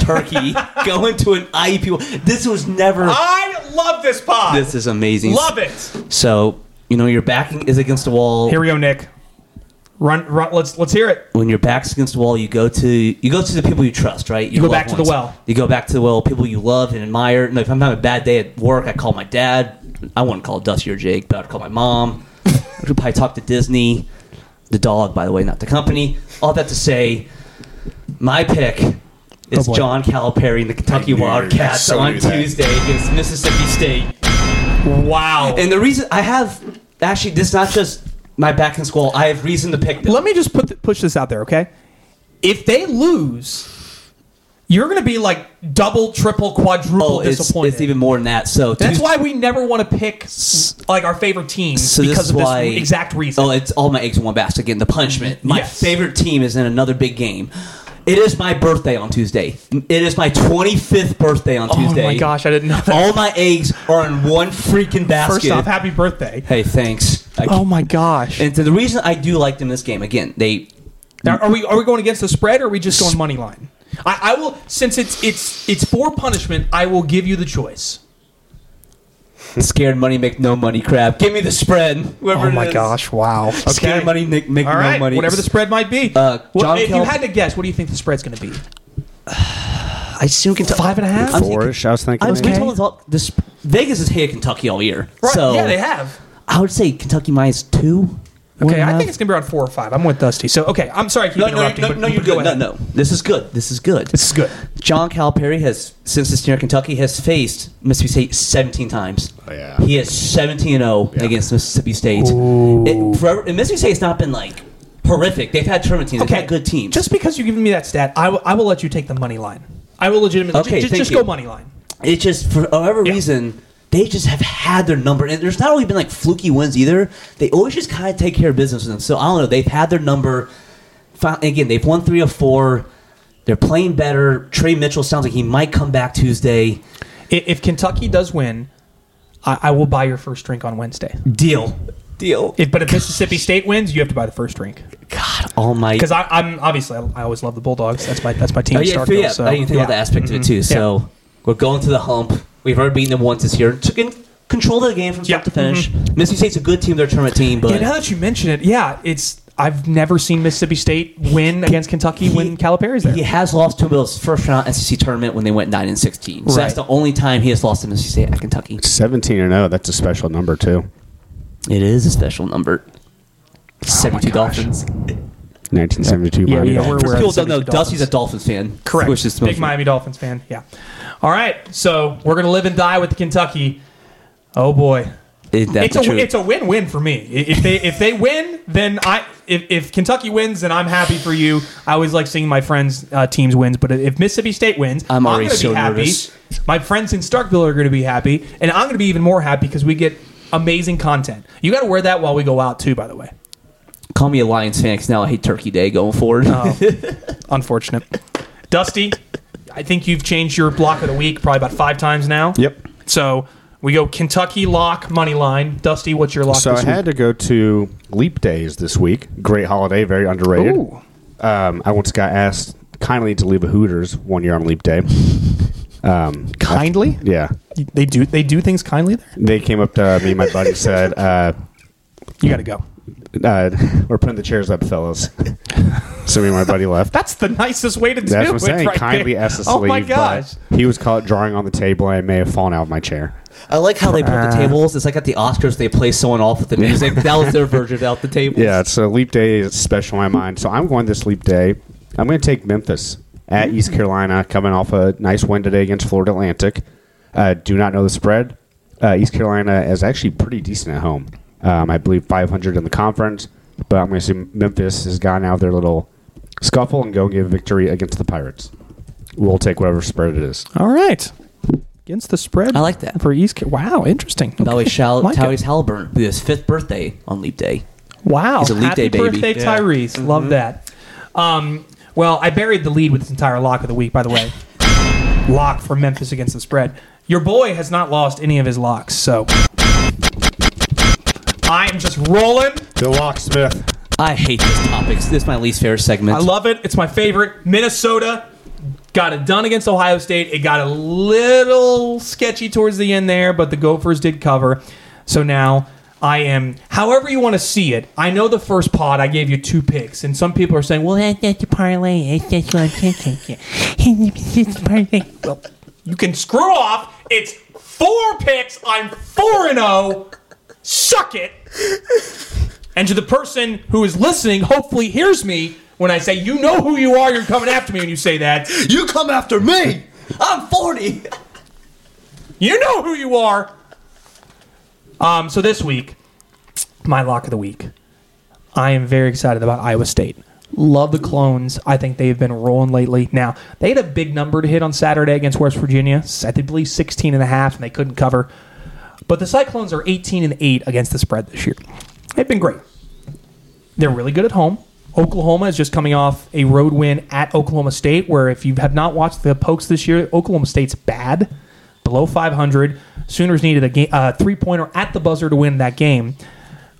[SPEAKER 6] turkey going to an IPY. This was never.
[SPEAKER 5] I love this pod.
[SPEAKER 6] This is amazing.
[SPEAKER 5] Love it.
[SPEAKER 6] So you know your backing is against the wall.
[SPEAKER 5] Here we go, Nick. Run, run. Let's let's hear it.
[SPEAKER 6] when your back's against the wall, you go to you go to the people you trust, right? Your
[SPEAKER 5] go back
[SPEAKER 6] loved
[SPEAKER 5] to the well.
[SPEAKER 6] You go back to the well, people you love and admire. And if I'm having a bad day at work, I call my dad. I wouldn't call Dusty or Jake, but I'd call my mom. I could probably talk to Disney, the dog, by the way, not the company. All that to say, my pick is
[SPEAKER 5] Oh, boy.
[SPEAKER 6] John Calipari and the Kentucky Wildcats
[SPEAKER 4] so
[SPEAKER 6] on
[SPEAKER 4] knew that.
[SPEAKER 6] Tuesday against Mississippi State.
[SPEAKER 5] Wow.
[SPEAKER 6] And the reason I have actually this is not just my back in school. I have reason to pick this.
[SPEAKER 5] Let me just put the, push this out there, okay? If they lose, you're going to be like double, triple, quadruple
[SPEAKER 6] Oh, it's,
[SPEAKER 5] disappointed.
[SPEAKER 6] it's even more than that. So
[SPEAKER 5] That's
[SPEAKER 6] Tues-
[SPEAKER 5] why we never want to pick s- like our favorite teams
[SPEAKER 6] So
[SPEAKER 5] because
[SPEAKER 6] this is
[SPEAKER 5] of this
[SPEAKER 6] why,
[SPEAKER 5] exact reason.
[SPEAKER 6] Oh, it's all my eggs in one basket. Getting the punishment. My
[SPEAKER 5] Yes.
[SPEAKER 6] favorite team is in another big game. It is my birthday on Tuesday. It is my 25th birthday on Tuesday.
[SPEAKER 5] Oh my gosh, I didn't know that.
[SPEAKER 6] All my eggs are in one freaking basket.
[SPEAKER 5] First off, happy birthday.
[SPEAKER 6] hey, thanks. I-
[SPEAKER 5] Oh my gosh.
[SPEAKER 6] And so the reason I do like them in this game, again, they
[SPEAKER 5] Now, are we are we going against the spread or are we just going money line? I, I will since it's it's it's for punishment. I will give you the choice.
[SPEAKER 6] scared money make no money crap. Give me the spread.
[SPEAKER 5] Oh
[SPEAKER 6] Whoever it is.
[SPEAKER 5] Wow.
[SPEAKER 6] Scared money make, make
[SPEAKER 5] All
[SPEAKER 6] no
[SPEAKER 5] right.
[SPEAKER 6] money.
[SPEAKER 5] Whatever the spread might be.
[SPEAKER 6] Uh,
[SPEAKER 5] What-
[SPEAKER 6] John
[SPEAKER 5] if you
[SPEAKER 6] Kel-
[SPEAKER 5] had to guess, what do you think the spread's going to be?
[SPEAKER 6] I assume Kentucky.
[SPEAKER 5] Five and a half?
[SPEAKER 6] I'm thinking-
[SPEAKER 7] Four-ish, I was thinking.
[SPEAKER 6] I was
[SPEAKER 7] maybe.
[SPEAKER 6] we told this Vegas has hated Kentucky all year. So
[SPEAKER 5] yeah, they have.
[SPEAKER 6] I would say Kentucky minus two. one
[SPEAKER 5] Okay,
[SPEAKER 6] and a
[SPEAKER 5] I
[SPEAKER 6] half.
[SPEAKER 5] think it's going to be around four or five. I'm with Dusty. So okay, I'm sorry. I keep
[SPEAKER 6] No, no,
[SPEAKER 5] interrupting.
[SPEAKER 6] no,
[SPEAKER 5] but
[SPEAKER 6] no, you're
[SPEAKER 5] go
[SPEAKER 6] good. No,
[SPEAKER 5] ahead.
[SPEAKER 6] no, this is good. This is good.
[SPEAKER 5] This is good.
[SPEAKER 6] John Calipari has, since this year in Kentucky, has faced Mississippi State 17 times.
[SPEAKER 7] Oh, yeah.
[SPEAKER 6] He is 17 and 0 against Mississippi State. It, forever, and Mississippi State's not been like horrific. They've had tournament teams. They've had good teams.
[SPEAKER 5] Just because you're giving me that stat, I will- I will let you take the money line. I will legitimately
[SPEAKER 6] Okay,
[SPEAKER 5] ju- ju-
[SPEAKER 6] thank
[SPEAKER 5] just
[SPEAKER 6] you.
[SPEAKER 5] go money line.
[SPEAKER 6] it's just for however
[SPEAKER 5] Yeah.
[SPEAKER 6] reason they just have had their number, and there's not always been like fluky wins either. They always just kind of take care of business with them. So I don't know. They've had their number. Fin- Again, they've won three or four. They're playing better. Trey Mitchell sounds like he might come back Tuesday.
[SPEAKER 5] I- If Kentucky does win, I, I will buy your first drink on Wednesday.
[SPEAKER 6] Deal. Deal.
[SPEAKER 5] If, but if Mississippi State wins, you have to buy the first drink
[SPEAKER 6] God Almighty.
[SPEAKER 5] because I'm obviously I, I always love the Bulldogs. That's my that's my team.
[SPEAKER 6] Oh, yeah,
[SPEAKER 5] Starkville,
[SPEAKER 6] yeah.
[SPEAKER 5] so,
[SPEAKER 6] I didn't think
[SPEAKER 5] yeah.
[SPEAKER 6] about
[SPEAKER 5] Mm-hmm.
[SPEAKER 6] the aspect of it too. So we're going to the hump. We've already beaten them once this year. Took in control of the game from start
[SPEAKER 5] Yeah.
[SPEAKER 6] to finish. Mississippi State's a good team. They're a tournament team, but
[SPEAKER 5] Yeah, now that you mention it, yeah, it's I've never seen Mississippi State win against Kentucky when Calipari's there.
[SPEAKER 6] He has lost to him in his first round SEC tournament when they went nine and sixteen. So that's
[SPEAKER 5] Right.
[SPEAKER 6] the only time he has lost to Mississippi State at Kentucky.
[SPEAKER 7] 17 and 0. That's a special number, too.
[SPEAKER 6] It is a special number. Seventy-two Dolphins.
[SPEAKER 7] 1972.
[SPEAKER 5] Yeah,
[SPEAKER 7] Miami
[SPEAKER 5] yeah, we're-
[SPEAKER 7] Dolphins.
[SPEAKER 5] we're-
[SPEAKER 6] People don't know
[SPEAKER 5] 72
[SPEAKER 6] Dusty's a Dolphins fan.
[SPEAKER 5] Correct.
[SPEAKER 6] Which is the
[SPEAKER 5] Big
[SPEAKER 6] most-
[SPEAKER 5] Miami Dolphins fan. Yeah. All right. So we're gonna live and die with Kentucky. Oh boy,
[SPEAKER 6] It- that's
[SPEAKER 5] it's a
[SPEAKER 6] the truth.
[SPEAKER 5] it's a win win for me. I- If they if they win, then I if, if Kentucky wins, then I'm happy for you. I always like seeing my friends' uh, teams wins, but if Mississippi State wins,
[SPEAKER 6] I'm already
[SPEAKER 5] gonna
[SPEAKER 6] so
[SPEAKER 5] be happy.
[SPEAKER 6] nervous.
[SPEAKER 5] My friends in Starkville are going to be happy, and I'm going to be even more happy because we get amazing content. You got to wear that while we go out too. By the way,
[SPEAKER 6] Call me a Lions fan because now I hate Turkey Day going forward.
[SPEAKER 5] Um, unfortunate. Dusty, I think you've changed your block of the week probably about five times now.
[SPEAKER 7] Yep.
[SPEAKER 5] So we go Kentucky lock money line. Dusty, what's your lock?
[SPEAKER 7] So
[SPEAKER 5] this
[SPEAKER 7] I had to go to Leap Days this week. Great holiday, very underrated.
[SPEAKER 5] Ooh.
[SPEAKER 7] Um, I once got asked kindly to leave a Hooters one year on Leap Day. Um,
[SPEAKER 5] week? kindly.
[SPEAKER 7] yeah,
[SPEAKER 5] They do they do things kindly there.
[SPEAKER 7] they came up to me and my buddy said, uh,
[SPEAKER 5] You got to go.
[SPEAKER 7] uh, "We're putting the chairs up, fellas." So me and my buddy left.
[SPEAKER 5] That's the nicest way to do
[SPEAKER 7] That's
[SPEAKER 5] it.
[SPEAKER 7] what I'm saying.
[SPEAKER 5] right
[SPEAKER 7] kindly
[SPEAKER 5] there.
[SPEAKER 7] asked us to
[SPEAKER 5] Oh my
[SPEAKER 7] leave, but
[SPEAKER 5] gosh!
[SPEAKER 7] he was caught drawing on the table, and I may have fallen out of my chair.
[SPEAKER 6] I like how they put the tables. It's like at the Oscars they play someone off with the music. that was their version of out the tables.
[SPEAKER 7] Yeah, so leap day is special in my mind. So I'm going this leap day. I'm going to take Memphis at East Carolina, coming off a nice win today against Florida Atlantic. Uh, do not know the spread. Uh, East Carolina is actually pretty decent at home. Um, I believe 500 in the conference, but I'm going to see Memphis has gotten out of their little scuffle and go get a victory against the Pirates. We'll take whatever spread it is.
[SPEAKER 5] All right, against the spread.
[SPEAKER 6] I like that.
[SPEAKER 5] for East. Ca- Wow, interesting.
[SPEAKER 6] By the way, shout out
[SPEAKER 5] Like it.
[SPEAKER 6] Tyrese Halliburton, who his fifth birthday on Leap Day.
[SPEAKER 5] Wow.
[SPEAKER 6] He's a leap
[SPEAKER 5] Happy
[SPEAKER 6] day baby.
[SPEAKER 5] birthday,
[SPEAKER 6] Yeah.
[SPEAKER 5] Tyrese. Love that. Um, well, I buried the lead with this entire lock of the week, by the way. lock for Memphis against the spread. Your boy has not lost any of his locks, so. I am just rolling.
[SPEAKER 7] The locksmith.
[SPEAKER 6] I hate this topic. This is my least favorite segment.
[SPEAKER 5] I love it. It's my favorite. Minnesota got it done against Ohio State. It got a little sketchy towards the end there, but the Gophers did cover. So now I am, however you want to see it. I know the first pod I gave you two picks, and some people are saying, "Well, eh, that- that's a parlay. It's just one pick. It's a parlay." Well, you can screw off. It's four picks. I'm four and zero. Suck it. And to the person who is listening, hopefully hears me when I say, you know who you are, you're coming after me when you say that.
[SPEAKER 10] You come after me.
[SPEAKER 6] I'm 40.
[SPEAKER 5] You know who you are. Um, so this week, my lock of the week. I am very excited about Iowa State. Love the clones. I think they've been rolling lately. Now, they had a big number to hit on Saturday against West Virginia. I did believe 16 and a half, and they couldn't cover. But the Cyclones are 18 and 8 against the spread this year. They've been great. They're really good at home. Oklahoma is just coming off a road win at Oklahoma State, where if you have not watched the Pokes this year, Oklahoma State's bad, below 500. Sooners needed a game, uh, three pointer at the buzzer to win that game.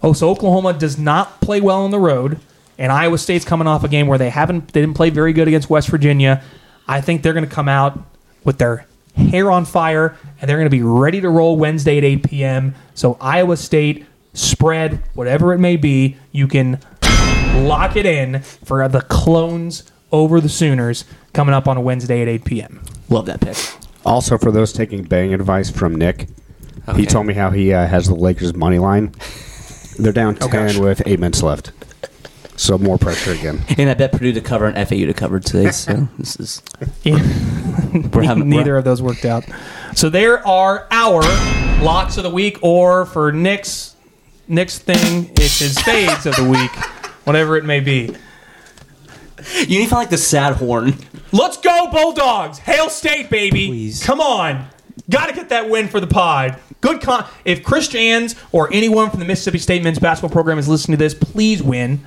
[SPEAKER 5] Oh, so Oklahoma does not play well on the road, and Iowa State's coming off a game where they haven't they didn't play very good against West Virginia. I think they're going to come out with their hair on fire, and they're going to be ready to roll Wednesday at 8 p.m. So Iowa State spread whatever it may be, you can lock it in for the clones over the Sooners coming up on a Wednesday at 8 p.m.
[SPEAKER 6] Love that pick.
[SPEAKER 7] Also, for those taking betting advice from Nick, he told me how he uh, has the Lakers money line. They're down
[SPEAKER 5] Oh,
[SPEAKER 7] 10 with eight minutes left. So more pressure again.
[SPEAKER 6] And I bet Purdue to cover and FAU to cover today. So this is we're having
[SPEAKER 5] Neither
[SPEAKER 6] we're-
[SPEAKER 5] of those worked out. So there are our locks of the week, or for Nick's Nick's thing, it's his fades of the week, whatever it may be.
[SPEAKER 6] You need to find like the sad horn.
[SPEAKER 5] Let's go Bulldogs! Hail State, baby!
[SPEAKER 6] Please.
[SPEAKER 5] Come on, gotta get that win for the pod. Good con. If Chris Jans or anyone from the Mississippi State men's basketball program is listening to this, please win.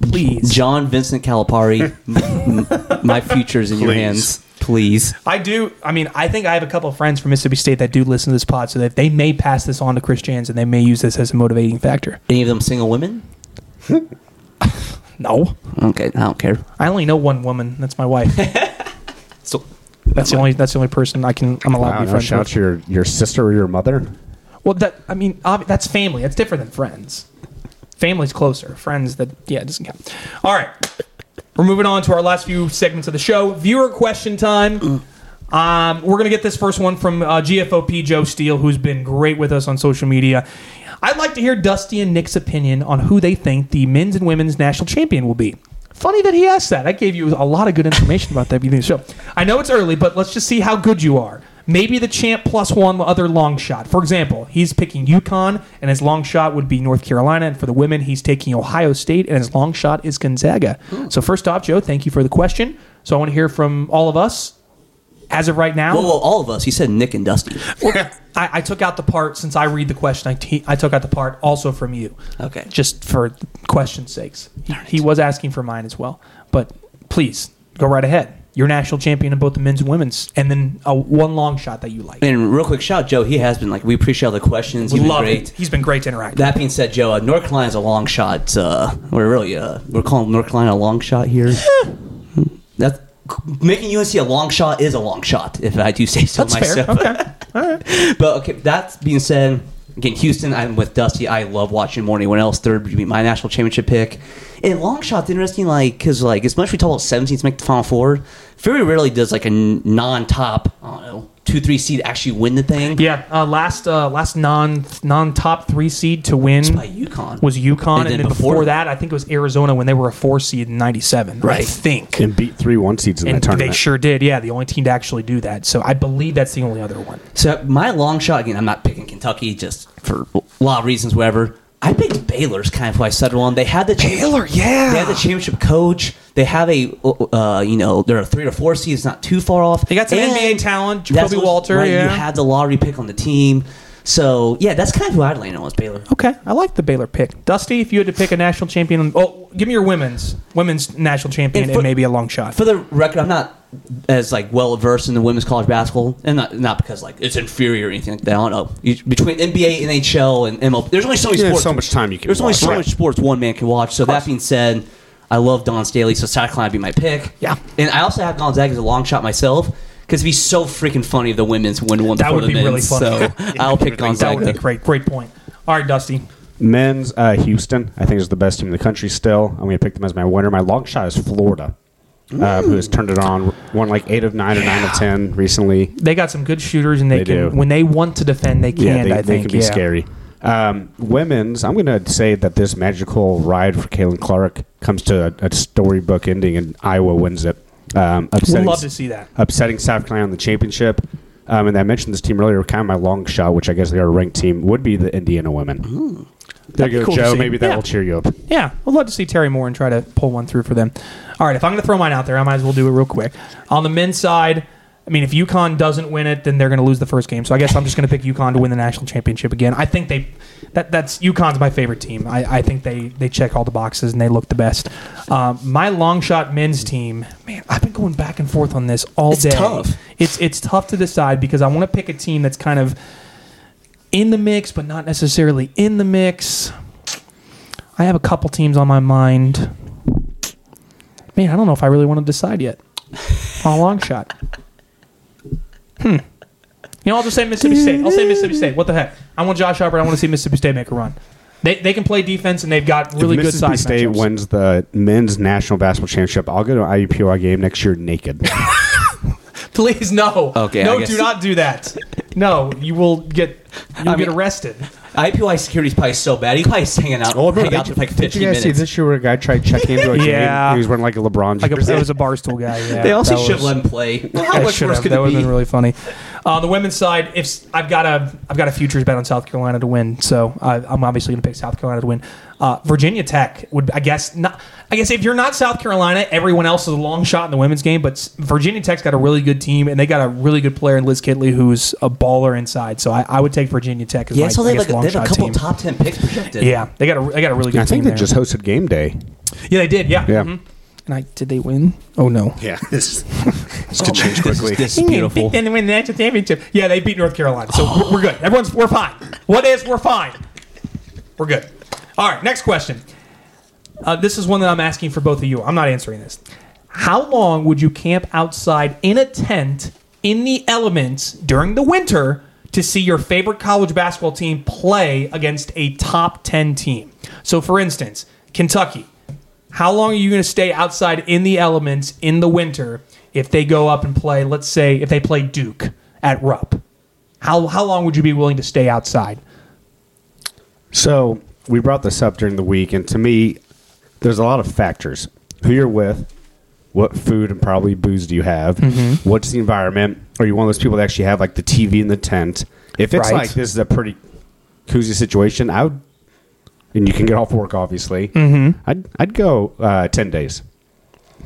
[SPEAKER 5] Please.
[SPEAKER 6] John Vincent Calipari, m- m- my future's in your hands. Please.
[SPEAKER 5] I do. I mean, I think I have a couple of friends from Mississippi State that do listen to this pod, so that they may pass this on to Chris Jans and they may use this as a motivating factor.
[SPEAKER 6] Any of them single women?
[SPEAKER 5] No,
[SPEAKER 6] Okay, I don't care.
[SPEAKER 5] I only know one woman. That's my wife.
[SPEAKER 6] So,
[SPEAKER 5] That's the only. That's the only person I can. I'm allowed
[SPEAKER 7] Wow,
[SPEAKER 5] to be
[SPEAKER 7] no
[SPEAKER 5] friends
[SPEAKER 7] shout
[SPEAKER 5] with.
[SPEAKER 7] to your, your sister or your mother?
[SPEAKER 5] Well, that I mean, ob- that's family. That's different than friends. Family's closer. Friends that yeah, it doesn't count. All right, we're moving on to our last few segments of the show. Viewer question time. Um, we're gonna get this first one from uh, GFOP Joe Steele, who's been great with us on social media. I'd like to hear Dusty and Nick's opinion on who they think the men's and women's national champion will be. Funny that he asked that. I gave you a lot of good information about that beginning of the show. I know it's early, but let's just see how good you are. Maybe the champ plus one other long shot. For example, he's picking UConn, and his long shot would be North Carolina. And for the women, he's taking Ohio State, and his long shot is Gonzaga. So first off, Joe, thank you for the question. So I want to hear from all of us. As of right now,
[SPEAKER 6] whoa, whoa, all of us. You said Nick and Dusty.
[SPEAKER 5] I, I took out the part since I read the question. I, t- I took out the part also from you.
[SPEAKER 6] Okay.
[SPEAKER 5] Just for question's sakes. He, he was asking for mine as well. But please go right ahead. You're national champion in both the men's and women's, and then a one long shot that you like.
[SPEAKER 6] And real quick shout, Joe. He has been like we appreciate all the questions.
[SPEAKER 5] we
[SPEAKER 6] You've been
[SPEAKER 5] love
[SPEAKER 6] great.
[SPEAKER 5] it. He's been great to interact. with.
[SPEAKER 6] That being said, Joe, uh, North Carolina's a long shot. Uh, we're really uh, we're calling North Carolina a long shot here. That's making UNC a long shot is a long shot, if I do say so
[SPEAKER 5] That's fair.
[SPEAKER 6] myself.
[SPEAKER 5] Okay.
[SPEAKER 6] But okay, that being said, again, Houston, I'm with Dusty. I love watching more than anyone else. Third would be my national championship pick. And long shot's interesting, like because like as much as we talk about 17s make the final four, very rarely does like a n- non-top, I don't know, two three seed actually win the thing.
[SPEAKER 5] Yeah. Uh, last uh, last non non top three seed to win
[SPEAKER 6] by UConn
[SPEAKER 5] was UConn, and then, before,
[SPEAKER 6] before-
[SPEAKER 5] that, I think it was Arizona when they were a four seed in '97. I
[SPEAKER 6] Right.
[SPEAKER 5] think.
[SPEAKER 7] And beat three one seeds in
[SPEAKER 5] And
[SPEAKER 7] that tournament.
[SPEAKER 5] they sure did. Yeah, the only team to actually do that. So I believe that's the only other one.
[SPEAKER 6] So my long shot again. I'm not picking Kentucky just for a lot of reasons. Whatever. I picked Baylor's kind of who I settled on. They had the Baylor, yeah. They had the championship coach. They have a, uh, you know, they're a three or four seed. It's not too far off.
[SPEAKER 5] They got some NBA talent, Jacoby
[SPEAKER 6] that's what-
[SPEAKER 5] Walter,
[SPEAKER 6] right,
[SPEAKER 5] yeah.
[SPEAKER 6] You had the lottery pick on the team. So yeah, that's kind of who I'd lean on was Baylor.
[SPEAKER 5] Okay, I like the Baylor pick. Dusty, if you had to pick a national champion, oh, give me your women's women's national champion
[SPEAKER 6] And
[SPEAKER 5] and,
[SPEAKER 6] for-
[SPEAKER 5] maybe a long shot.
[SPEAKER 6] For the record, I'm not as like well versed in the women's college basketball, and not not because like it's inferior or anything like that. I don't know. You- Between NBA, NHL, and MLB, there's only so many
[SPEAKER 7] Yeah,
[SPEAKER 6] sports.
[SPEAKER 7] so much time you can
[SPEAKER 6] There's only
[SPEAKER 7] watch.
[SPEAKER 6] so
[SPEAKER 7] Right.
[SPEAKER 6] much sports one man can watch. So that being said, I love Don Staley, so South Carolina would be my pick.
[SPEAKER 5] Yeah.
[SPEAKER 6] and I also have Gonzaga as a long shot myself. Because it'd be so freaking funny if the women's win one
[SPEAKER 5] That
[SPEAKER 6] before
[SPEAKER 5] would
[SPEAKER 6] the
[SPEAKER 5] be
[SPEAKER 6] men's.
[SPEAKER 5] really funny.
[SPEAKER 6] So I'll pick
[SPEAKER 5] that would be
[SPEAKER 6] Gonzaga.
[SPEAKER 5] great. Great point. All right, Dusty.
[SPEAKER 7] Men's uh, Houston, I think is the best team in the country still. I'm going to pick them as my winner. My long shot is Florida, uh, who has turned it on, won like eight of nine or nine of ten recently.
[SPEAKER 5] They got some good shooters, and they,
[SPEAKER 7] They
[SPEAKER 5] can
[SPEAKER 7] do.
[SPEAKER 5] when they want to defend, they can.
[SPEAKER 7] yeah, they,
[SPEAKER 5] I
[SPEAKER 7] they
[SPEAKER 5] think
[SPEAKER 7] can be
[SPEAKER 5] yeah.
[SPEAKER 7] scary. Um, women's, I'm going to say that this magical ride for Kaylin Clark comes to a, a storybook ending, and Iowa wins it. Um,
[SPEAKER 5] We'd
[SPEAKER 7] upsetting,
[SPEAKER 5] love to see that.
[SPEAKER 7] upsetting South Carolina in the championship. Um, and I mentioned this team earlier, kind of my long shot, which I guess they are a ranked team, would be the Indiana women. There you
[SPEAKER 5] be
[SPEAKER 7] go,
[SPEAKER 5] cool to
[SPEAKER 7] Joe.
[SPEAKER 5] see.
[SPEAKER 7] Maybe that
[SPEAKER 5] Yeah.
[SPEAKER 7] will cheer you up.
[SPEAKER 5] Yeah, we'd love to see Terry Moore and try to pull one through for them. All right, if I'm going to throw mine out there, I might as well do it real quick. On the men's side, I mean, if UConn doesn't win it, then they're going to lose the first game. So I guess I'm just going to pick UConn to win the national championship again. I think they that that's UConn's my favorite team. I, I think they they check all the boxes and they look the best. Um, my long shot men's team, man, I've been going back and forth on this all
[SPEAKER 6] It's
[SPEAKER 5] day.
[SPEAKER 6] tough.
[SPEAKER 5] It's it's tough to decide because I want to pick a team that's kind of in the mix but not necessarily in the mix. I have a couple teams on my mind. Man, I don't know if I really want to decide yet. On a long shot. Hmm. You know, I'll just say Mississippi State. I'll say Mississippi State. What the heck? I want Josh Hubbard. I want to see Mississippi State make a run. They, they can play defense and they've got really
[SPEAKER 7] if
[SPEAKER 5] good
[SPEAKER 7] Mississippi
[SPEAKER 5] size
[SPEAKER 7] State
[SPEAKER 5] matchups.
[SPEAKER 7] wins the men's national basketball championship, I'll go to an IUPUI game next year naked.
[SPEAKER 5] Please no.
[SPEAKER 6] Okay, I
[SPEAKER 5] No,
[SPEAKER 6] guess-
[SPEAKER 5] do not do that. No, you will get you'll
[SPEAKER 6] I
[SPEAKER 5] get
[SPEAKER 6] mean-
[SPEAKER 5] arrested.
[SPEAKER 6] IPY security's probably so bad. He's probably hanging out,
[SPEAKER 7] Oh, bro,
[SPEAKER 6] hanging out
[SPEAKER 7] did
[SPEAKER 6] for like
[SPEAKER 7] you- did
[SPEAKER 6] 15
[SPEAKER 7] you guys
[SPEAKER 6] minutes.
[SPEAKER 7] see this year where a guy tried to check into a game?
[SPEAKER 5] Yeah.
[SPEAKER 7] and He was wearing like a LeBron.
[SPEAKER 5] Like a,
[SPEAKER 7] jersey?
[SPEAKER 5] it was a barstool guy. Yeah,
[SPEAKER 6] They also
[SPEAKER 5] That
[SPEAKER 6] should
[SPEAKER 5] was-
[SPEAKER 6] let him play. Well, how
[SPEAKER 5] That
[SPEAKER 6] much
[SPEAKER 5] should
[SPEAKER 6] worse
[SPEAKER 5] have.
[SPEAKER 6] could
[SPEAKER 5] that
[SPEAKER 6] it
[SPEAKER 5] would
[SPEAKER 6] be?
[SPEAKER 5] have been really funny. On the women's side, if s- I've got a I've got a futures bet on South Carolina to win, so I, I'm obviously going to pick South Carolina to win. Uh, Virginia Tech would I guess not. I guess if you're not South Carolina, everyone else is a long shot in the women's game. But s- Virginia Tech's got a really good team, and they got a really good player in Liz Kitley, who's a baller inside. So I, I would take Virginia Tech as
[SPEAKER 6] yeah,
[SPEAKER 5] my,
[SPEAKER 6] so
[SPEAKER 5] I
[SPEAKER 6] they,
[SPEAKER 5] guess,
[SPEAKER 6] like, they
[SPEAKER 5] long
[SPEAKER 6] have a
[SPEAKER 5] shot
[SPEAKER 6] couple
[SPEAKER 5] team.
[SPEAKER 6] top 10 picks projected.
[SPEAKER 5] Yeah, they got a they got a really good.
[SPEAKER 7] I think
[SPEAKER 5] team
[SPEAKER 7] they
[SPEAKER 5] there.
[SPEAKER 7] just hosted game day.
[SPEAKER 5] yeah they did yeah
[SPEAKER 7] Yeah.
[SPEAKER 5] Mhm. And I, did they win? Oh no!
[SPEAKER 10] Yeah, this, this could change
[SPEAKER 6] This is,
[SPEAKER 10] quickly.
[SPEAKER 6] this is beautiful.
[SPEAKER 5] And win the national championship. Yeah, they beat North Carolina, so we're- we're good. Everyone's we're fine. What is we're fine. We're good. All right, next question. Uh, this is one that I'm asking for both of you. I'm not answering this. How long would you camp outside in a tent in the elements during the winter to see your favorite college basketball team play against a top 10 team? So, for instance, Kentucky, how long are you going to stay outside in the elements in the winter if they go up and play, let's say, if they play Duke at Rupp? How, how long would you be willing to stay outside?
[SPEAKER 7] So we brought this up during the week, and to me, there's a lot of factors: who you're with, what food and probably booze do you have, what's the environment. Are you one of those people that actually have like the TV in the tent? If it's
[SPEAKER 5] Right.
[SPEAKER 7] like this is a pretty cozy situation, I would, and you can get off work obviously. I'd I'd go uh, ten days.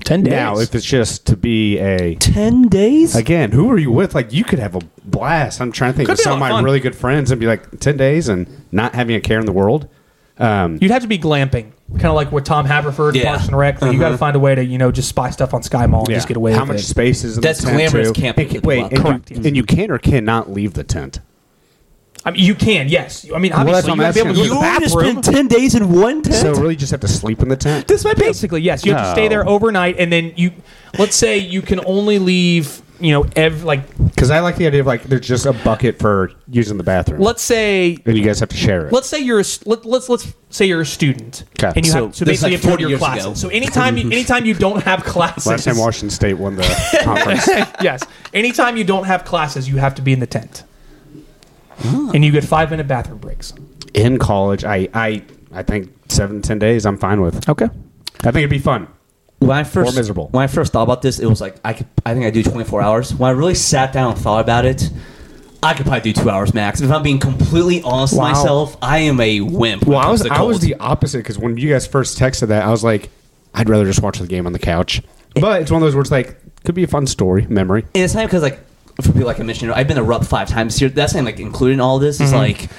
[SPEAKER 5] 10
[SPEAKER 7] Now, if it's just to be a
[SPEAKER 6] 10 days?
[SPEAKER 7] again, who are you with? Like, you could have a blast. I'm trying to think
[SPEAKER 5] Could
[SPEAKER 7] of
[SPEAKER 5] be a
[SPEAKER 7] some of
[SPEAKER 5] lot of
[SPEAKER 7] my
[SPEAKER 5] fun.
[SPEAKER 7] really good friends and be like, 10 days and not having a care in the world. Um,
[SPEAKER 5] You'd have to be glamping, kind of like what Tom Haverford,
[SPEAKER 6] Yeah. Mm-hmm.
[SPEAKER 5] Parks and Rec. You got to find a way to, you know, just spy stuff on Sky Mall and
[SPEAKER 7] yeah.
[SPEAKER 5] just get away
[SPEAKER 7] How
[SPEAKER 5] with
[SPEAKER 7] much
[SPEAKER 5] it.
[SPEAKER 7] space is in
[SPEAKER 6] That's
[SPEAKER 7] the tent?
[SPEAKER 6] glamorous
[SPEAKER 7] too?
[SPEAKER 6] camping
[SPEAKER 7] And,
[SPEAKER 6] at the
[SPEAKER 7] wait,
[SPEAKER 6] club.
[SPEAKER 7] and,
[SPEAKER 5] Correct,
[SPEAKER 7] You, and you can or cannot leave the tent.
[SPEAKER 5] I mean, you can, yes. I mean,
[SPEAKER 7] that's
[SPEAKER 5] obviously, you
[SPEAKER 7] what
[SPEAKER 5] got
[SPEAKER 7] I'm
[SPEAKER 5] to be able to go to
[SPEAKER 7] asking.
[SPEAKER 5] the bathroom.
[SPEAKER 6] 10 days in one tent?
[SPEAKER 7] So, really, just have to sleep in the tent?
[SPEAKER 5] This might be basically yes. You have to
[SPEAKER 7] No.
[SPEAKER 5] stay there overnight, and then you, let's say, you can only leave. You know, ev- like
[SPEAKER 7] Because I like the idea of like, there's just a bucket for using the bathroom.
[SPEAKER 5] let's say,
[SPEAKER 7] and you guys have to share it.
[SPEAKER 5] let's say you're a, s- let, let's let's say you're a student,
[SPEAKER 7] Okay.
[SPEAKER 5] and you
[SPEAKER 6] So
[SPEAKER 5] have so
[SPEAKER 6] this is
[SPEAKER 5] basically
[SPEAKER 6] like
[SPEAKER 5] you have to go to
[SPEAKER 6] 40
[SPEAKER 5] your
[SPEAKER 6] years
[SPEAKER 5] classes.
[SPEAKER 6] ago.
[SPEAKER 5] So anytime you anytime you don't have classes,
[SPEAKER 7] Last time Washington State won the conference.
[SPEAKER 5] yes. Anytime you don't have classes, you have to be in the tent, and you get five minute bathroom breaks.
[SPEAKER 7] in college, I, I, I think seven, ten days, I'm fine with.
[SPEAKER 5] Okay.
[SPEAKER 7] I think it'd be fun.
[SPEAKER 6] when I first
[SPEAKER 7] miserable.
[SPEAKER 6] when I first thought about this, it was like I could I think I do 24 hours. When I really sat down and thought about it, I could probably do two hours max. If I'm being completely honest with
[SPEAKER 7] Wow.
[SPEAKER 6] myself, I am a wimp. when
[SPEAKER 7] Well,
[SPEAKER 6] it
[SPEAKER 7] I
[SPEAKER 6] comes
[SPEAKER 7] was
[SPEAKER 6] to
[SPEAKER 7] I was
[SPEAKER 6] cold.
[SPEAKER 7] the opposite because when you guys first texted that, I was like, I'd rather just watch the game on the couch. But it's one of those where it's like could be a fun story, memory.
[SPEAKER 6] and it's not because like for people like I mentioned, I've been to Rupp five times here. That's not like including all this.
[SPEAKER 5] Mm-hmm.
[SPEAKER 6] It's like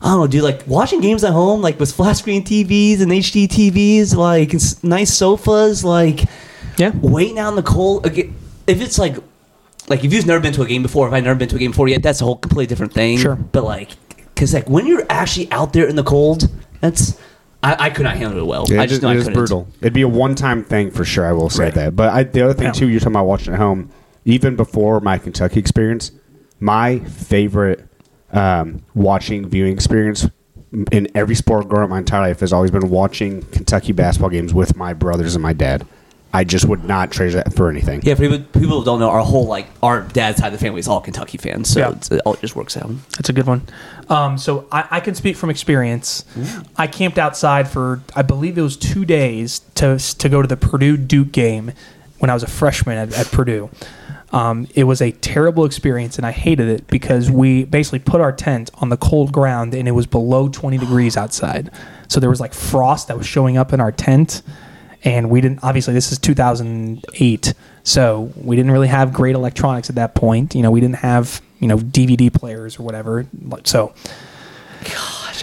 [SPEAKER 6] I don't know, dude. Like watching games at home, like with flat screen TVs and HD TVs, like s- nice sofas, like
[SPEAKER 5] Yeah.
[SPEAKER 6] waiting out in the cold. Again, if it's like like if you've never been to a game before, if I've never been to a game before yet, that's a whole completely different thing.
[SPEAKER 5] Sure.
[SPEAKER 6] but like because like when you're actually out there in the cold, that's I, I could not handle it well. I
[SPEAKER 7] It
[SPEAKER 6] just
[SPEAKER 7] is-
[SPEAKER 6] know I
[SPEAKER 7] it is
[SPEAKER 6] couldn't.
[SPEAKER 7] brutal. It'd be a one time thing for sure. I will say that. But I, the other thing
[SPEAKER 5] Yeah.
[SPEAKER 7] too, you're talking about watching at home. Even before my Kentucky experience, my favorite um, watching viewing experience in every sport growing up my entire life has always been watching Kentucky basketball games with my brothers and my dad. I just would not treasure that for anything.
[SPEAKER 6] Yeah, for people, people who don't know, our whole like our dad's side of the family is all Kentucky fans, so
[SPEAKER 5] Yeah.
[SPEAKER 6] it's, it all just works out.
[SPEAKER 5] That's a good one. Um, so I, I can speak from experience. I camped outside for I believe it was two days to to go to the Purdue Duke game when I was a freshman at, at Purdue. Um, it was a terrible experience, and I hated it because we basically put our tent on the cold ground, and it was below 20 degrees outside. So there was like frost that was showing up in our tent, and we didn't. Obviously, this is 2008, So we didn't really have great electronics at that point. You know, we didn't have you know DVD players or whatever. So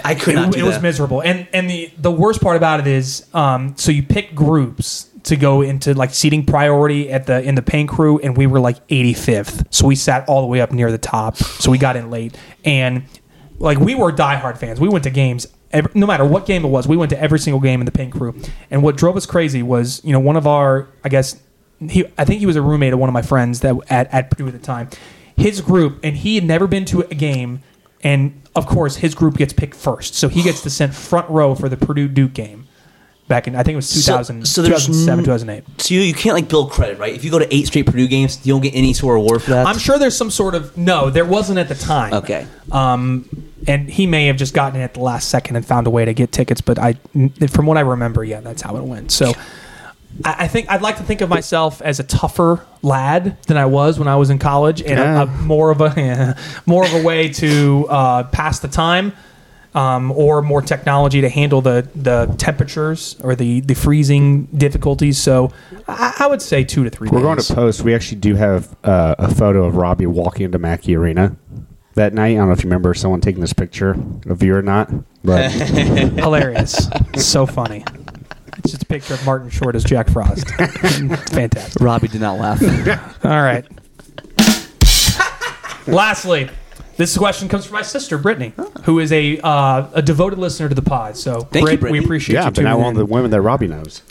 [SPEAKER 6] I could
[SPEAKER 5] it,
[SPEAKER 6] not do
[SPEAKER 5] it was
[SPEAKER 6] that.
[SPEAKER 5] miserable. And and the the worst part about it is, um, so you pick groups to go into like seating priority at the in the paint crew, and we were like 85th, so we sat all the way up near the top, so we got in late, and like we were diehard fans. We went to games. Every, no matter what game it was, we went to every single game in the paint crew. And what drove us crazy was, you know, one of our, I guess, he, I think he was a roommate of one of my friends that at, at Purdue at the time. His group, and he had never been to a game and of course, his group gets picked first, so he gets to send front row for the Purdue Duke game back in I think it was 2000,
[SPEAKER 6] so there's
[SPEAKER 5] 2007,
[SPEAKER 6] n-
[SPEAKER 5] 2008.
[SPEAKER 6] So you, you can't like build credit, right? If you go to eight straight Purdue games, you don't get any sort of award for that.
[SPEAKER 5] I'm sure there's some sort of no, there wasn't at the time.
[SPEAKER 6] Okay.
[SPEAKER 5] Um, and he may have just gotten it at the last second and found a way to get tickets, but I, from what I remember, yeah, that's how it went. So. I I think I'd like to think of myself as a tougher lad than I was when I was in college, and a- a, more of a more of a way to uh, pass the time, um, or more technology to handle the the temperatures or the the freezing difficulties. So I, I would say two to 3
[SPEAKER 7] We're going
[SPEAKER 5] days.
[SPEAKER 7] to post. We actually do have uh, a photo of Robbie walking into Mackey Arena that night. I don't know if you remember someone taking this picture of you or not, but
[SPEAKER 5] hilarious, so funny. It's just a picture of Martin Short as Jack Frost. Fantastic.
[SPEAKER 6] Robbie did not laugh.
[SPEAKER 5] All right. Lastly, this question comes from my sister Brittany,
[SPEAKER 7] Oh.
[SPEAKER 5] who is a uh, a devoted listener to the pod. So,
[SPEAKER 6] you,
[SPEAKER 5] Britt, we
[SPEAKER 6] Brittany.
[SPEAKER 5] appreciate
[SPEAKER 7] yeah,
[SPEAKER 5] you
[SPEAKER 7] but
[SPEAKER 5] tuning
[SPEAKER 7] now one
[SPEAKER 5] in.
[SPEAKER 7] of the women that Robbie knows.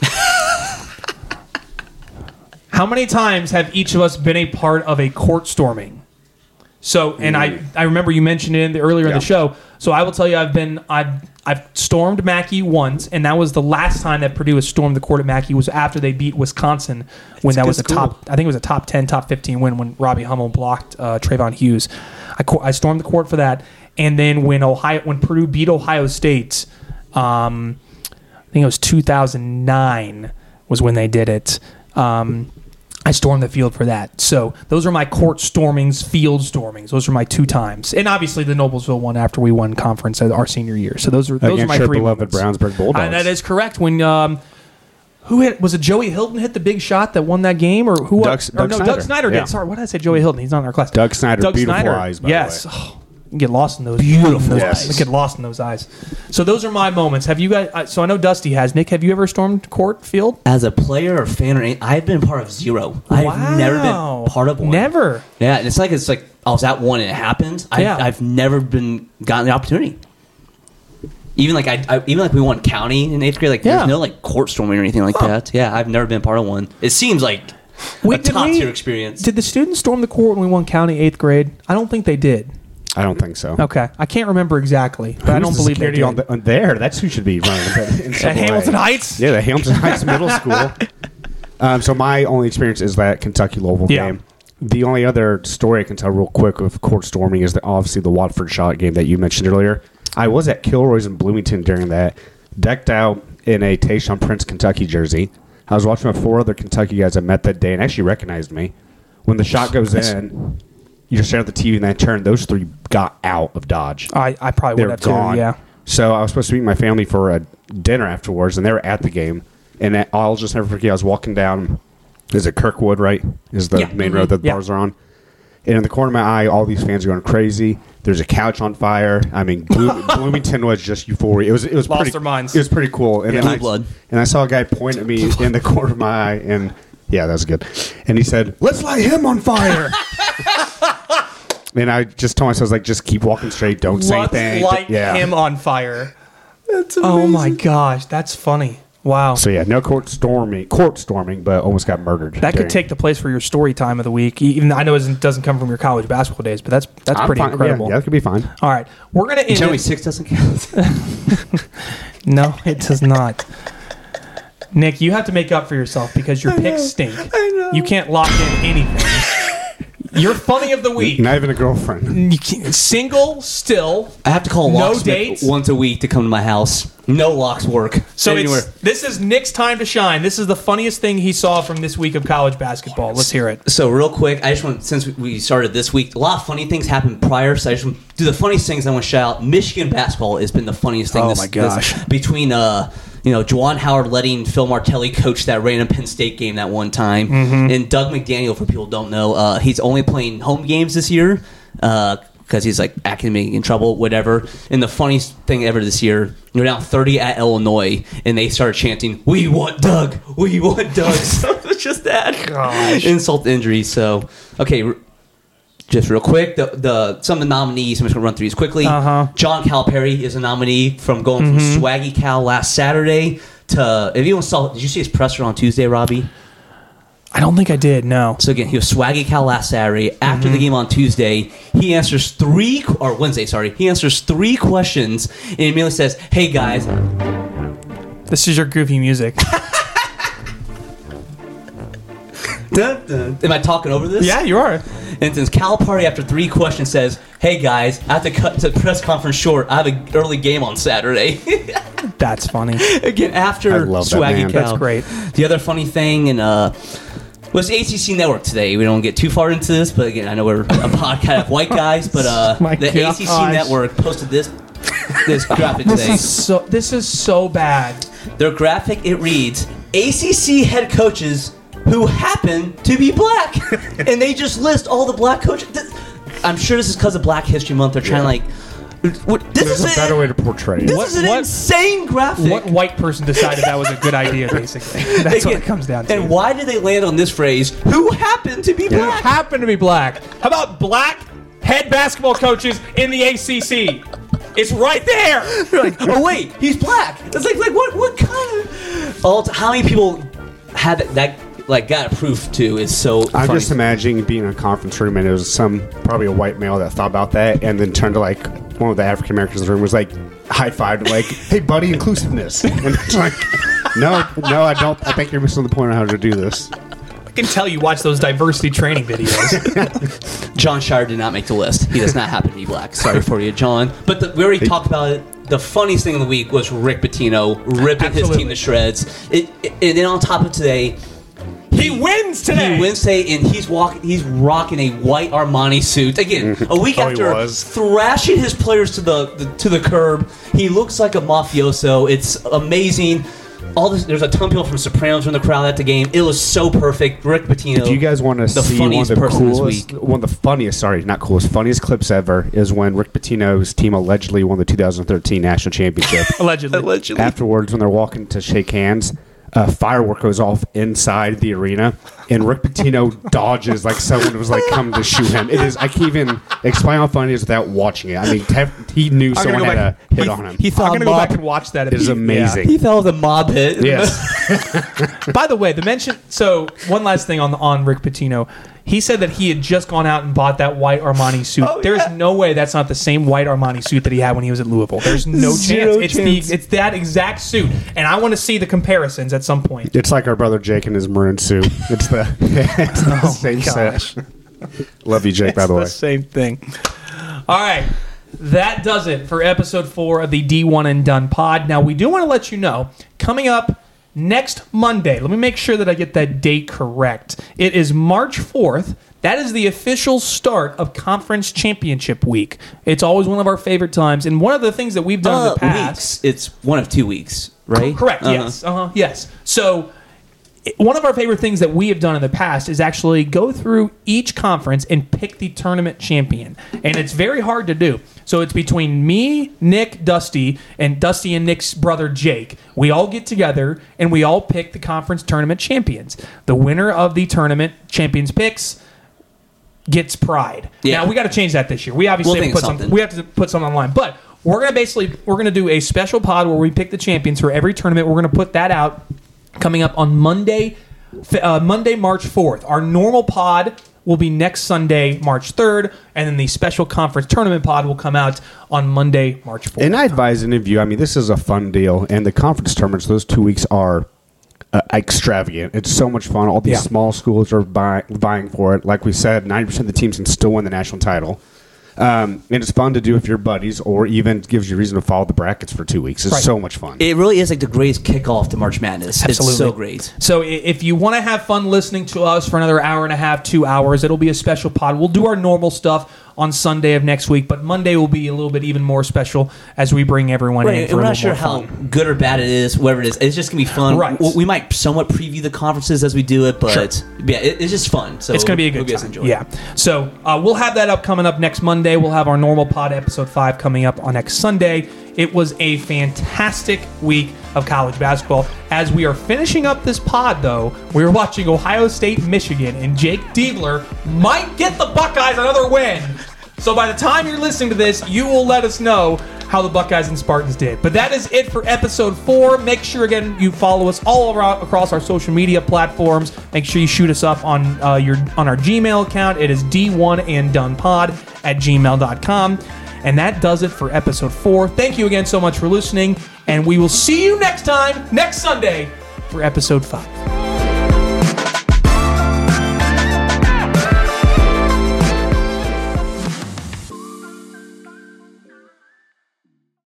[SPEAKER 5] How many times have each of us been a part of a court storming? So, and I, I remember you mentioned it in the, earlier in
[SPEAKER 7] Yeah.
[SPEAKER 5] the show. So I will tell you, I've been I've I've stormed Mackey once, and that was the last time that Purdue has stormed the court at Mackey was after they beat Wisconsin when that
[SPEAKER 6] good
[SPEAKER 5] was a
[SPEAKER 6] school.
[SPEAKER 5] top I think it was a top ten, top fifteen win when Robbie Hummel blocked uh, Trayvon Hughes. I co- I stormed the court for that, and then when Ohio when Purdue beat Ohio State. Um, I think it was 2009 was when they did it. Um, I stormed the field for that. So those are my court stormings, field stormings. Those are my two times, and obviously the Noblesville one after we won conference at our senior year. So those are those are
[SPEAKER 7] Against
[SPEAKER 5] my
[SPEAKER 7] your
[SPEAKER 5] three
[SPEAKER 7] beloved
[SPEAKER 5] moments.
[SPEAKER 7] Brownsburg Bulldogs.
[SPEAKER 5] Uh, that is correct. When um, who hit was it? Joey Hilton hit the big shot that won that game, or who? uh,
[SPEAKER 7] Doug-
[SPEAKER 5] or
[SPEAKER 7] Doug
[SPEAKER 5] no, Doug
[SPEAKER 7] Snyder.
[SPEAKER 5] Snyder
[SPEAKER 7] Yeah.
[SPEAKER 5] did. Sorry, what did I say? Joey Hilton. He's not in our class.
[SPEAKER 7] Doug Snyder,
[SPEAKER 5] Doug
[SPEAKER 7] beautiful
[SPEAKER 5] Snyder.
[SPEAKER 7] eyes, by the
[SPEAKER 5] yes.
[SPEAKER 7] way.
[SPEAKER 5] Oh, you get lost in those in
[SPEAKER 6] Beautiful
[SPEAKER 5] those
[SPEAKER 7] eyes.
[SPEAKER 5] Get lost in those eyes. So those are my moments. Have you guys? Uh, so I know Dusty has. Nick, have you ever stormed court field?
[SPEAKER 6] As a player or fan or any, I've been part of zero. I've never
[SPEAKER 5] Wow.
[SPEAKER 6] been part of one.
[SPEAKER 5] Never.
[SPEAKER 6] Yeah, and it's like it's like I was at one and it happened. I,
[SPEAKER 5] Yeah.
[SPEAKER 6] I've never been gotten the opportunity. Even like I, I even like we won county in eighth grade. Like
[SPEAKER 5] Yeah.
[SPEAKER 6] there's no like court storming or anything like that. Yeah, I've never been part of one. It seems like
[SPEAKER 5] We-
[SPEAKER 6] a
[SPEAKER 5] did
[SPEAKER 6] top
[SPEAKER 5] we-
[SPEAKER 6] tier experience.
[SPEAKER 5] Did the students storm the court when we won county eighth grade? I don't think they did.
[SPEAKER 7] I don't think so.
[SPEAKER 5] Okay, I can't remember exactly, but I
[SPEAKER 7] Who's
[SPEAKER 5] don't
[SPEAKER 7] the
[SPEAKER 5] believe they
[SPEAKER 7] security
[SPEAKER 5] did.
[SPEAKER 7] on, the, on there. That's who should be running the in some way.
[SPEAKER 5] Hamilton Heights?
[SPEAKER 7] Yeah, the Hamilton Heights Middle School. Um, so my only experience is that Kentucky Louisville
[SPEAKER 5] Yeah.
[SPEAKER 7] game. The only other story I can tell real quick of court storming is the, obviously the Watford shot game that you mentioned earlier. I was at Kilroy's in Bloomington during that, decked out in a Tayshawn Prince Kentucky jersey. I was watching with four other Kentucky guys I met that day and actually recognized me. When the shot goes in, you're staring at the TV and then turn. Those three got out of Dodge
[SPEAKER 5] I, I probably
[SPEAKER 7] they're
[SPEAKER 5] would have
[SPEAKER 7] gone.
[SPEAKER 5] too. Yeah.
[SPEAKER 7] So I was supposed to meet my family for a dinner afterwards, and they were at the game. And I- I'll just never forget. I was walking down. Is it Kirkwood? Right? Is the
[SPEAKER 5] Yeah. Mm-hmm.
[SPEAKER 7] main road that the
[SPEAKER 5] Yeah.
[SPEAKER 7] bars are on? And in the corner of my eye, all these fans are going crazy. There's a couch on fire. I mean, Blo- Bloomington was just euphoria. It was it was
[SPEAKER 5] Lost
[SPEAKER 7] pretty,
[SPEAKER 5] their minds.
[SPEAKER 7] It was pretty cool. And then
[SPEAKER 6] Blue
[SPEAKER 7] I,
[SPEAKER 6] blood.
[SPEAKER 7] And I saw a guy point at me in the corner of my eye, and yeah, that was good. And he said, "Let's light him on fire." and I just told myself, I was like, just keep walking straight. Don't say
[SPEAKER 5] Let's
[SPEAKER 7] anything.
[SPEAKER 5] light
[SPEAKER 7] yeah.
[SPEAKER 5] him on fire. That's amazing. Oh my gosh, that's funny. Wow.
[SPEAKER 7] So yeah, no court storming, court storming, but almost got murdered.
[SPEAKER 5] that
[SPEAKER 7] during-
[SPEAKER 5] could take the place for your story time of the week. E, Even though I know it doesn't- doesn't come from your college basketball days, but that's that's
[SPEAKER 7] I'm
[SPEAKER 5] pretty
[SPEAKER 7] fine- yeah,
[SPEAKER 5] incredible.
[SPEAKER 7] Yeah, that could be fine.
[SPEAKER 5] All right, we're gonna end.
[SPEAKER 6] Generally
[SPEAKER 5] It.
[SPEAKER 6] six doesn't count.
[SPEAKER 5] No, it does not. Nick, you have to make up for yourself because your picks stink. I know. You can't lock in anything. You're funny of the week.
[SPEAKER 7] Not even a girlfriend.
[SPEAKER 5] You can't- single, still.
[SPEAKER 6] I have to call a
[SPEAKER 5] No
[SPEAKER 6] locksmith
[SPEAKER 5] dates?
[SPEAKER 6] once a week to come to my house. No locks work.
[SPEAKER 5] So it's, this is Nick's time to shine. This is the funniest thing he saw from this week of college basketball. Let's hear it.
[SPEAKER 6] So real quick, I just want since we started this week, a lot of funny things happened prior. So I just want do the funniest things. I want to shout out. Michigan basketball has been the funniest thing.
[SPEAKER 5] Oh
[SPEAKER 6] this,
[SPEAKER 5] my gosh.
[SPEAKER 6] this- between uh, You know, Juwan Howard letting Phil Martelli coach that random Penn State game that one time,
[SPEAKER 5] Mm-hmm.
[SPEAKER 6] and Doug McDaniel. For people who don't know, uh, he's only playing home games this year Uh, because he's like academic in trouble, whatever. And the funniest thing ever this year, you're down 30 at Illinois, and they start chanting, "We want Doug, we want Doug." so it's just that insult to injury. So okay. r- just real quick, the, the some of the nominees. I'm just gonna run through these quickly.
[SPEAKER 5] Uh-huh.
[SPEAKER 6] John Calipari is a nominee from going from Swaggy Cal last Saturday to. If you saw, did you see his presser on Tuesday, Robbie?
[SPEAKER 5] I don't think I did. No.
[SPEAKER 6] So again, he was Swaggy Cal last Saturday. After
[SPEAKER 5] Mm-hmm.
[SPEAKER 6] the game on Tuesday, he answers three or Wednesday, sorry, he answers three questions and immediately says, "Hey guys,
[SPEAKER 5] This is your goofy music.
[SPEAKER 6] dun, dun, am I talking over this?"
[SPEAKER 5] yeah, you are.
[SPEAKER 6] And since Calipari, after three questions, says, "Hey guys, I have to cut the press conference short. I have an early game on Saturday."
[SPEAKER 5] That's funny.
[SPEAKER 6] again after
[SPEAKER 7] I love that
[SPEAKER 6] Swaggy
[SPEAKER 7] man.
[SPEAKER 6] Cal.
[SPEAKER 5] That's great.
[SPEAKER 6] The other funny thing, and uh, was ACC Network today. We don't get too far into this, but again, I know we're a podcast of white guys, but uh,
[SPEAKER 5] My
[SPEAKER 6] the
[SPEAKER 5] gosh.
[SPEAKER 6] ACC Network posted this this graphic
[SPEAKER 5] This
[SPEAKER 6] today.
[SPEAKER 5] is so. This is so bad.
[SPEAKER 6] Their graphic it reads ACC head coaches who happen to be black, and they just list all the black coaches. Th- I'm sure this is because of Black History Month. They're trying like, what, this
[SPEAKER 7] There's
[SPEAKER 6] is
[SPEAKER 7] a better
[SPEAKER 6] an-
[SPEAKER 7] way to portray it.
[SPEAKER 6] This
[SPEAKER 5] What-
[SPEAKER 6] is an
[SPEAKER 5] what-
[SPEAKER 6] insane graphic.
[SPEAKER 5] What white person decided that was a good idea? Basically, that's what
[SPEAKER 6] Again,
[SPEAKER 5] it comes down to.
[SPEAKER 6] And why did they land on this phrase? Who happened to be
[SPEAKER 5] Who
[SPEAKER 6] black?
[SPEAKER 5] happen to be black? How about black head basketball coaches in the ACC? It's right there.
[SPEAKER 6] You're like, oh wait, he's black. It's like, like what, what kind of? All how many people had that, that like got approved to is so.
[SPEAKER 7] I'm
[SPEAKER 6] funny.
[SPEAKER 7] just imagining being in a conference room and there was some probably a white male that thought about that and then turned to like one of the African Americans in the room was like high fived like, "Hey, buddy, inclusiveness." And it's like, no, no, I don't. I think you're missing the point on how to do this.
[SPEAKER 5] I can tell you watch those diversity training videos.
[SPEAKER 6] John Shire did not make the list. He does not happen to be black. Sorry for you, John. But the, we already talked about it. The funniest thing of the week was Rick Pitino ripping his
[SPEAKER 5] Absolutely.
[SPEAKER 6] team to shreds. It, it, and then on top of today,
[SPEAKER 5] he wins today.
[SPEAKER 6] He wins today, and he's walk. He's rocking a white Armani suit again. A week
[SPEAKER 7] Oh, he
[SPEAKER 6] after
[SPEAKER 7] was.
[SPEAKER 6] thrashing his players to the, the to the curb, he looks like a mafioso. It's amazing. All this, there's a ton of people from Sopranos in the crowd at the game. It was so perfect. Rick Pitino.
[SPEAKER 7] If you guys want to
[SPEAKER 6] the
[SPEAKER 7] see one of
[SPEAKER 6] funniest
[SPEAKER 7] the
[SPEAKER 6] person this
[SPEAKER 7] coolest,
[SPEAKER 6] week.
[SPEAKER 7] one of the funniest, sorry, not coolest, funniest clips ever is when Rick Pitino's team allegedly won the 2013 national championship.
[SPEAKER 5] Allegedly.
[SPEAKER 7] Afterwards, when they're walking to shake hands, a firework goes off inside the arena, and Rick Pitino dodges like someone was like coming to shoot him. It is I can't even explain how funny it is without watching it. I mean, Tev- he
[SPEAKER 5] I'm
[SPEAKER 7] knew
[SPEAKER 5] gonna
[SPEAKER 7] someone
[SPEAKER 5] go
[SPEAKER 7] had
[SPEAKER 5] back-
[SPEAKER 7] a hit
[SPEAKER 5] he-
[SPEAKER 7] on him.
[SPEAKER 6] he
[SPEAKER 5] I'm
[SPEAKER 6] thought
[SPEAKER 5] gonna go
[SPEAKER 6] mob-
[SPEAKER 5] back and watch that.
[SPEAKER 7] it is
[SPEAKER 5] Yeah.
[SPEAKER 7] amazing.
[SPEAKER 6] He fell with a mob hit.
[SPEAKER 7] Yes,
[SPEAKER 5] By the way, the mention. So one last thing on on Rick Pitino. He said that he had just gone out and bought that white Armani suit.
[SPEAKER 7] Oh,
[SPEAKER 5] There's no way that's not the same white Armani suit that he had when he was at Louisville. There's no
[SPEAKER 7] Zero
[SPEAKER 5] chance. It's
[SPEAKER 7] chance.
[SPEAKER 5] the it's that exact suit, and I want to see the comparisons at some point.
[SPEAKER 7] it's like our brother Jake in his maroon suit. It's the, it's the same
[SPEAKER 5] Oh gosh.
[SPEAKER 7] set. Love you, Jake. by the way,
[SPEAKER 5] same thing. All right. That does it for episode four of the D1 and Done pod. Now, we do want to let you know coming up next Monday, let me make sure that I get that date correct. It is March 4th. That is the official start of conference championship week. It's always one of our favorite times. And one of the things that we've done in
[SPEAKER 6] Uh,
[SPEAKER 5] the past.
[SPEAKER 6] weeks. It's one of two weeks, right?
[SPEAKER 5] Correct.
[SPEAKER 6] Uh-huh.
[SPEAKER 5] Yes. Uh-huh. Yes. So it- one of our favorite things that we have done in the past is actually go through each conference and pick the tournament champion. And it's very hard to do. So it's between me, Nick, Dusty, and Dusty and Nick's brother Jake. We all get together and we all pick the conference tournament champions. The winner of the tournament champions picks gets pride.
[SPEAKER 6] Yeah.
[SPEAKER 5] Now we got to change that this year. We obviously
[SPEAKER 6] We'll
[SPEAKER 5] have to
[SPEAKER 6] think
[SPEAKER 5] put
[SPEAKER 6] of
[SPEAKER 5] something.
[SPEAKER 6] something.
[SPEAKER 5] We have to put something online, but we're gonna basically we're gonna do a special pod where we pick the champions for every tournament. We're gonna put that out coming up on Monday, Fe- uh, Monday March fourth. Our normal pod will be next Sunday, March third, and then the special conference tournament pod will come out on Monday, March fourth.
[SPEAKER 7] And I advise any of you. I mean, this is a fun deal, and the conference tournaments those two weeks are uh, extravagant. It's so much fun. All these
[SPEAKER 5] Yeah.
[SPEAKER 7] small schools are buy, vying for it. Like we said, ninety percent of the teams can still win the national title. Um, and it's fun to do if you're buddies, or even gives you reason to follow the brackets for two weeks. It's
[SPEAKER 5] Right.
[SPEAKER 7] so much fun.
[SPEAKER 6] It really is like the greatest kickoff to March Madness.
[SPEAKER 5] Absolutely.
[SPEAKER 6] It's so great.
[SPEAKER 5] So i- if you want to have fun listening to us for another hour and a half, two hours, it'll be a special pod. We'll do our normal stuff on Sunday of next week, but Monday will be a little bit even more special as we bring everyone in.
[SPEAKER 6] Right,
[SPEAKER 5] For
[SPEAKER 6] we're
[SPEAKER 5] a
[SPEAKER 6] not
[SPEAKER 5] little
[SPEAKER 6] sure
[SPEAKER 5] more
[SPEAKER 6] how
[SPEAKER 5] fun.
[SPEAKER 6] good or bad it is, whatever it is. It's just gonna be fun.
[SPEAKER 5] Right.
[SPEAKER 6] We, we might somewhat preview the conferences as we do it, but yeah, it, it's just fun. So
[SPEAKER 5] it's going to be a
[SPEAKER 6] hope
[SPEAKER 5] good
[SPEAKER 6] you guys
[SPEAKER 5] time.
[SPEAKER 6] enjoy.
[SPEAKER 5] Yeah. So uh, we'll have that up coming up next Monday. We'll have our normal pod episode five coming up on next Sunday. It was a fantastic week of college basketball. As we are finishing up this pod, though, we're watching Ohio State, Michigan, and Jake Diebler might get the Buckeyes another win. So by the time you're listening to this, you will let us know how the Buckeyes and Spartans did. But that is it for episode four. Make sure again you follow us all around across our social media platforms. Make sure you shoot us up on uh, your on our Gmail account. It is d1 and done pod at gmail.com. And that does it for episode four. Thank you again so much for listening, and we will see you next time, next Sunday, for episode five.